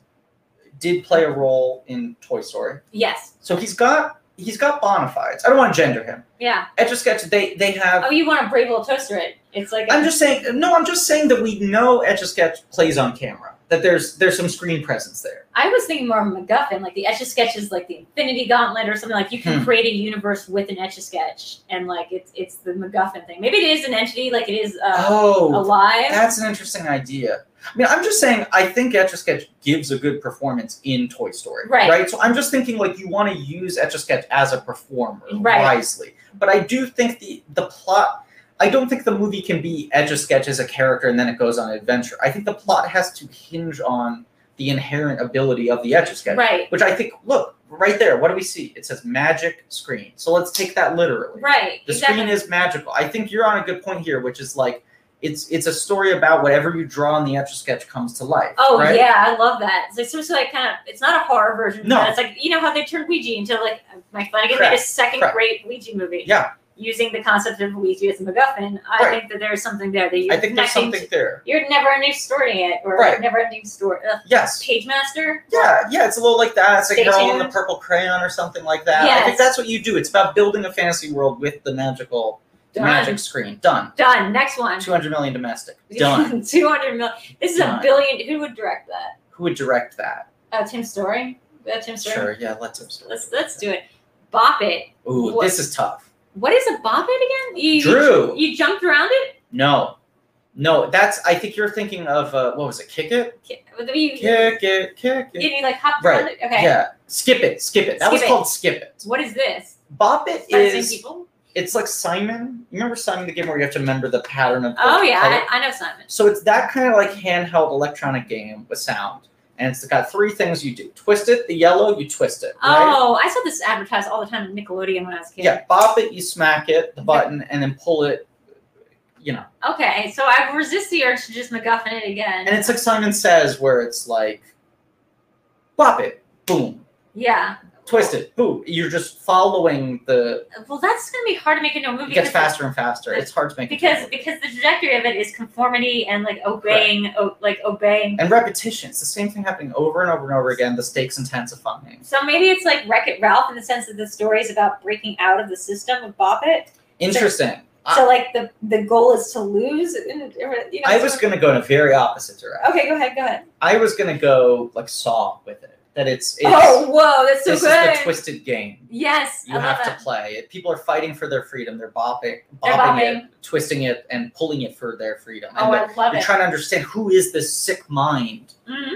[SPEAKER 2] did play a role in Toy Story.
[SPEAKER 3] yes.
[SPEAKER 2] So he's got he's got bona fides. I don't want to gender him.
[SPEAKER 3] Yeah.
[SPEAKER 2] Etch a Sketch, they they have.
[SPEAKER 3] Oh, you want a brave little toaster? It. It's like
[SPEAKER 2] I'm just saying. No, I'm just saying that we know Etch a Sketch plays on camera. That there's there's some screen presence there.
[SPEAKER 3] I was thinking more of MacGuffin, like the Etch a Sketch is like the Infinity Gauntlet or something. Like you can
[SPEAKER 2] Hmm.
[SPEAKER 3] create a universe with an Etch a Sketch, and like it's it's the MacGuffin thing. Maybe it is an entity, like it is uh,
[SPEAKER 2] oh,
[SPEAKER 3] alive.
[SPEAKER 2] that's an interesting idea. I mean, I'm just saying. I think Etch a Sketch gives a good performance in Toy Story.
[SPEAKER 3] Right.
[SPEAKER 2] Right. So I'm just thinking like you want to use Etch a Sketch as a performer
[SPEAKER 3] Right.
[SPEAKER 2] wisely. But I do think the the plot. I don't think the movie can be Etch a Sketch as a character and then it goes on an adventure. I think the plot has to hinge on the inherent ability of the Etch a Sketch.
[SPEAKER 3] Right.
[SPEAKER 2] which I think, look, right there, what do we see? It says magic screen. So let's take that literally.
[SPEAKER 3] Right.
[SPEAKER 2] The
[SPEAKER 3] exactly.
[SPEAKER 2] screen is magical. I think you're on a good point here, which is like it's it's a story about whatever you draw in the etch a sketch comes to life.
[SPEAKER 3] Oh
[SPEAKER 2] right?
[SPEAKER 3] yeah, I love that. It's like, so it's like kind of it's not a horror version.
[SPEAKER 2] No.
[SPEAKER 3] but it's like you know how they turned Ouija into like my Flanagan made a
[SPEAKER 2] Correct,
[SPEAKER 3] second
[SPEAKER 2] correct.
[SPEAKER 3] great Ouija movie.
[SPEAKER 2] Yeah.
[SPEAKER 3] Using the concept of Ouija as a MacGuffin, I
[SPEAKER 2] Right.
[SPEAKER 3] think that there's something there that you're
[SPEAKER 2] I think there's
[SPEAKER 3] connecting
[SPEAKER 2] something there.
[SPEAKER 3] To, you're never ending story in it or
[SPEAKER 2] Right.
[SPEAKER 3] never ending story. Ugh.
[SPEAKER 2] Yes.
[SPEAKER 3] Page Master.
[SPEAKER 2] Yeah, yeah, it's a little like that. It's like
[SPEAKER 3] Stay
[SPEAKER 2] Girl in
[SPEAKER 3] tuned.
[SPEAKER 2] the Purple Crayon or something like that. I think
[SPEAKER 3] Yes.
[SPEAKER 2] that's what you do. It's about building a fantasy world with the magical
[SPEAKER 3] Done.
[SPEAKER 2] magic screen. Done.
[SPEAKER 3] Done. Next one.
[SPEAKER 2] Two hundred million domestic.
[SPEAKER 3] <laughs>
[SPEAKER 2] Done.
[SPEAKER 3] Two hundred million. This is a
[SPEAKER 2] Done.
[SPEAKER 3] billion. Who would direct that?
[SPEAKER 2] Who would direct that?
[SPEAKER 3] Uh, Tim Story. Uh, Tim Story.
[SPEAKER 2] Sure, yeah, let's
[SPEAKER 3] Let's let's do it. Bop it.
[SPEAKER 2] Ooh,
[SPEAKER 3] What-
[SPEAKER 2] this is tough.
[SPEAKER 3] What is a bop it again? You,
[SPEAKER 2] Drew.
[SPEAKER 3] You, jumped around it.
[SPEAKER 2] No, no, that's. I think you're thinking of uh, what was it? Kick it,
[SPEAKER 3] Ki- You,
[SPEAKER 2] kick it, kick
[SPEAKER 3] And
[SPEAKER 2] it.
[SPEAKER 3] you like hop
[SPEAKER 2] Right.
[SPEAKER 3] around it? Okay.
[SPEAKER 2] Yeah, skip it, skip it. That was
[SPEAKER 3] Skip It.
[SPEAKER 2] called skip it.
[SPEAKER 3] What is this?
[SPEAKER 2] Bop it
[SPEAKER 3] Start seeing
[SPEAKER 2] is.
[SPEAKER 3] people?
[SPEAKER 2] It's like Simon. You remember Simon the game where you have to remember the pattern of. the
[SPEAKER 3] Oh yeah,
[SPEAKER 2] color?
[SPEAKER 3] I, I know Simon.
[SPEAKER 2] So it's that kind of like handheld electronic game with sound, and it's got three things you do: twist it, the yellow, you twist it. Right?
[SPEAKER 3] Oh, I saw this advertised all the time on Nickelodeon when I was a kid.
[SPEAKER 2] Yeah, bop it, you smack it, the button, and then pull it. You know,
[SPEAKER 3] Okay, so I resist the urge to just MacGuffin it again.
[SPEAKER 2] and it's like Simon Says, where it's like, bop it, boom,
[SPEAKER 3] yeah.
[SPEAKER 2] twisted. Boom. You're just following the.
[SPEAKER 3] Well, that's gonna be hard to make into a movie.
[SPEAKER 2] It gets
[SPEAKER 3] because-
[SPEAKER 2] faster and faster. It's hard to make. it
[SPEAKER 3] Because
[SPEAKER 2] memorable.
[SPEAKER 3] because the trajectory of it is conformity and like obeying, o- like obeying.
[SPEAKER 2] and repetition, it's the same thing happening over and over and over again. The stakes intensifying.
[SPEAKER 3] So maybe it's like Wreck It Ralph in the sense that the story is about breaking out of the system of Bop It.
[SPEAKER 2] Interesting.
[SPEAKER 3] So
[SPEAKER 2] I,
[SPEAKER 3] like the the goal is to lose. and- You know,
[SPEAKER 2] I was gonna go in a very opposite direction.
[SPEAKER 3] Okay, go ahead, go ahead.
[SPEAKER 2] I was gonna go like Saw with it. That it's. it's
[SPEAKER 3] oh, whoa, that's so
[SPEAKER 2] this
[SPEAKER 3] good.
[SPEAKER 2] is the twisted game.
[SPEAKER 3] Yes,
[SPEAKER 2] You
[SPEAKER 3] I love
[SPEAKER 2] have to
[SPEAKER 3] it.
[SPEAKER 2] play it. People are fighting for their freedom. They're bopping,
[SPEAKER 3] They're
[SPEAKER 2] bopping it, twisting it, and pulling it for their freedom.
[SPEAKER 3] Oh,
[SPEAKER 2] and
[SPEAKER 3] I love
[SPEAKER 2] you're
[SPEAKER 3] it.
[SPEAKER 2] trying to understand who is this sick mind
[SPEAKER 3] Mhm.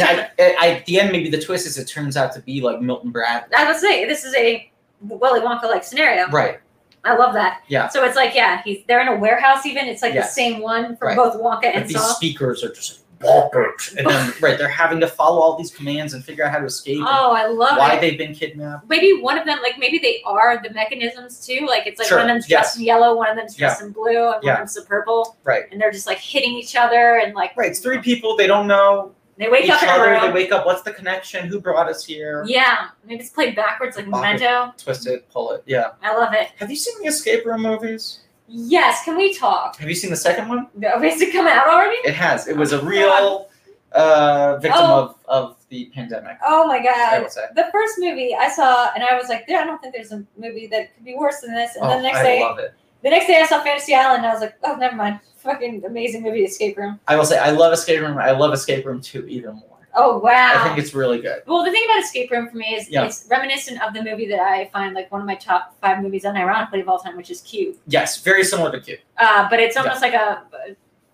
[SPEAKER 2] And
[SPEAKER 3] it
[SPEAKER 2] I,
[SPEAKER 3] turns,
[SPEAKER 2] I, I- at the end, maybe the twist is it turns out to be like Milton Bradley.
[SPEAKER 3] I would say this is a Willy Wonka like scenario.
[SPEAKER 2] Right.
[SPEAKER 3] I love that.
[SPEAKER 2] Yeah.
[SPEAKER 3] So it's like yeah, he's they're in a warehouse. Even it's like the
[SPEAKER 2] Yes.
[SPEAKER 3] same one from
[SPEAKER 2] Right.
[SPEAKER 3] both Wonka
[SPEAKER 2] But
[SPEAKER 3] and
[SPEAKER 2] these
[SPEAKER 3] Saw.
[SPEAKER 2] speakers are just bonkers. And
[SPEAKER 3] <laughs>
[SPEAKER 2] then, right, they're having to follow all these commands and figure out how to escape and
[SPEAKER 3] Oh, I love
[SPEAKER 2] why
[SPEAKER 3] it.
[SPEAKER 2] they've been kidnapped.
[SPEAKER 3] Maybe one of them, like maybe they are the mechanisms too. Like it's like
[SPEAKER 2] Sure,
[SPEAKER 3] one of them's
[SPEAKER 2] yes.
[SPEAKER 3] dressed in yellow, one of them's
[SPEAKER 2] Yeah.
[SPEAKER 3] dressed in blue, and one
[SPEAKER 2] Yeah.
[SPEAKER 3] of them's in purple.
[SPEAKER 2] Right.
[SPEAKER 3] And they're just like hitting each other and like
[SPEAKER 2] Right, it's three people. They don't know
[SPEAKER 3] They wake
[SPEAKER 2] each
[SPEAKER 3] up in a
[SPEAKER 2] other. They
[SPEAKER 3] room.
[SPEAKER 2] wake up. What's the connection? Who brought us here?
[SPEAKER 3] yeah, maybe it's played backwards like
[SPEAKER 2] Bop it.
[SPEAKER 3] Memento.
[SPEAKER 2] Twist it, pull it. Yeah.
[SPEAKER 3] I love it.
[SPEAKER 2] Have you seen the escape room movies?
[SPEAKER 3] Yes, can we talk?
[SPEAKER 2] Have you seen the second one?
[SPEAKER 3] <laughs> No, has it come out already?
[SPEAKER 2] It has. It was a
[SPEAKER 3] Oh,
[SPEAKER 2] real. uh, victim
[SPEAKER 3] Oh.
[SPEAKER 2] of, of the pandemic.
[SPEAKER 3] Oh my
[SPEAKER 2] I
[SPEAKER 3] god.
[SPEAKER 2] would say.
[SPEAKER 3] The first movie I saw, and I was like, "There, I don't think there's a movie that could be worse than this." And then
[SPEAKER 2] Oh,
[SPEAKER 3] the next
[SPEAKER 2] I
[SPEAKER 3] day,
[SPEAKER 2] love it.
[SPEAKER 3] the next day I saw Fantasy Island, and I was like, "Oh, never mind." <laughs> Fucking amazing movie, Escape Room.
[SPEAKER 2] I will say I love Escape Room. I love Escape Room Two even more.
[SPEAKER 3] Oh wow.
[SPEAKER 2] I think it's really good.
[SPEAKER 3] well, the thing about Escape Room for me is
[SPEAKER 2] Yeah.
[SPEAKER 3] it's reminiscent of the movie that I find like one of my top five movies, unironically of all time, which is Cube.
[SPEAKER 2] Yes, very similar to Q.
[SPEAKER 3] Uh, but it's almost like a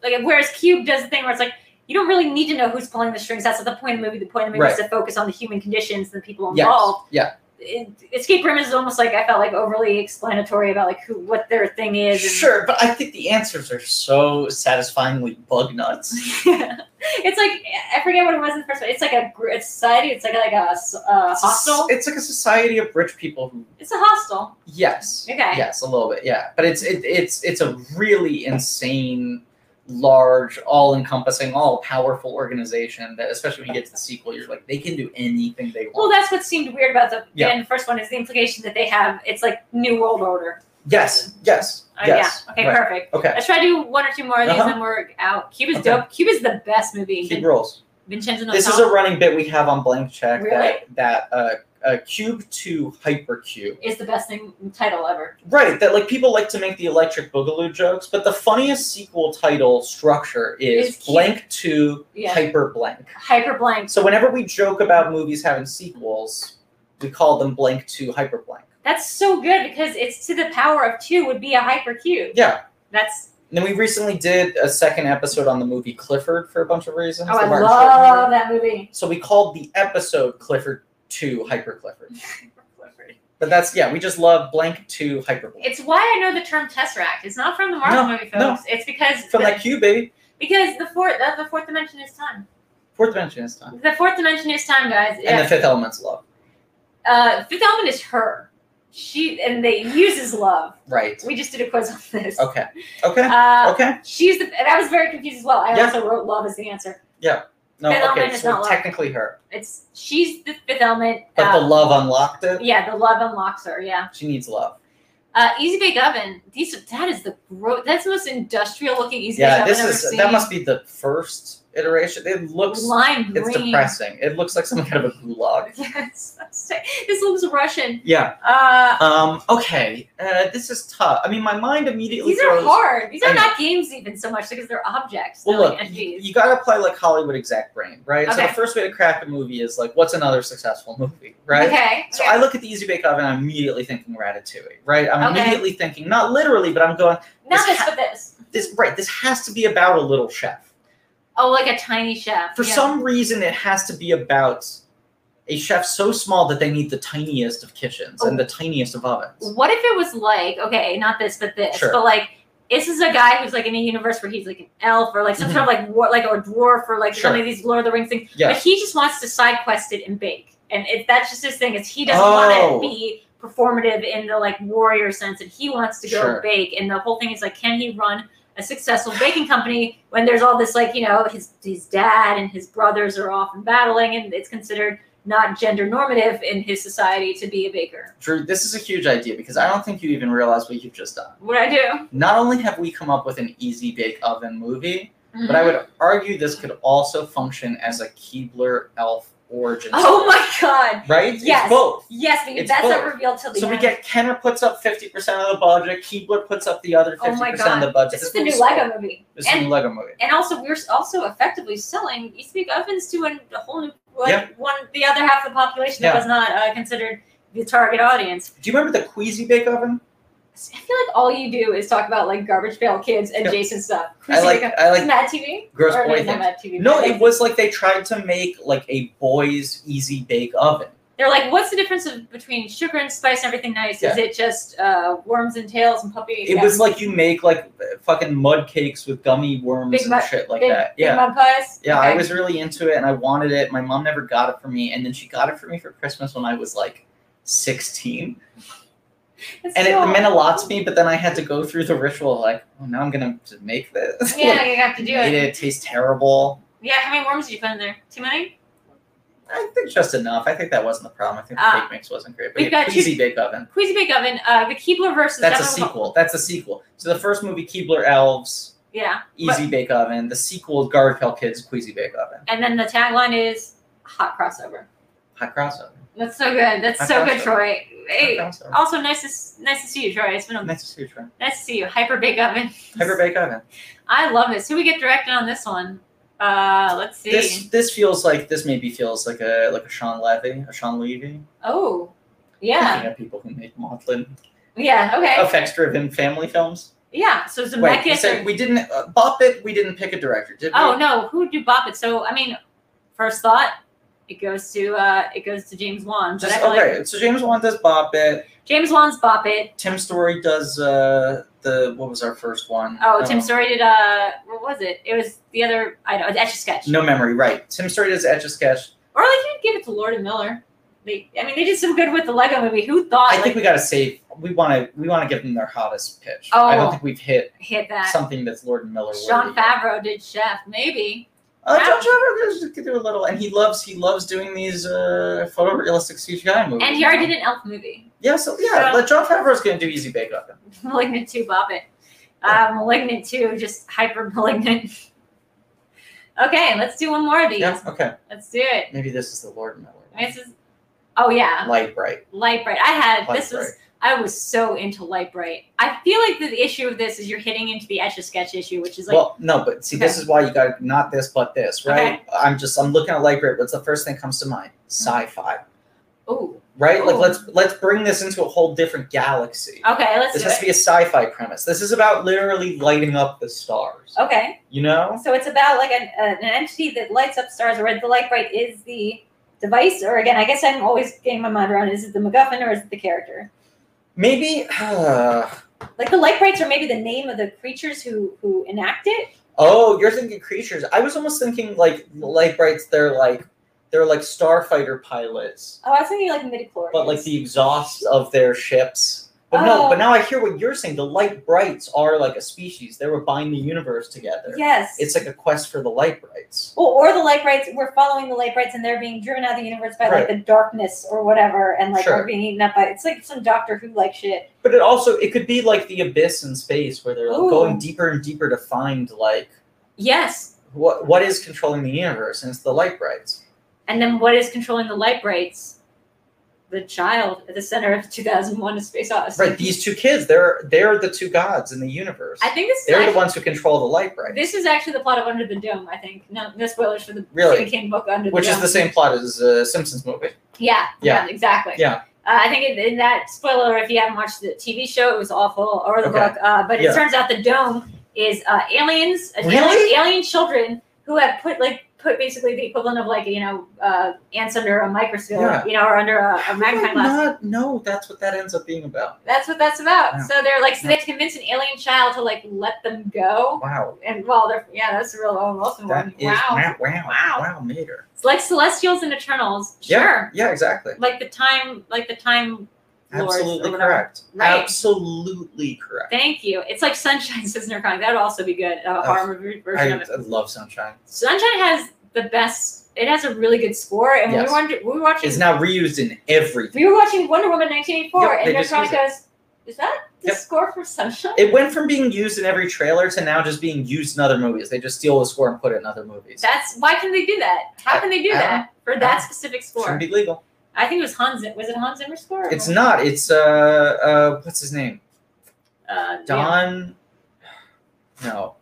[SPEAKER 3] like whereas Cube does the thing where it's like you don't really need to know who's pulling the strings. That's not the point of the movie. The point of the movie is to focus on the human conditions and the people
[SPEAKER 2] Yes,
[SPEAKER 3] involved.
[SPEAKER 2] yeah.
[SPEAKER 3] It- Escape Room is almost like I felt like overly explanatory about like who what their thing is. and-
[SPEAKER 2] Sure, but I think the answers are so satisfyingly bug nuts.
[SPEAKER 3] <laughs> it's like I forget what it was in the first one. It's like a gr- it's society. It's like like a, s- uh
[SPEAKER 2] It's a s-
[SPEAKER 3] hostel.
[SPEAKER 2] It's like a society of rich people who
[SPEAKER 3] It's a hostel.
[SPEAKER 2] Yes.
[SPEAKER 3] Okay.
[SPEAKER 2] Yes, a little bit. Yeah, but it's it, it's it's a really insane, large, all-encompassing, all-powerful organization that, especially when you get to the sequel, you're like, they can do anything they want.
[SPEAKER 3] Well, that's what seemed weird about the
[SPEAKER 2] Yeah.
[SPEAKER 3] and the first one is the implication that they have. It's like New World Order.
[SPEAKER 2] yes. Yes.
[SPEAKER 3] Uh,
[SPEAKER 2] yes.
[SPEAKER 3] yeah. Okay.
[SPEAKER 2] right,
[SPEAKER 3] Perfect.
[SPEAKER 2] Okay.
[SPEAKER 3] Let's try to do one or two more of these,
[SPEAKER 2] Uh-huh.
[SPEAKER 3] and we're out. Cuba's
[SPEAKER 2] Okay.
[SPEAKER 3] dope. Cuba's the best movie.
[SPEAKER 2] Keep rolls.
[SPEAKER 3] Vincenzo
[SPEAKER 2] This is a running bit we have on Blank Check
[SPEAKER 3] Really?
[SPEAKER 2] that that uh, uh, Cube to Hypercube.
[SPEAKER 3] is the best thing title ever.
[SPEAKER 2] Right, that like people like to make the electric boogaloo jokes, but the funniest sequel title structure is
[SPEAKER 3] Is Cube.
[SPEAKER 2] blank to
[SPEAKER 3] Yeah.
[SPEAKER 2] hyper blank.
[SPEAKER 3] Hyper blank.
[SPEAKER 2] So whenever we joke about movies having sequels, we call them blank to hyper blank.
[SPEAKER 3] That's so good because it's to the power of two would be a hyper cube.
[SPEAKER 2] Yeah.
[SPEAKER 3] That's
[SPEAKER 2] And then we recently did a second episode on the movie Clifford for a bunch of reasons.
[SPEAKER 3] oh,
[SPEAKER 2] the
[SPEAKER 3] I
[SPEAKER 2] Martin Short
[SPEAKER 3] love
[SPEAKER 2] movie.
[SPEAKER 3] that movie.
[SPEAKER 2] So we called the episode Clifford to Hyper Clifford. But that's yeah, we just love blank to hyper blank.
[SPEAKER 3] It's why I know the term tesseract. It's not from the Marvel
[SPEAKER 2] No,
[SPEAKER 3] movie, folks.
[SPEAKER 2] no.
[SPEAKER 3] It's because
[SPEAKER 2] From
[SPEAKER 3] the,
[SPEAKER 2] that cube, baby.
[SPEAKER 3] because the fourth uh, the fourth dimension is time.
[SPEAKER 2] Fourth dimension is time.
[SPEAKER 3] The fourth dimension is time, guys.
[SPEAKER 2] And
[SPEAKER 3] Yeah.
[SPEAKER 2] the fifth element's love.
[SPEAKER 3] uh, fifth element is her. She and they uses love.
[SPEAKER 2] Right.
[SPEAKER 3] We just did a quiz on this.
[SPEAKER 2] Okay. Okay.
[SPEAKER 3] Uh,
[SPEAKER 2] okay.
[SPEAKER 3] She's the. and I was very confused as well. I
[SPEAKER 2] Yeah.
[SPEAKER 3] also wrote love as the answer.
[SPEAKER 2] No,
[SPEAKER 3] Fifth
[SPEAKER 2] okay,
[SPEAKER 3] Element is
[SPEAKER 2] so
[SPEAKER 3] not love.
[SPEAKER 2] technically her.
[SPEAKER 3] It's she's the fifth element.
[SPEAKER 2] But
[SPEAKER 3] uh,
[SPEAKER 2] the love unlocked it.
[SPEAKER 3] yeah, the love unlocks her. Yeah.
[SPEAKER 2] She needs love.
[SPEAKER 3] Uh, Easy Bake Oven. These that is the gro- that's the most industrial looking Easy
[SPEAKER 2] yeah,
[SPEAKER 3] Bake
[SPEAKER 2] this
[SPEAKER 3] Oven
[SPEAKER 2] is
[SPEAKER 3] I've ever seen.
[SPEAKER 2] that must be the first iteration. It looks
[SPEAKER 3] lime
[SPEAKER 2] it's
[SPEAKER 3] green. <laughs>
[SPEAKER 2] depressing. It looks like some kind of a gulag.
[SPEAKER 3] Yes, that's it. this looks Russian.
[SPEAKER 2] Yeah.
[SPEAKER 3] Uh,
[SPEAKER 2] Um, okay. Uh, this is tough. I mean my mind immediately
[SPEAKER 3] these are
[SPEAKER 2] goes-
[SPEAKER 3] hard. These
[SPEAKER 2] I
[SPEAKER 3] are
[SPEAKER 2] know.
[SPEAKER 3] not games even so much because they're objects.
[SPEAKER 2] Well,
[SPEAKER 3] they're
[SPEAKER 2] look,
[SPEAKER 3] like
[SPEAKER 2] you,
[SPEAKER 3] entities.
[SPEAKER 2] you gotta apply like Hollywood exact brain, right? So
[SPEAKER 3] Okay.
[SPEAKER 2] the first way to craft a movie is like, what's another successful movie, right?
[SPEAKER 3] Okay.
[SPEAKER 2] So
[SPEAKER 3] okay.
[SPEAKER 2] I look at the Easy Bake Oven, I'm immediately thinking Ratatouille, right? I'm
[SPEAKER 3] Okay.
[SPEAKER 2] immediately thinking, not literally, but I'm going, this
[SPEAKER 3] not this,
[SPEAKER 2] ha-
[SPEAKER 3] but this.
[SPEAKER 2] this right, this has to be about a little chef.
[SPEAKER 3] Oh, like a tiny chef.
[SPEAKER 2] For
[SPEAKER 3] yeah.
[SPEAKER 2] some reason, it has to be about a chef so small that they need the tiniest of kitchens
[SPEAKER 3] Oh.
[SPEAKER 2] and the tiniest of ovens.
[SPEAKER 3] What if it was like, okay, not this, but this,
[SPEAKER 2] Sure.
[SPEAKER 3] but like this is a guy who's like in a universe where he's like an elf or like some sort of like war, like a dwarf or like
[SPEAKER 2] Mm-hmm. Sure.
[SPEAKER 3] some of these Lord of the Rings things,
[SPEAKER 2] Yeah,
[SPEAKER 3] but he just wants to side quest it and bake, and it, that's just his thing. Is he doesn't
[SPEAKER 2] Oh.
[SPEAKER 3] want to be performative in the like warrior sense, and he wants to go
[SPEAKER 2] Sure.
[SPEAKER 3] bake, and the whole thing is like, can he run? A successful baking company when there's all this like you know his his dad and his brothers are off and battling and it's considered not gender normative in his society to be a baker.
[SPEAKER 2] Drew, this is a huge idea because I don't think you even realize what you've just done.
[SPEAKER 3] What I do?
[SPEAKER 2] Not only have we come up with an easy bake oven movie, but
[SPEAKER 3] Mm-hmm.
[SPEAKER 2] I would argue this could also function as a Keebler elf origin.
[SPEAKER 3] <laughs> Oh
[SPEAKER 2] story,
[SPEAKER 3] my god!
[SPEAKER 2] Right? It's
[SPEAKER 3] Yes.
[SPEAKER 2] both.
[SPEAKER 3] Yes, because
[SPEAKER 2] It's
[SPEAKER 3] that's not
[SPEAKER 2] both.
[SPEAKER 3] revealed till the
[SPEAKER 2] So we
[SPEAKER 3] end.
[SPEAKER 2] get Kenner puts up fifty percent of the budget, Keebler puts up the other
[SPEAKER 3] oh
[SPEAKER 2] fifty
[SPEAKER 3] my
[SPEAKER 2] percent
[SPEAKER 3] god!
[SPEAKER 2] of the budget.
[SPEAKER 3] This is the
[SPEAKER 2] movie's
[SPEAKER 3] new Lego
[SPEAKER 2] full.
[SPEAKER 3] movie,
[SPEAKER 2] This is the
[SPEAKER 3] and
[SPEAKER 2] new Lego movie.
[SPEAKER 3] and also we're also effectively selling East Big ovens to an- a whole new like,
[SPEAKER 2] Yeah.
[SPEAKER 3] one the other half of the population that
[SPEAKER 2] Yeah.
[SPEAKER 3] was not uh, considered the target audience.
[SPEAKER 2] Do you remember the Queasy Bake Oven?
[SPEAKER 3] I feel like all you do is talk about like garbage pail kids and
[SPEAKER 2] Yeah.
[SPEAKER 3] Jason stuff.
[SPEAKER 2] I like I
[SPEAKER 3] Is
[SPEAKER 2] like
[SPEAKER 3] Mad TV.
[SPEAKER 2] gross
[SPEAKER 3] Or
[SPEAKER 2] boy
[SPEAKER 3] not
[SPEAKER 2] things.
[SPEAKER 3] Mad TV,
[SPEAKER 2] No,
[SPEAKER 3] but
[SPEAKER 2] it was like they tried to make like a boys easy bake oven.
[SPEAKER 3] They're like, what's the difference of, between sugar and spice and everything nice? Is
[SPEAKER 2] Yeah.
[SPEAKER 3] it just uh, worms and tails and puppy?
[SPEAKER 2] It
[SPEAKER 3] yeah.
[SPEAKER 2] was like you make like fucking mud cakes with gummy worms
[SPEAKER 3] Big
[SPEAKER 2] and
[SPEAKER 3] mud-
[SPEAKER 2] shit like
[SPEAKER 3] big-
[SPEAKER 2] that.
[SPEAKER 3] Big
[SPEAKER 2] Yeah.
[SPEAKER 3] Mud Pies?
[SPEAKER 2] Yeah,
[SPEAKER 3] Okay.
[SPEAKER 2] I was really into it and I wanted it. My mom never got it for me and then she got it for me for Christmas when I was like 16.
[SPEAKER 3] It's
[SPEAKER 2] And
[SPEAKER 3] so-
[SPEAKER 2] it meant a lot to me, but then I had to go through the ritual like, oh, now I'm going to make <laughs> this.
[SPEAKER 3] <laughs> Yeah,
[SPEAKER 2] like,
[SPEAKER 3] you have to do
[SPEAKER 2] eat
[SPEAKER 3] it.
[SPEAKER 2] it. It tastes terrible.
[SPEAKER 3] Yeah, how many worms did you put in there? Too many?
[SPEAKER 2] I think just enough. I think that wasn't the problem. I think the
[SPEAKER 3] Ah.
[SPEAKER 2] cake mix wasn't great. But
[SPEAKER 3] We've
[SPEAKER 2] yeah,
[SPEAKER 3] got two-
[SPEAKER 2] easy bake oven.
[SPEAKER 3] Queasy Bake Oven, uh, the Keebler versus
[SPEAKER 2] That's a
[SPEAKER 3] Devil-
[SPEAKER 2] sequel. That's a sequel. So the first movie, Keebler Elves,
[SPEAKER 3] Yeah.
[SPEAKER 2] Easy Bake Oven. The sequel is Garbage Pail Kids Queasy Bake Oven.
[SPEAKER 3] And then the tagline is hot crossover.
[SPEAKER 2] Hot crossover.
[SPEAKER 3] That's so good. That's
[SPEAKER 2] Hot
[SPEAKER 3] so good,
[SPEAKER 2] crossover.
[SPEAKER 3] Troy. Hey. um,
[SPEAKER 2] Hot crossover.
[SPEAKER 3] Also, nice to s- nice to see you, Troy. It's been a,
[SPEAKER 2] Nice to see you, Trent.
[SPEAKER 3] nice to see you. Hyper Big Oven.
[SPEAKER 2] Hyper Bake Oven.
[SPEAKER 3] <laughs> I love this. Who we get directed on this one? Uh, let's see.
[SPEAKER 2] This this feels like this maybe feels like a like a Sean Levy, a Sean Levy.
[SPEAKER 3] oh, yeah,
[SPEAKER 2] Speaking of people who make maudlin
[SPEAKER 3] yeah, okay,
[SPEAKER 2] effects driven family films.
[SPEAKER 3] yeah. So
[SPEAKER 2] Oh. Wait, you
[SPEAKER 3] Zemeckis.
[SPEAKER 2] said
[SPEAKER 3] or-
[SPEAKER 2] we didn't uh, Bop It. We didn't pick a director, did we?
[SPEAKER 3] oh no, who do Bop It? So I mean, first thought, it goes to uh, it goes to James Wan. But
[SPEAKER 2] Just, oh,
[SPEAKER 3] I feel like
[SPEAKER 2] okay, so James Wan does Bop It.
[SPEAKER 3] James Wan's Bop It.
[SPEAKER 2] Tim Story does uh, the what was our first one?
[SPEAKER 3] Oh, Tim
[SPEAKER 2] Um,
[SPEAKER 3] Story did uh, what was it? It was the other. I know, Etch a Sketch.
[SPEAKER 2] No memory, right? Tim Story does Etch a Sketch.
[SPEAKER 3] Or like you could give it to Lord and Miller. They, I mean, they did some good with the Lego Movie. Who thought?
[SPEAKER 2] I think
[SPEAKER 3] like,
[SPEAKER 2] we gotta save. We want to. We want to give them their hottest pitch. I
[SPEAKER 3] Oh.
[SPEAKER 2] don't think we've hit
[SPEAKER 3] hit that.
[SPEAKER 2] something that's Lord and Miller.
[SPEAKER 3] Sean
[SPEAKER 2] worthy.
[SPEAKER 3] Favreau did Chef, maybe.
[SPEAKER 2] Uh,
[SPEAKER 3] Wow.
[SPEAKER 2] John Trevor just could do a little, and he loves he loves doing these uh, photorealistic CGI movies.
[SPEAKER 3] And he already did an Elf movie. <laughs>
[SPEAKER 2] Yeah, so yeah,
[SPEAKER 3] So-
[SPEAKER 2] but John Favreau's gonna do Easy Bake Oven.
[SPEAKER 3] Malignant 2 Bop It.
[SPEAKER 2] Yeah.
[SPEAKER 3] Uh, Malignant 2, just hyper malignant. <laughs> okay, let's do one more of these.
[SPEAKER 2] Yeah, okay.
[SPEAKER 3] Let's do it.
[SPEAKER 2] Maybe this is the Lord and Miller.
[SPEAKER 3] This is, oh yeah,
[SPEAKER 2] Light bright.
[SPEAKER 3] Light Bright. I had,
[SPEAKER 2] Light
[SPEAKER 3] this was,
[SPEAKER 2] bright.
[SPEAKER 3] I was so into Light Bright. I feel like the issue of this is you're hitting into the Etch a Sketch issue, which is like,
[SPEAKER 2] well, no, but see, this
[SPEAKER 3] Okay.
[SPEAKER 2] is why you got not this but this, right? I'm just I'm looking at light bright. What's the first thing that comes to mind? Sci-fi,
[SPEAKER 3] oh,
[SPEAKER 2] right? Like
[SPEAKER 3] Mm-hmm. Ooh.
[SPEAKER 2] let's let's bring this into a whole different galaxy.
[SPEAKER 3] okay, let's
[SPEAKER 2] This
[SPEAKER 3] do
[SPEAKER 2] has
[SPEAKER 3] it.
[SPEAKER 2] to be a sci-fi premise. This is about literally lighting up the stars.
[SPEAKER 3] Okay,
[SPEAKER 2] You know?
[SPEAKER 3] so it's about like an, an entity that lights up stars, or the Light Bright is the device, or again, I guess I'm always getting my mind around is it the MacGuffin or is it the character?
[SPEAKER 2] Maybe. <sighs> oh,
[SPEAKER 3] Like the light brights are maybe the name of the creatures who who enact it.
[SPEAKER 2] Oh, you're thinking creatures. I was almost thinking like light brights. They're like they're like starfighter pilots,
[SPEAKER 3] Oh, I was thinking like midichlorians.
[SPEAKER 2] but like the exhaust of their ships. But no,
[SPEAKER 3] Oh.
[SPEAKER 2] but now I hear what you're saying. The light brights are like a species. They were bind the universe together.
[SPEAKER 3] yes.
[SPEAKER 2] It's like a quest for the light brights.
[SPEAKER 3] well, or the light brights. We're following the light brights, and they're being driven out of the universe by like
[SPEAKER 2] Right.
[SPEAKER 3] the darkness or whatever, and like
[SPEAKER 2] Sure.
[SPEAKER 3] are being eaten up by. It's like some Doctor Who like shit.
[SPEAKER 2] But it also it could be like the abyss in space where they're
[SPEAKER 3] Ooh.
[SPEAKER 2] going deeper and deeper to find like
[SPEAKER 3] Yes,
[SPEAKER 2] what what is controlling the universe, and it's the light brights.
[SPEAKER 3] and then what is controlling the light brights? The child at the center of 2001: A Space Odyssey.
[SPEAKER 2] Right, these two kids, they're they're the two gods in the universe.
[SPEAKER 3] I think this is
[SPEAKER 2] They're
[SPEAKER 3] actually,
[SPEAKER 2] the ones who control the light brights.
[SPEAKER 3] this is actually the plot of Under the Dome. I think no, no spoilers for the
[SPEAKER 2] Really?
[SPEAKER 3] Stephen King book Under
[SPEAKER 2] which
[SPEAKER 3] the Dome.
[SPEAKER 2] is the same plot as uh, Simpsons movie.
[SPEAKER 3] Yeah, yeah, exactly.
[SPEAKER 2] Yeah.
[SPEAKER 3] Uh, I think in, in that spoiler, if you haven't watched the TV show, it was awful, or the
[SPEAKER 2] Okay.
[SPEAKER 3] book. Uh, but it
[SPEAKER 2] Yeah.
[SPEAKER 3] turns out the dome is uh, aliens, uh,
[SPEAKER 2] Really?
[SPEAKER 3] alien, alien children who have put like put basically the equivalent of like you know uh, ants under a microscope,
[SPEAKER 2] Yeah. Oh
[SPEAKER 3] you know, or under a, a magnifying glass.
[SPEAKER 2] not know that's what that ends up being about.
[SPEAKER 3] That's what that's about.
[SPEAKER 2] Yeah.
[SPEAKER 3] So they're like, so they convince an alien child to like let them go,
[SPEAKER 2] Wow,
[SPEAKER 3] and well, they're yeah, that's a real Owen Wilson
[SPEAKER 2] that
[SPEAKER 3] one.
[SPEAKER 2] is
[SPEAKER 3] Wow,
[SPEAKER 2] wow, wow,
[SPEAKER 3] Wow.
[SPEAKER 2] wow, Mater.
[SPEAKER 3] it's like Celestials and Eternals.
[SPEAKER 2] Yeah.
[SPEAKER 3] Sure,
[SPEAKER 2] Yeah, exactly.
[SPEAKER 3] like the time, like the time. lords or
[SPEAKER 2] Absolutely
[SPEAKER 3] whatever.
[SPEAKER 2] correct.
[SPEAKER 3] Right.
[SPEAKER 2] Absolutely correct.
[SPEAKER 3] Thank you. It's like Sunshine <laughs> Says Narconic. That would also be good. A horror movie version
[SPEAKER 2] I,
[SPEAKER 3] of it.
[SPEAKER 2] I love Sunshine.
[SPEAKER 3] Sunshine has the best. It has a really good score, and
[SPEAKER 2] Yes.
[SPEAKER 3] we were wonder- we were watching.
[SPEAKER 2] It's now reused in everything.
[SPEAKER 3] we were watching Wonder Woman 1984,
[SPEAKER 2] Yep, they
[SPEAKER 3] and
[SPEAKER 2] just
[SPEAKER 3] Narconic
[SPEAKER 2] use
[SPEAKER 3] goes, "Is that the
[SPEAKER 2] Yep.
[SPEAKER 3] score for Sunshine?"
[SPEAKER 2] It went from being used in every trailer to now just being used in other movies. They just steal the score and put it in other movies.
[SPEAKER 3] That's why can they do that? How can they do
[SPEAKER 2] I- I
[SPEAKER 3] that for
[SPEAKER 2] I
[SPEAKER 3] that
[SPEAKER 2] don't-
[SPEAKER 3] specific
[SPEAKER 2] Shouldn't
[SPEAKER 3] score?
[SPEAKER 2] be legal.
[SPEAKER 3] I think it was Hans. Was it Hans Zimmer's score? or-
[SPEAKER 2] It's not. It's uh uh what's his name?
[SPEAKER 3] Uh, yeah.
[SPEAKER 2] Don. No,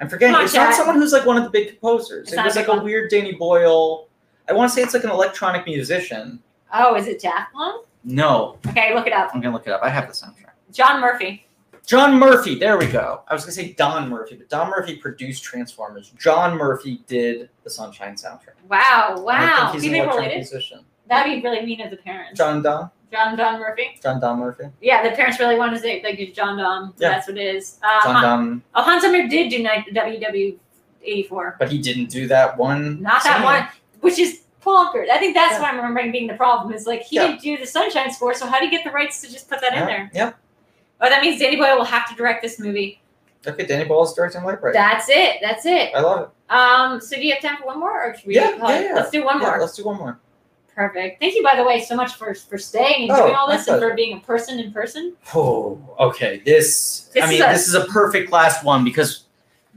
[SPEAKER 2] I'm forgetting.
[SPEAKER 3] Come on,
[SPEAKER 2] it's not
[SPEAKER 3] Chad.
[SPEAKER 2] someone who's like one of the big composers.
[SPEAKER 3] It's
[SPEAKER 2] it
[SPEAKER 3] not
[SPEAKER 2] was
[SPEAKER 3] a
[SPEAKER 2] like
[SPEAKER 3] big
[SPEAKER 2] a
[SPEAKER 3] one.
[SPEAKER 2] weird Danny Boyle. I want to say it's like an electronic musician.
[SPEAKER 3] Oh, is it Jathlon?
[SPEAKER 2] No,
[SPEAKER 3] Okay, look it up.
[SPEAKER 2] I'm gonna look it up. I have the soundtrack.
[SPEAKER 3] John Murphy.
[SPEAKER 2] John Murphy. There we go. I was gonna say Don Murphy, but Don Murphy produced Transformers. John Murphy did the Sunshine soundtrack.
[SPEAKER 3] Wow,
[SPEAKER 2] I think
[SPEAKER 3] wow.
[SPEAKER 2] he's
[SPEAKER 3] Be
[SPEAKER 2] an
[SPEAKER 3] they
[SPEAKER 2] electronic
[SPEAKER 3] related?
[SPEAKER 2] musician.
[SPEAKER 3] That'd be really mean of the parents.
[SPEAKER 2] John Don.
[SPEAKER 3] John John Murphy.
[SPEAKER 2] John Don Murphy.
[SPEAKER 3] Yeah, the parents really wanted to say like it's John Dom.
[SPEAKER 2] Yeah.
[SPEAKER 3] That's what it is. Uh,
[SPEAKER 2] John
[SPEAKER 3] Han-
[SPEAKER 2] Don.
[SPEAKER 3] oh, Hans Zimmer did do ni- WW eighty four.
[SPEAKER 2] But he didn't do that one.
[SPEAKER 3] Not that
[SPEAKER 2] song.
[SPEAKER 3] one, which is bonkers. I think that's
[SPEAKER 2] Yeah.
[SPEAKER 3] what I'm remembering being the problem is like he
[SPEAKER 2] Yeah.
[SPEAKER 3] didn't do the Sunshine score, so how do you get the rights to just put that
[SPEAKER 2] Yeah.
[SPEAKER 3] in there?
[SPEAKER 2] yeah.
[SPEAKER 3] Oh, that means Danny Boyle will have to direct this movie.
[SPEAKER 2] Okay, Danny Boyle's directing Light Bright.
[SPEAKER 3] That's it. That's it.
[SPEAKER 2] I love it.
[SPEAKER 3] Um, so do you have time for one more, or should we
[SPEAKER 2] Yeah,
[SPEAKER 3] call it?
[SPEAKER 2] yeah, yeah.
[SPEAKER 3] Let's do one
[SPEAKER 2] Yeah,
[SPEAKER 3] more.
[SPEAKER 2] let's do one more.
[SPEAKER 3] Perfect. Thank you, by the way, so much for for staying and
[SPEAKER 2] Oh,
[SPEAKER 3] doing all
[SPEAKER 2] my
[SPEAKER 3] this and for
[SPEAKER 2] pleasure.
[SPEAKER 3] being a person in person.
[SPEAKER 2] Oh, okay. This,
[SPEAKER 3] This
[SPEAKER 2] I
[SPEAKER 3] is
[SPEAKER 2] mean,
[SPEAKER 3] a-
[SPEAKER 2] this is a perfect last one because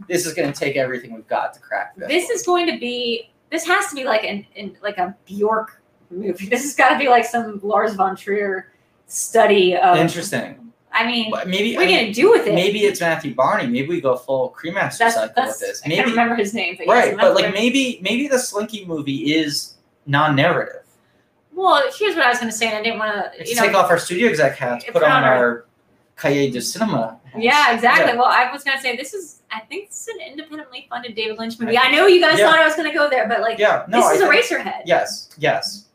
[SPEAKER 2] this is going to take everything we've got to crack this.
[SPEAKER 3] This
[SPEAKER 2] one.
[SPEAKER 3] is going to be. This has to be like an, an like a Bjork movie. <laughs> This has got to be like some Lars von Trier study of.
[SPEAKER 2] interesting.
[SPEAKER 3] I mean,
[SPEAKER 2] But maybe
[SPEAKER 3] what are
[SPEAKER 2] I
[SPEAKER 3] you
[SPEAKER 2] mean,
[SPEAKER 3] gonna do with it?
[SPEAKER 2] maybe it's Matthew Barney. Maybe we go full cream master
[SPEAKER 3] that's,
[SPEAKER 2] cycle
[SPEAKER 3] that's
[SPEAKER 2] with this.
[SPEAKER 3] I can't
[SPEAKER 2] Maybe
[SPEAKER 3] remember his name, but yes,
[SPEAKER 2] right, but
[SPEAKER 3] that's
[SPEAKER 2] like
[SPEAKER 3] what-
[SPEAKER 2] maybe maybe the Slinky movie is non-narrative.
[SPEAKER 3] Well, here's what I was gonna say, and I didn't want to.
[SPEAKER 2] Let's
[SPEAKER 3] You know,
[SPEAKER 2] take off our studio exec hats,
[SPEAKER 3] It's
[SPEAKER 2] put on
[SPEAKER 3] not our-
[SPEAKER 2] our Cahiers de Cinema. hats.
[SPEAKER 3] Yeah, exactly.
[SPEAKER 2] Yeah.
[SPEAKER 3] Well, I was gonna say this is. I think this is an independently funded David Lynch movie. I know you guys
[SPEAKER 2] Yeah.
[SPEAKER 3] thought I was gonna go there, but like
[SPEAKER 2] Yeah, no,
[SPEAKER 3] this
[SPEAKER 2] I
[SPEAKER 3] is
[SPEAKER 2] think-
[SPEAKER 3] Eraserhead.
[SPEAKER 2] Yes, yes,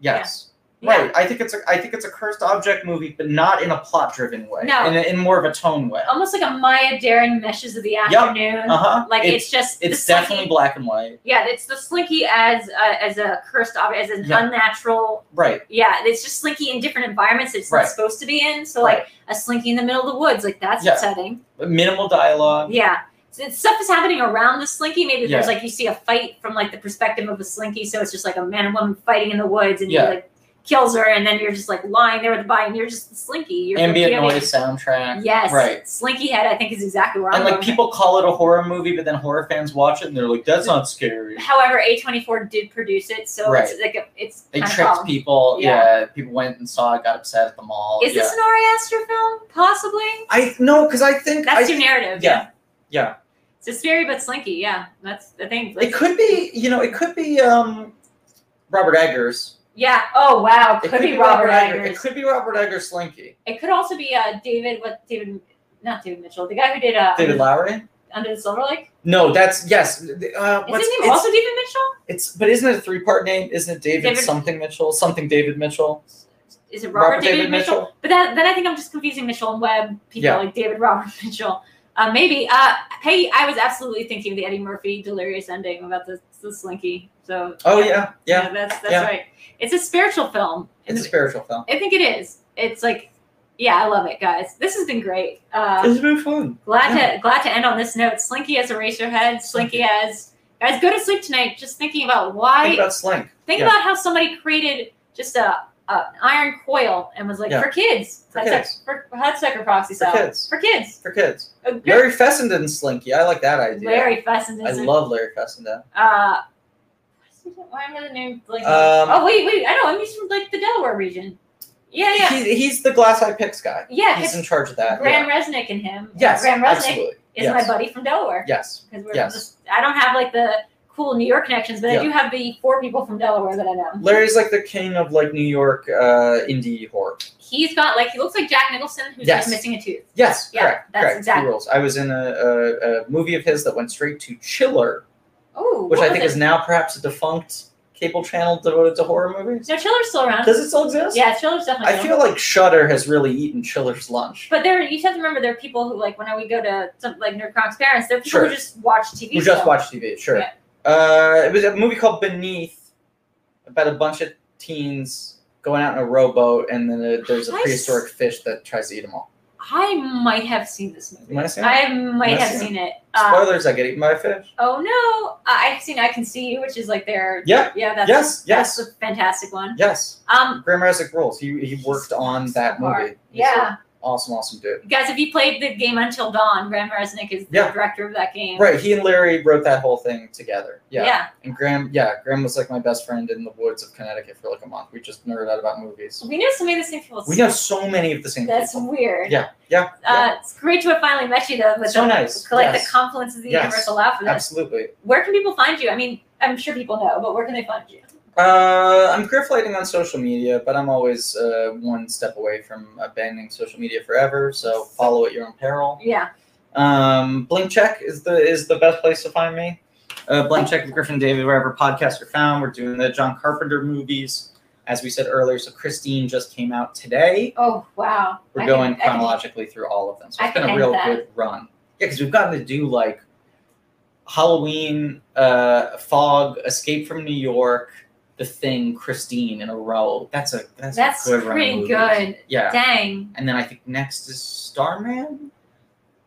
[SPEAKER 2] yes.
[SPEAKER 3] Yeah.
[SPEAKER 2] Right. I think it's a I think it's a cursed object movie, but not in a plot driven way.
[SPEAKER 3] No. Oh,
[SPEAKER 2] In, a, in more of a tone way.
[SPEAKER 3] Almost like a Maya Darren meshes of the afternoon.
[SPEAKER 2] Uh huh.
[SPEAKER 3] Like
[SPEAKER 2] it's
[SPEAKER 3] it's, just the
[SPEAKER 2] it's
[SPEAKER 3] slinky-
[SPEAKER 2] definitely black and white.
[SPEAKER 3] yeah, it's the slinky as a, as a cursed object, as an
[SPEAKER 2] Yeah.
[SPEAKER 3] unnatural.
[SPEAKER 2] Right.
[SPEAKER 3] Yeah, it's just slinky in different environments it's
[SPEAKER 2] Right.
[SPEAKER 3] not supposed to be in. So
[SPEAKER 2] Right.
[SPEAKER 3] like a slinky in the middle of the woods, like that's
[SPEAKER 2] Yeah.
[SPEAKER 3] upsetting.
[SPEAKER 2] But minimal dialogue.
[SPEAKER 3] Yeah. So it's- stuff is happening around the slinky. Maybe there's
[SPEAKER 2] Yeah.
[SPEAKER 3] like you see a fight from like the perspective of the slinky, so it's just like a man and woman fighting in the woods, and
[SPEAKER 2] Yeah.
[SPEAKER 3] he like kills her, and then you're just like lying there with the body, and you're just the slinky. You're
[SPEAKER 2] Ambient
[SPEAKER 3] forgiving.
[SPEAKER 2] noise soundtrack.
[SPEAKER 3] Yes,
[SPEAKER 2] Right.
[SPEAKER 3] Slinky head, I think, is exactly where
[SPEAKER 2] And
[SPEAKER 3] I'm
[SPEAKER 2] like
[SPEAKER 3] going.
[SPEAKER 2] people call it a horror movie, but then horror fans watch it and they're like, "That's not
[SPEAKER 3] <laughs>
[SPEAKER 2] scary."
[SPEAKER 3] However, A24 did produce it, so it's like a, it's
[SPEAKER 2] They
[SPEAKER 3] kind of
[SPEAKER 2] tricked
[SPEAKER 3] problem.
[SPEAKER 2] people.
[SPEAKER 3] Yeah.
[SPEAKER 2] Yeah. people went and saw it, got upset at the mall.
[SPEAKER 3] Is
[SPEAKER 2] Oh, yeah.
[SPEAKER 3] this an Ari Aster film? Possibly.
[SPEAKER 2] I no, because I think
[SPEAKER 3] That's
[SPEAKER 2] I,
[SPEAKER 3] your narrative.
[SPEAKER 2] yeah, yeah.
[SPEAKER 3] It's just scary but slinky. Yeah, that's the thing.
[SPEAKER 2] It could be, you know, it could be um Robert Eggers.
[SPEAKER 3] Yeah. Oh wow,
[SPEAKER 2] It
[SPEAKER 3] could, be, Robert Eggers.
[SPEAKER 2] It could be Robert Eggers Slinky.
[SPEAKER 3] It could also be uh, David, what David, not David Mitchell, the guy who did uh,
[SPEAKER 2] David Lowery.
[SPEAKER 3] Under the Silver Lake.
[SPEAKER 2] No, that's yes. Uh, what's,
[SPEAKER 3] Isn't
[SPEAKER 2] it's,
[SPEAKER 3] he also David Mitchell?
[SPEAKER 2] it's but isn't it a three part name? Isn't it David,
[SPEAKER 3] David-
[SPEAKER 2] something Mitchell? Something David Mitchell.
[SPEAKER 3] Is it Robert, David, Mitchell? But that, then I think I'm just confusing Mitchell and Webb people
[SPEAKER 2] Yeah.
[SPEAKER 3] like David <laughs> Robert Mitchell. Uh, maybe. Uh, hey, I was absolutely thinking the Eddie Murphy delirious ending about the, the slinky. So.
[SPEAKER 2] Oh yeah, yeah.
[SPEAKER 3] that's that's
[SPEAKER 2] yeah.
[SPEAKER 3] right. It's a spiritual film.
[SPEAKER 2] It's a spiritual film.
[SPEAKER 3] I think it is. It's like, yeah, I love it, guys. This has been great. Uh,
[SPEAKER 2] It's been fun.
[SPEAKER 3] Glad to glad to end on this note. Slinky as Eraserhead, Slinky as guys. Go to sleep tonight just thinking about why.
[SPEAKER 2] Think about Slink.
[SPEAKER 3] think
[SPEAKER 2] yeah.
[SPEAKER 3] about how somebody created just a, a an iron coil and was like
[SPEAKER 2] Yeah.
[SPEAKER 3] for kids.
[SPEAKER 2] For
[SPEAKER 3] Hudsuck-
[SPEAKER 2] kids.
[SPEAKER 3] for Hudsucker proxy
[SPEAKER 2] For
[SPEAKER 3] cell
[SPEAKER 2] kids.
[SPEAKER 3] for kids.
[SPEAKER 2] For kids.
[SPEAKER 3] A good-
[SPEAKER 2] Larry Fessenden Slinky. I like that idea.
[SPEAKER 3] Larry Fessenden.
[SPEAKER 2] I love Larry Fessenden.
[SPEAKER 3] Uh, why am I the name? Like,
[SPEAKER 2] Um,
[SPEAKER 3] oh wait, wait. I know. I'm used from like the Delaware region. Oh, Yeah, yeah,
[SPEAKER 2] He, he's the glass eye picks guy.
[SPEAKER 3] yeah.
[SPEAKER 2] he's
[SPEAKER 3] It's
[SPEAKER 2] in charge of that.
[SPEAKER 3] Graham Resnick and him.
[SPEAKER 2] yeah. Yes.
[SPEAKER 3] Graham Resnick
[SPEAKER 2] absolutely.
[SPEAKER 3] is
[SPEAKER 2] yes.
[SPEAKER 3] my buddy from Delaware.
[SPEAKER 2] Yes.
[SPEAKER 3] because we're
[SPEAKER 2] Yes.
[SPEAKER 3] just I don't have like the cool New York connections, but I
[SPEAKER 2] Yeah.
[SPEAKER 3] do have the four people from Delaware that I know.
[SPEAKER 2] Larry's like the king of like New York uh, indie horror.
[SPEAKER 3] He's got like he looks like Jack Nicholson who's
[SPEAKER 2] Yes.
[SPEAKER 3] like missing a tooth.
[SPEAKER 2] Yes,
[SPEAKER 3] Yeah,
[SPEAKER 2] correct.
[SPEAKER 3] that's
[SPEAKER 2] correct.
[SPEAKER 3] exactly-
[SPEAKER 2] He rules. I was in a, a, a movie of his that went straight to Chiller,
[SPEAKER 3] Oh,
[SPEAKER 2] which I think
[SPEAKER 3] is
[SPEAKER 2] is now perhaps a defunct cable channel devoted to horror movies.
[SPEAKER 3] no Chiller's still around.
[SPEAKER 2] Does it still exist?
[SPEAKER 3] Yeah, Chiller's definitely.
[SPEAKER 2] I
[SPEAKER 3] around.
[SPEAKER 2] feel like Shudder has really eaten Chiller's lunch.
[SPEAKER 3] but there, you have to remember there are people who like when we go to some, like Nerdcronic's parents, there are people
[SPEAKER 2] Sure.
[SPEAKER 3] who just watch TV.
[SPEAKER 2] We just
[SPEAKER 3] shows.
[SPEAKER 2] watched TV, sure.
[SPEAKER 3] Yeah.
[SPEAKER 2] Uh, it was a movie called Beneath about a bunch of teens going out in a rowboat, and then uh there's a
[SPEAKER 3] I s-
[SPEAKER 2] prehistoric fish that tries to eat them all.
[SPEAKER 3] I might have seen this movie.
[SPEAKER 2] You want to see it?
[SPEAKER 3] I might
[SPEAKER 2] Yes.
[SPEAKER 3] have seen it. Uh,
[SPEAKER 2] Spoilers, I get eaten by a fish.
[SPEAKER 3] oh no, I- I've seen I Can See You, which is like their
[SPEAKER 2] Yeah,
[SPEAKER 3] yeah that's
[SPEAKER 2] yes,
[SPEAKER 3] that's
[SPEAKER 2] yes.
[SPEAKER 3] a fantastic one.
[SPEAKER 2] Yes.
[SPEAKER 3] Um,
[SPEAKER 2] Graham Resnick rules. He, he worked on that
[SPEAKER 3] so hard.
[SPEAKER 2] movie. He's
[SPEAKER 3] yeah.
[SPEAKER 2] awesome, awesome dude.
[SPEAKER 3] Guys, if you played the game Until Dawn, Graham Resnick is the
[SPEAKER 2] Yeah.
[SPEAKER 3] director of that game.
[SPEAKER 2] Right, he and Larry wrote that whole thing together. Yeah.
[SPEAKER 3] Yeah.
[SPEAKER 2] And Graham, yeah, Graham was like my best friend in the woods of Connecticut for like a month. We just nerded out about movies.
[SPEAKER 3] We know so many of the same people.
[SPEAKER 2] We know so many of the same
[SPEAKER 3] That's
[SPEAKER 2] people.
[SPEAKER 3] weird.
[SPEAKER 2] Yeah, yeah,
[SPEAKER 3] Uh, It's great to have finally met you, though. With
[SPEAKER 2] So
[SPEAKER 3] the,
[SPEAKER 2] nice,
[SPEAKER 3] Like
[SPEAKER 2] yes.
[SPEAKER 3] the confluence of the
[SPEAKER 2] Yes,
[SPEAKER 3] universe allow for this.
[SPEAKER 2] Absolutely.
[SPEAKER 3] Where can people find you? I mean, I'm sure people know, but where can they find you?
[SPEAKER 2] Uh, I'm griflating on social media, but I'm always uh, one step away from abandoning social media forever. So follow at your own peril.
[SPEAKER 3] Yeah.
[SPEAKER 2] Um, Blink Check is the is the best place to find me. Uh, Blink Check with Griffin David, wherever podcasts are found. We're doing the John Carpenter movies, as we said earlier. So Christine just came out today.
[SPEAKER 3] Oh wow.
[SPEAKER 2] We're
[SPEAKER 3] I can-
[SPEAKER 2] going
[SPEAKER 3] I can-
[SPEAKER 2] chronologically through all of them. So
[SPEAKER 3] I
[SPEAKER 2] it's
[SPEAKER 3] can
[SPEAKER 2] been a
[SPEAKER 3] end
[SPEAKER 2] real
[SPEAKER 3] that.
[SPEAKER 2] good run. Yeah, because we've gotten to do like Halloween, uh, Fog, Escape from New York, The Thing, Christine in a row. That's a that's,
[SPEAKER 3] That's
[SPEAKER 2] a good run of
[SPEAKER 3] pretty
[SPEAKER 2] movies.
[SPEAKER 3] good.
[SPEAKER 2] Yeah.
[SPEAKER 3] Dang,
[SPEAKER 2] And then I think next is Starman.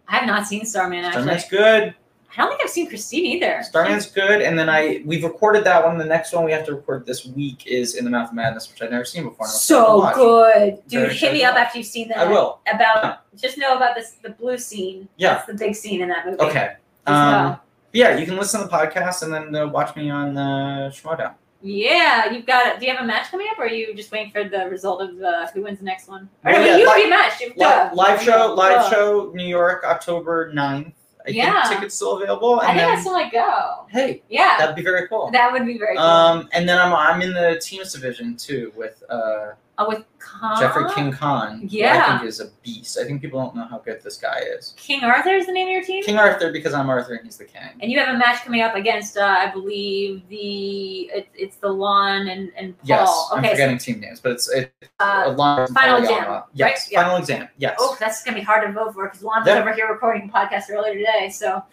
[SPEAKER 3] I have not seen Starman actually.
[SPEAKER 2] Starman's good.
[SPEAKER 3] I don't think I've seen Christine either.
[SPEAKER 2] Starman's good, and then I we've recorded that one. The next one we have to record this week is In the Mouth of Madness, which I've never seen before. and I'm excited to
[SPEAKER 3] So
[SPEAKER 2] watch.
[SPEAKER 3] good, dude.
[SPEAKER 2] Very
[SPEAKER 3] hit me
[SPEAKER 2] good.
[SPEAKER 3] up after you've seen that.
[SPEAKER 2] I will.
[SPEAKER 3] About just know about this the blue scene.
[SPEAKER 2] Yeah.
[SPEAKER 3] That's the big scene in that movie.
[SPEAKER 2] Okay. Um, yeah, you can listen to the podcast and then uh, watch me on uh, Schmodown.
[SPEAKER 3] Yeah, you've got it. Do you have a match coming up, or are you just waiting for the result of the who wins the next one? Or
[SPEAKER 2] Well, Oh,
[SPEAKER 3] no,
[SPEAKER 2] yeah,
[SPEAKER 3] you
[SPEAKER 2] li-
[SPEAKER 3] already matched. You've
[SPEAKER 2] Live,
[SPEAKER 3] duh.
[SPEAKER 2] live show, live
[SPEAKER 3] Duh.
[SPEAKER 2] show, New York, October 9th. I
[SPEAKER 3] Yeah.
[SPEAKER 2] think tickets still available.
[SPEAKER 3] I
[SPEAKER 2] And
[SPEAKER 3] think
[SPEAKER 2] then,
[SPEAKER 3] I still like go.
[SPEAKER 2] hey,
[SPEAKER 3] Yeah,
[SPEAKER 2] that'd be very cool.
[SPEAKER 3] that would be very cool.
[SPEAKER 2] Um, and then I'm I'm in the teams division too with uh,
[SPEAKER 3] oh, with Khan?
[SPEAKER 2] Jeffrey King Khan. who I
[SPEAKER 3] Yeah.
[SPEAKER 2] think is a beast. I think people don't know how good this guy is.
[SPEAKER 3] King Arthur is the name of your team,
[SPEAKER 2] King Arthur because I'm Arthur and he's the king.
[SPEAKER 3] and you have a match coming up against, uh, I believe the it, it's the Lon and and Paul.
[SPEAKER 2] Yes, I'm
[SPEAKER 3] okay, so,
[SPEAKER 2] forgetting team names, but it's it's
[SPEAKER 3] uh,
[SPEAKER 2] a long
[SPEAKER 3] final exam,
[SPEAKER 2] Yes,
[SPEAKER 3] right? Yeah.
[SPEAKER 2] final exam. Yes.
[SPEAKER 3] oh, that's gonna be hard to vote for because Lon was
[SPEAKER 2] Yeah.
[SPEAKER 3] over here recording a podcast earlier today, so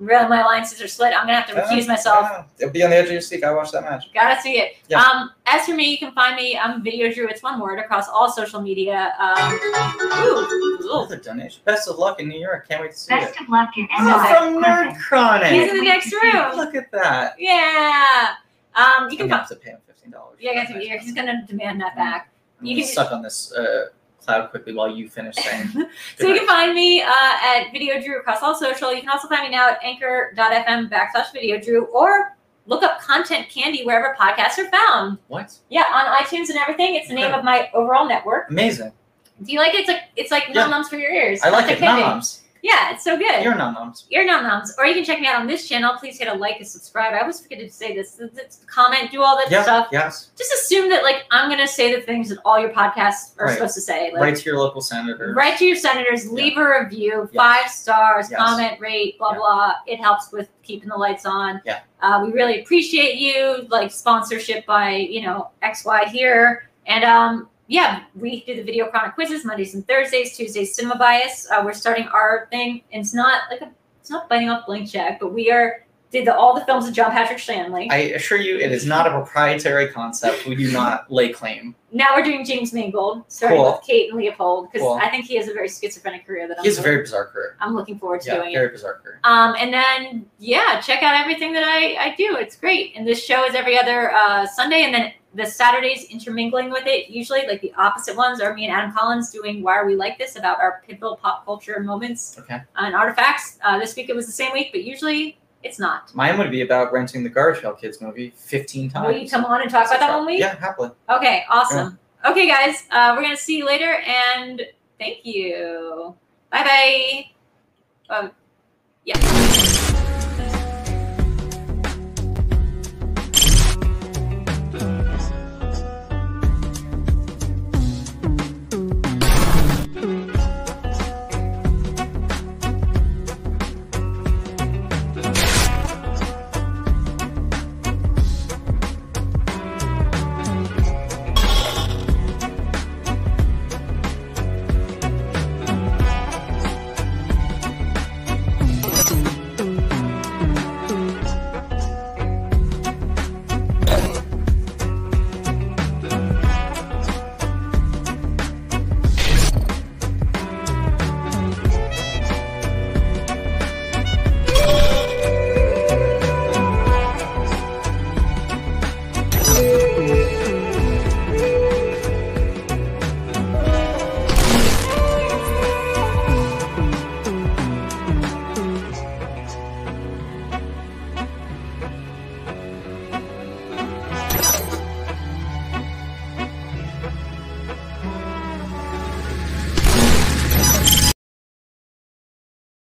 [SPEAKER 3] really my alliances are split. I'm gonna have to recuse
[SPEAKER 2] Uh,
[SPEAKER 3] myself.
[SPEAKER 2] uh, it'll be on the edge of your seat. I watched that match.
[SPEAKER 3] Gotta see it.
[SPEAKER 2] Yeah.
[SPEAKER 3] Um, as for me, you can find me. I'm Video Drew. It's one word across all social media. Um, ooh, ooh.
[SPEAKER 2] Another donation. Best of luck in New York. Can't wait to see it.
[SPEAKER 4] Best of luck in
[SPEAKER 3] Oh,
[SPEAKER 2] Oh, from
[SPEAKER 4] NY.
[SPEAKER 2] Nerd
[SPEAKER 3] He's in
[SPEAKER 2] Chronic.
[SPEAKER 3] the next room.
[SPEAKER 2] Look at that.
[SPEAKER 3] Yeah. Um, you
[SPEAKER 2] I'm
[SPEAKER 3] can.
[SPEAKER 2] gonna
[SPEAKER 3] fi-
[SPEAKER 2] have to pay him fifteen dollars.
[SPEAKER 3] Yeah, I guess he's gonna demand
[SPEAKER 2] Mm-hmm.
[SPEAKER 3] that back.
[SPEAKER 2] I'm
[SPEAKER 3] you
[SPEAKER 2] gonna
[SPEAKER 3] can-
[SPEAKER 2] suck on this uh, cloud quickly while you finish saying.
[SPEAKER 3] <laughs> So you can find me uh, at Video Drew across all social. You can also find me now at anchor.fm backslash Video Drew or look up Content Candy wherever podcasts are found.
[SPEAKER 2] what?
[SPEAKER 3] Yeah, on iTunes and everything. It's the name of my overall network.
[SPEAKER 2] Amazing.
[SPEAKER 3] Do you like it? It's like it's like
[SPEAKER 2] Yeah.
[SPEAKER 3] num nums for your ears.
[SPEAKER 2] I like
[SPEAKER 3] Content
[SPEAKER 2] it.
[SPEAKER 3] Candy.
[SPEAKER 2] Noms.
[SPEAKER 3] Yeah, it's so good.
[SPEAKER 2] You're noms.
[SPEAKER 3] Ear Nom Noms, or you can check me out on this channel. Please hit a like and subscribe. I always forget to say this. Th- th- Comment, do all that
[SPEAKER 2] Yeah.
[SPEAKER 3] stuff.
[SPEAKER 2] Yes.
[SPEAKER 3] Just assume that like I'm gonna say the things that all your podcasts are
[SPEAKER 2] Right.
[SPEAKER 3] supposed to say. Like
[SPEAKER 2] Write to your local senator.
[SPEAKER 3] write to your senators, leave a review,
[SPEAKER 2] Yes.
[SPEAKER 3] five stars,
[SPEAKER 2] Yes.
[SPEAKER 3] comment, rate, blah
[SPEAKER 2] Yeah.
[SPEAKER 3] blah. It helps with keeping the lights on.
[SPEAKER 2] Yeah.
[SPEAKER 3] Uh, we really appreciate you, like sponsorship by you know X Y here, and um yeah, we do the video chronic quizzes Mondays and Thursdays, Tuesdays cinema bias. Uh, we're starting our thing. It's not like a, it's not biting off blank check, but we are did the, all the films of John Patrick Shanley.
[SPEAKER 2] I assure you, it is not a proprietary concept. We do not lay claim.
[SPEAKER 3] now we're doing James Mangold, starting
[SPEAKER 2] Cool.
[SPEAKER 3] with Kate and Leopold, because
[SPEAKER 2] Cool.
[SPEAKER 3] I think he has a very schizophrenic career that I'm,
[SPEAKER 2] He has a very bizarre career.
[SPEAKER 3] I'm looking forward to
[SPEAKER 2] Yeah,
[SPEAKER 3] doing.
[SPEAKER 2] very bizarre career.
[SPEAKER 3] Um, and then yeah, check out everything that I, I do. It's great. And this show is every other uh, Sunday, and then the Saturdays intermingling with it. Usually, like the opposite ones are me and Adam Collins doing "Why Are We Like This?" about our pivotal pop culture moments
[SPEAKER 2] Okay.
[SPEAKER 3] and artifacts. Uh, this week it was the same week, but usually it's not.
[SPEAKER 2] Mine would be about renting the Garfield Kids movie 15 times.
[SPEAKER 3] Will you come on and talk about that one week?
[SPEAKER 2] Yeah, happily.
[SPEAKER 3] Okay, awesome. Okay, guys, uh, we're gonna see you later, and thank you. Bye bye. Um, yeah.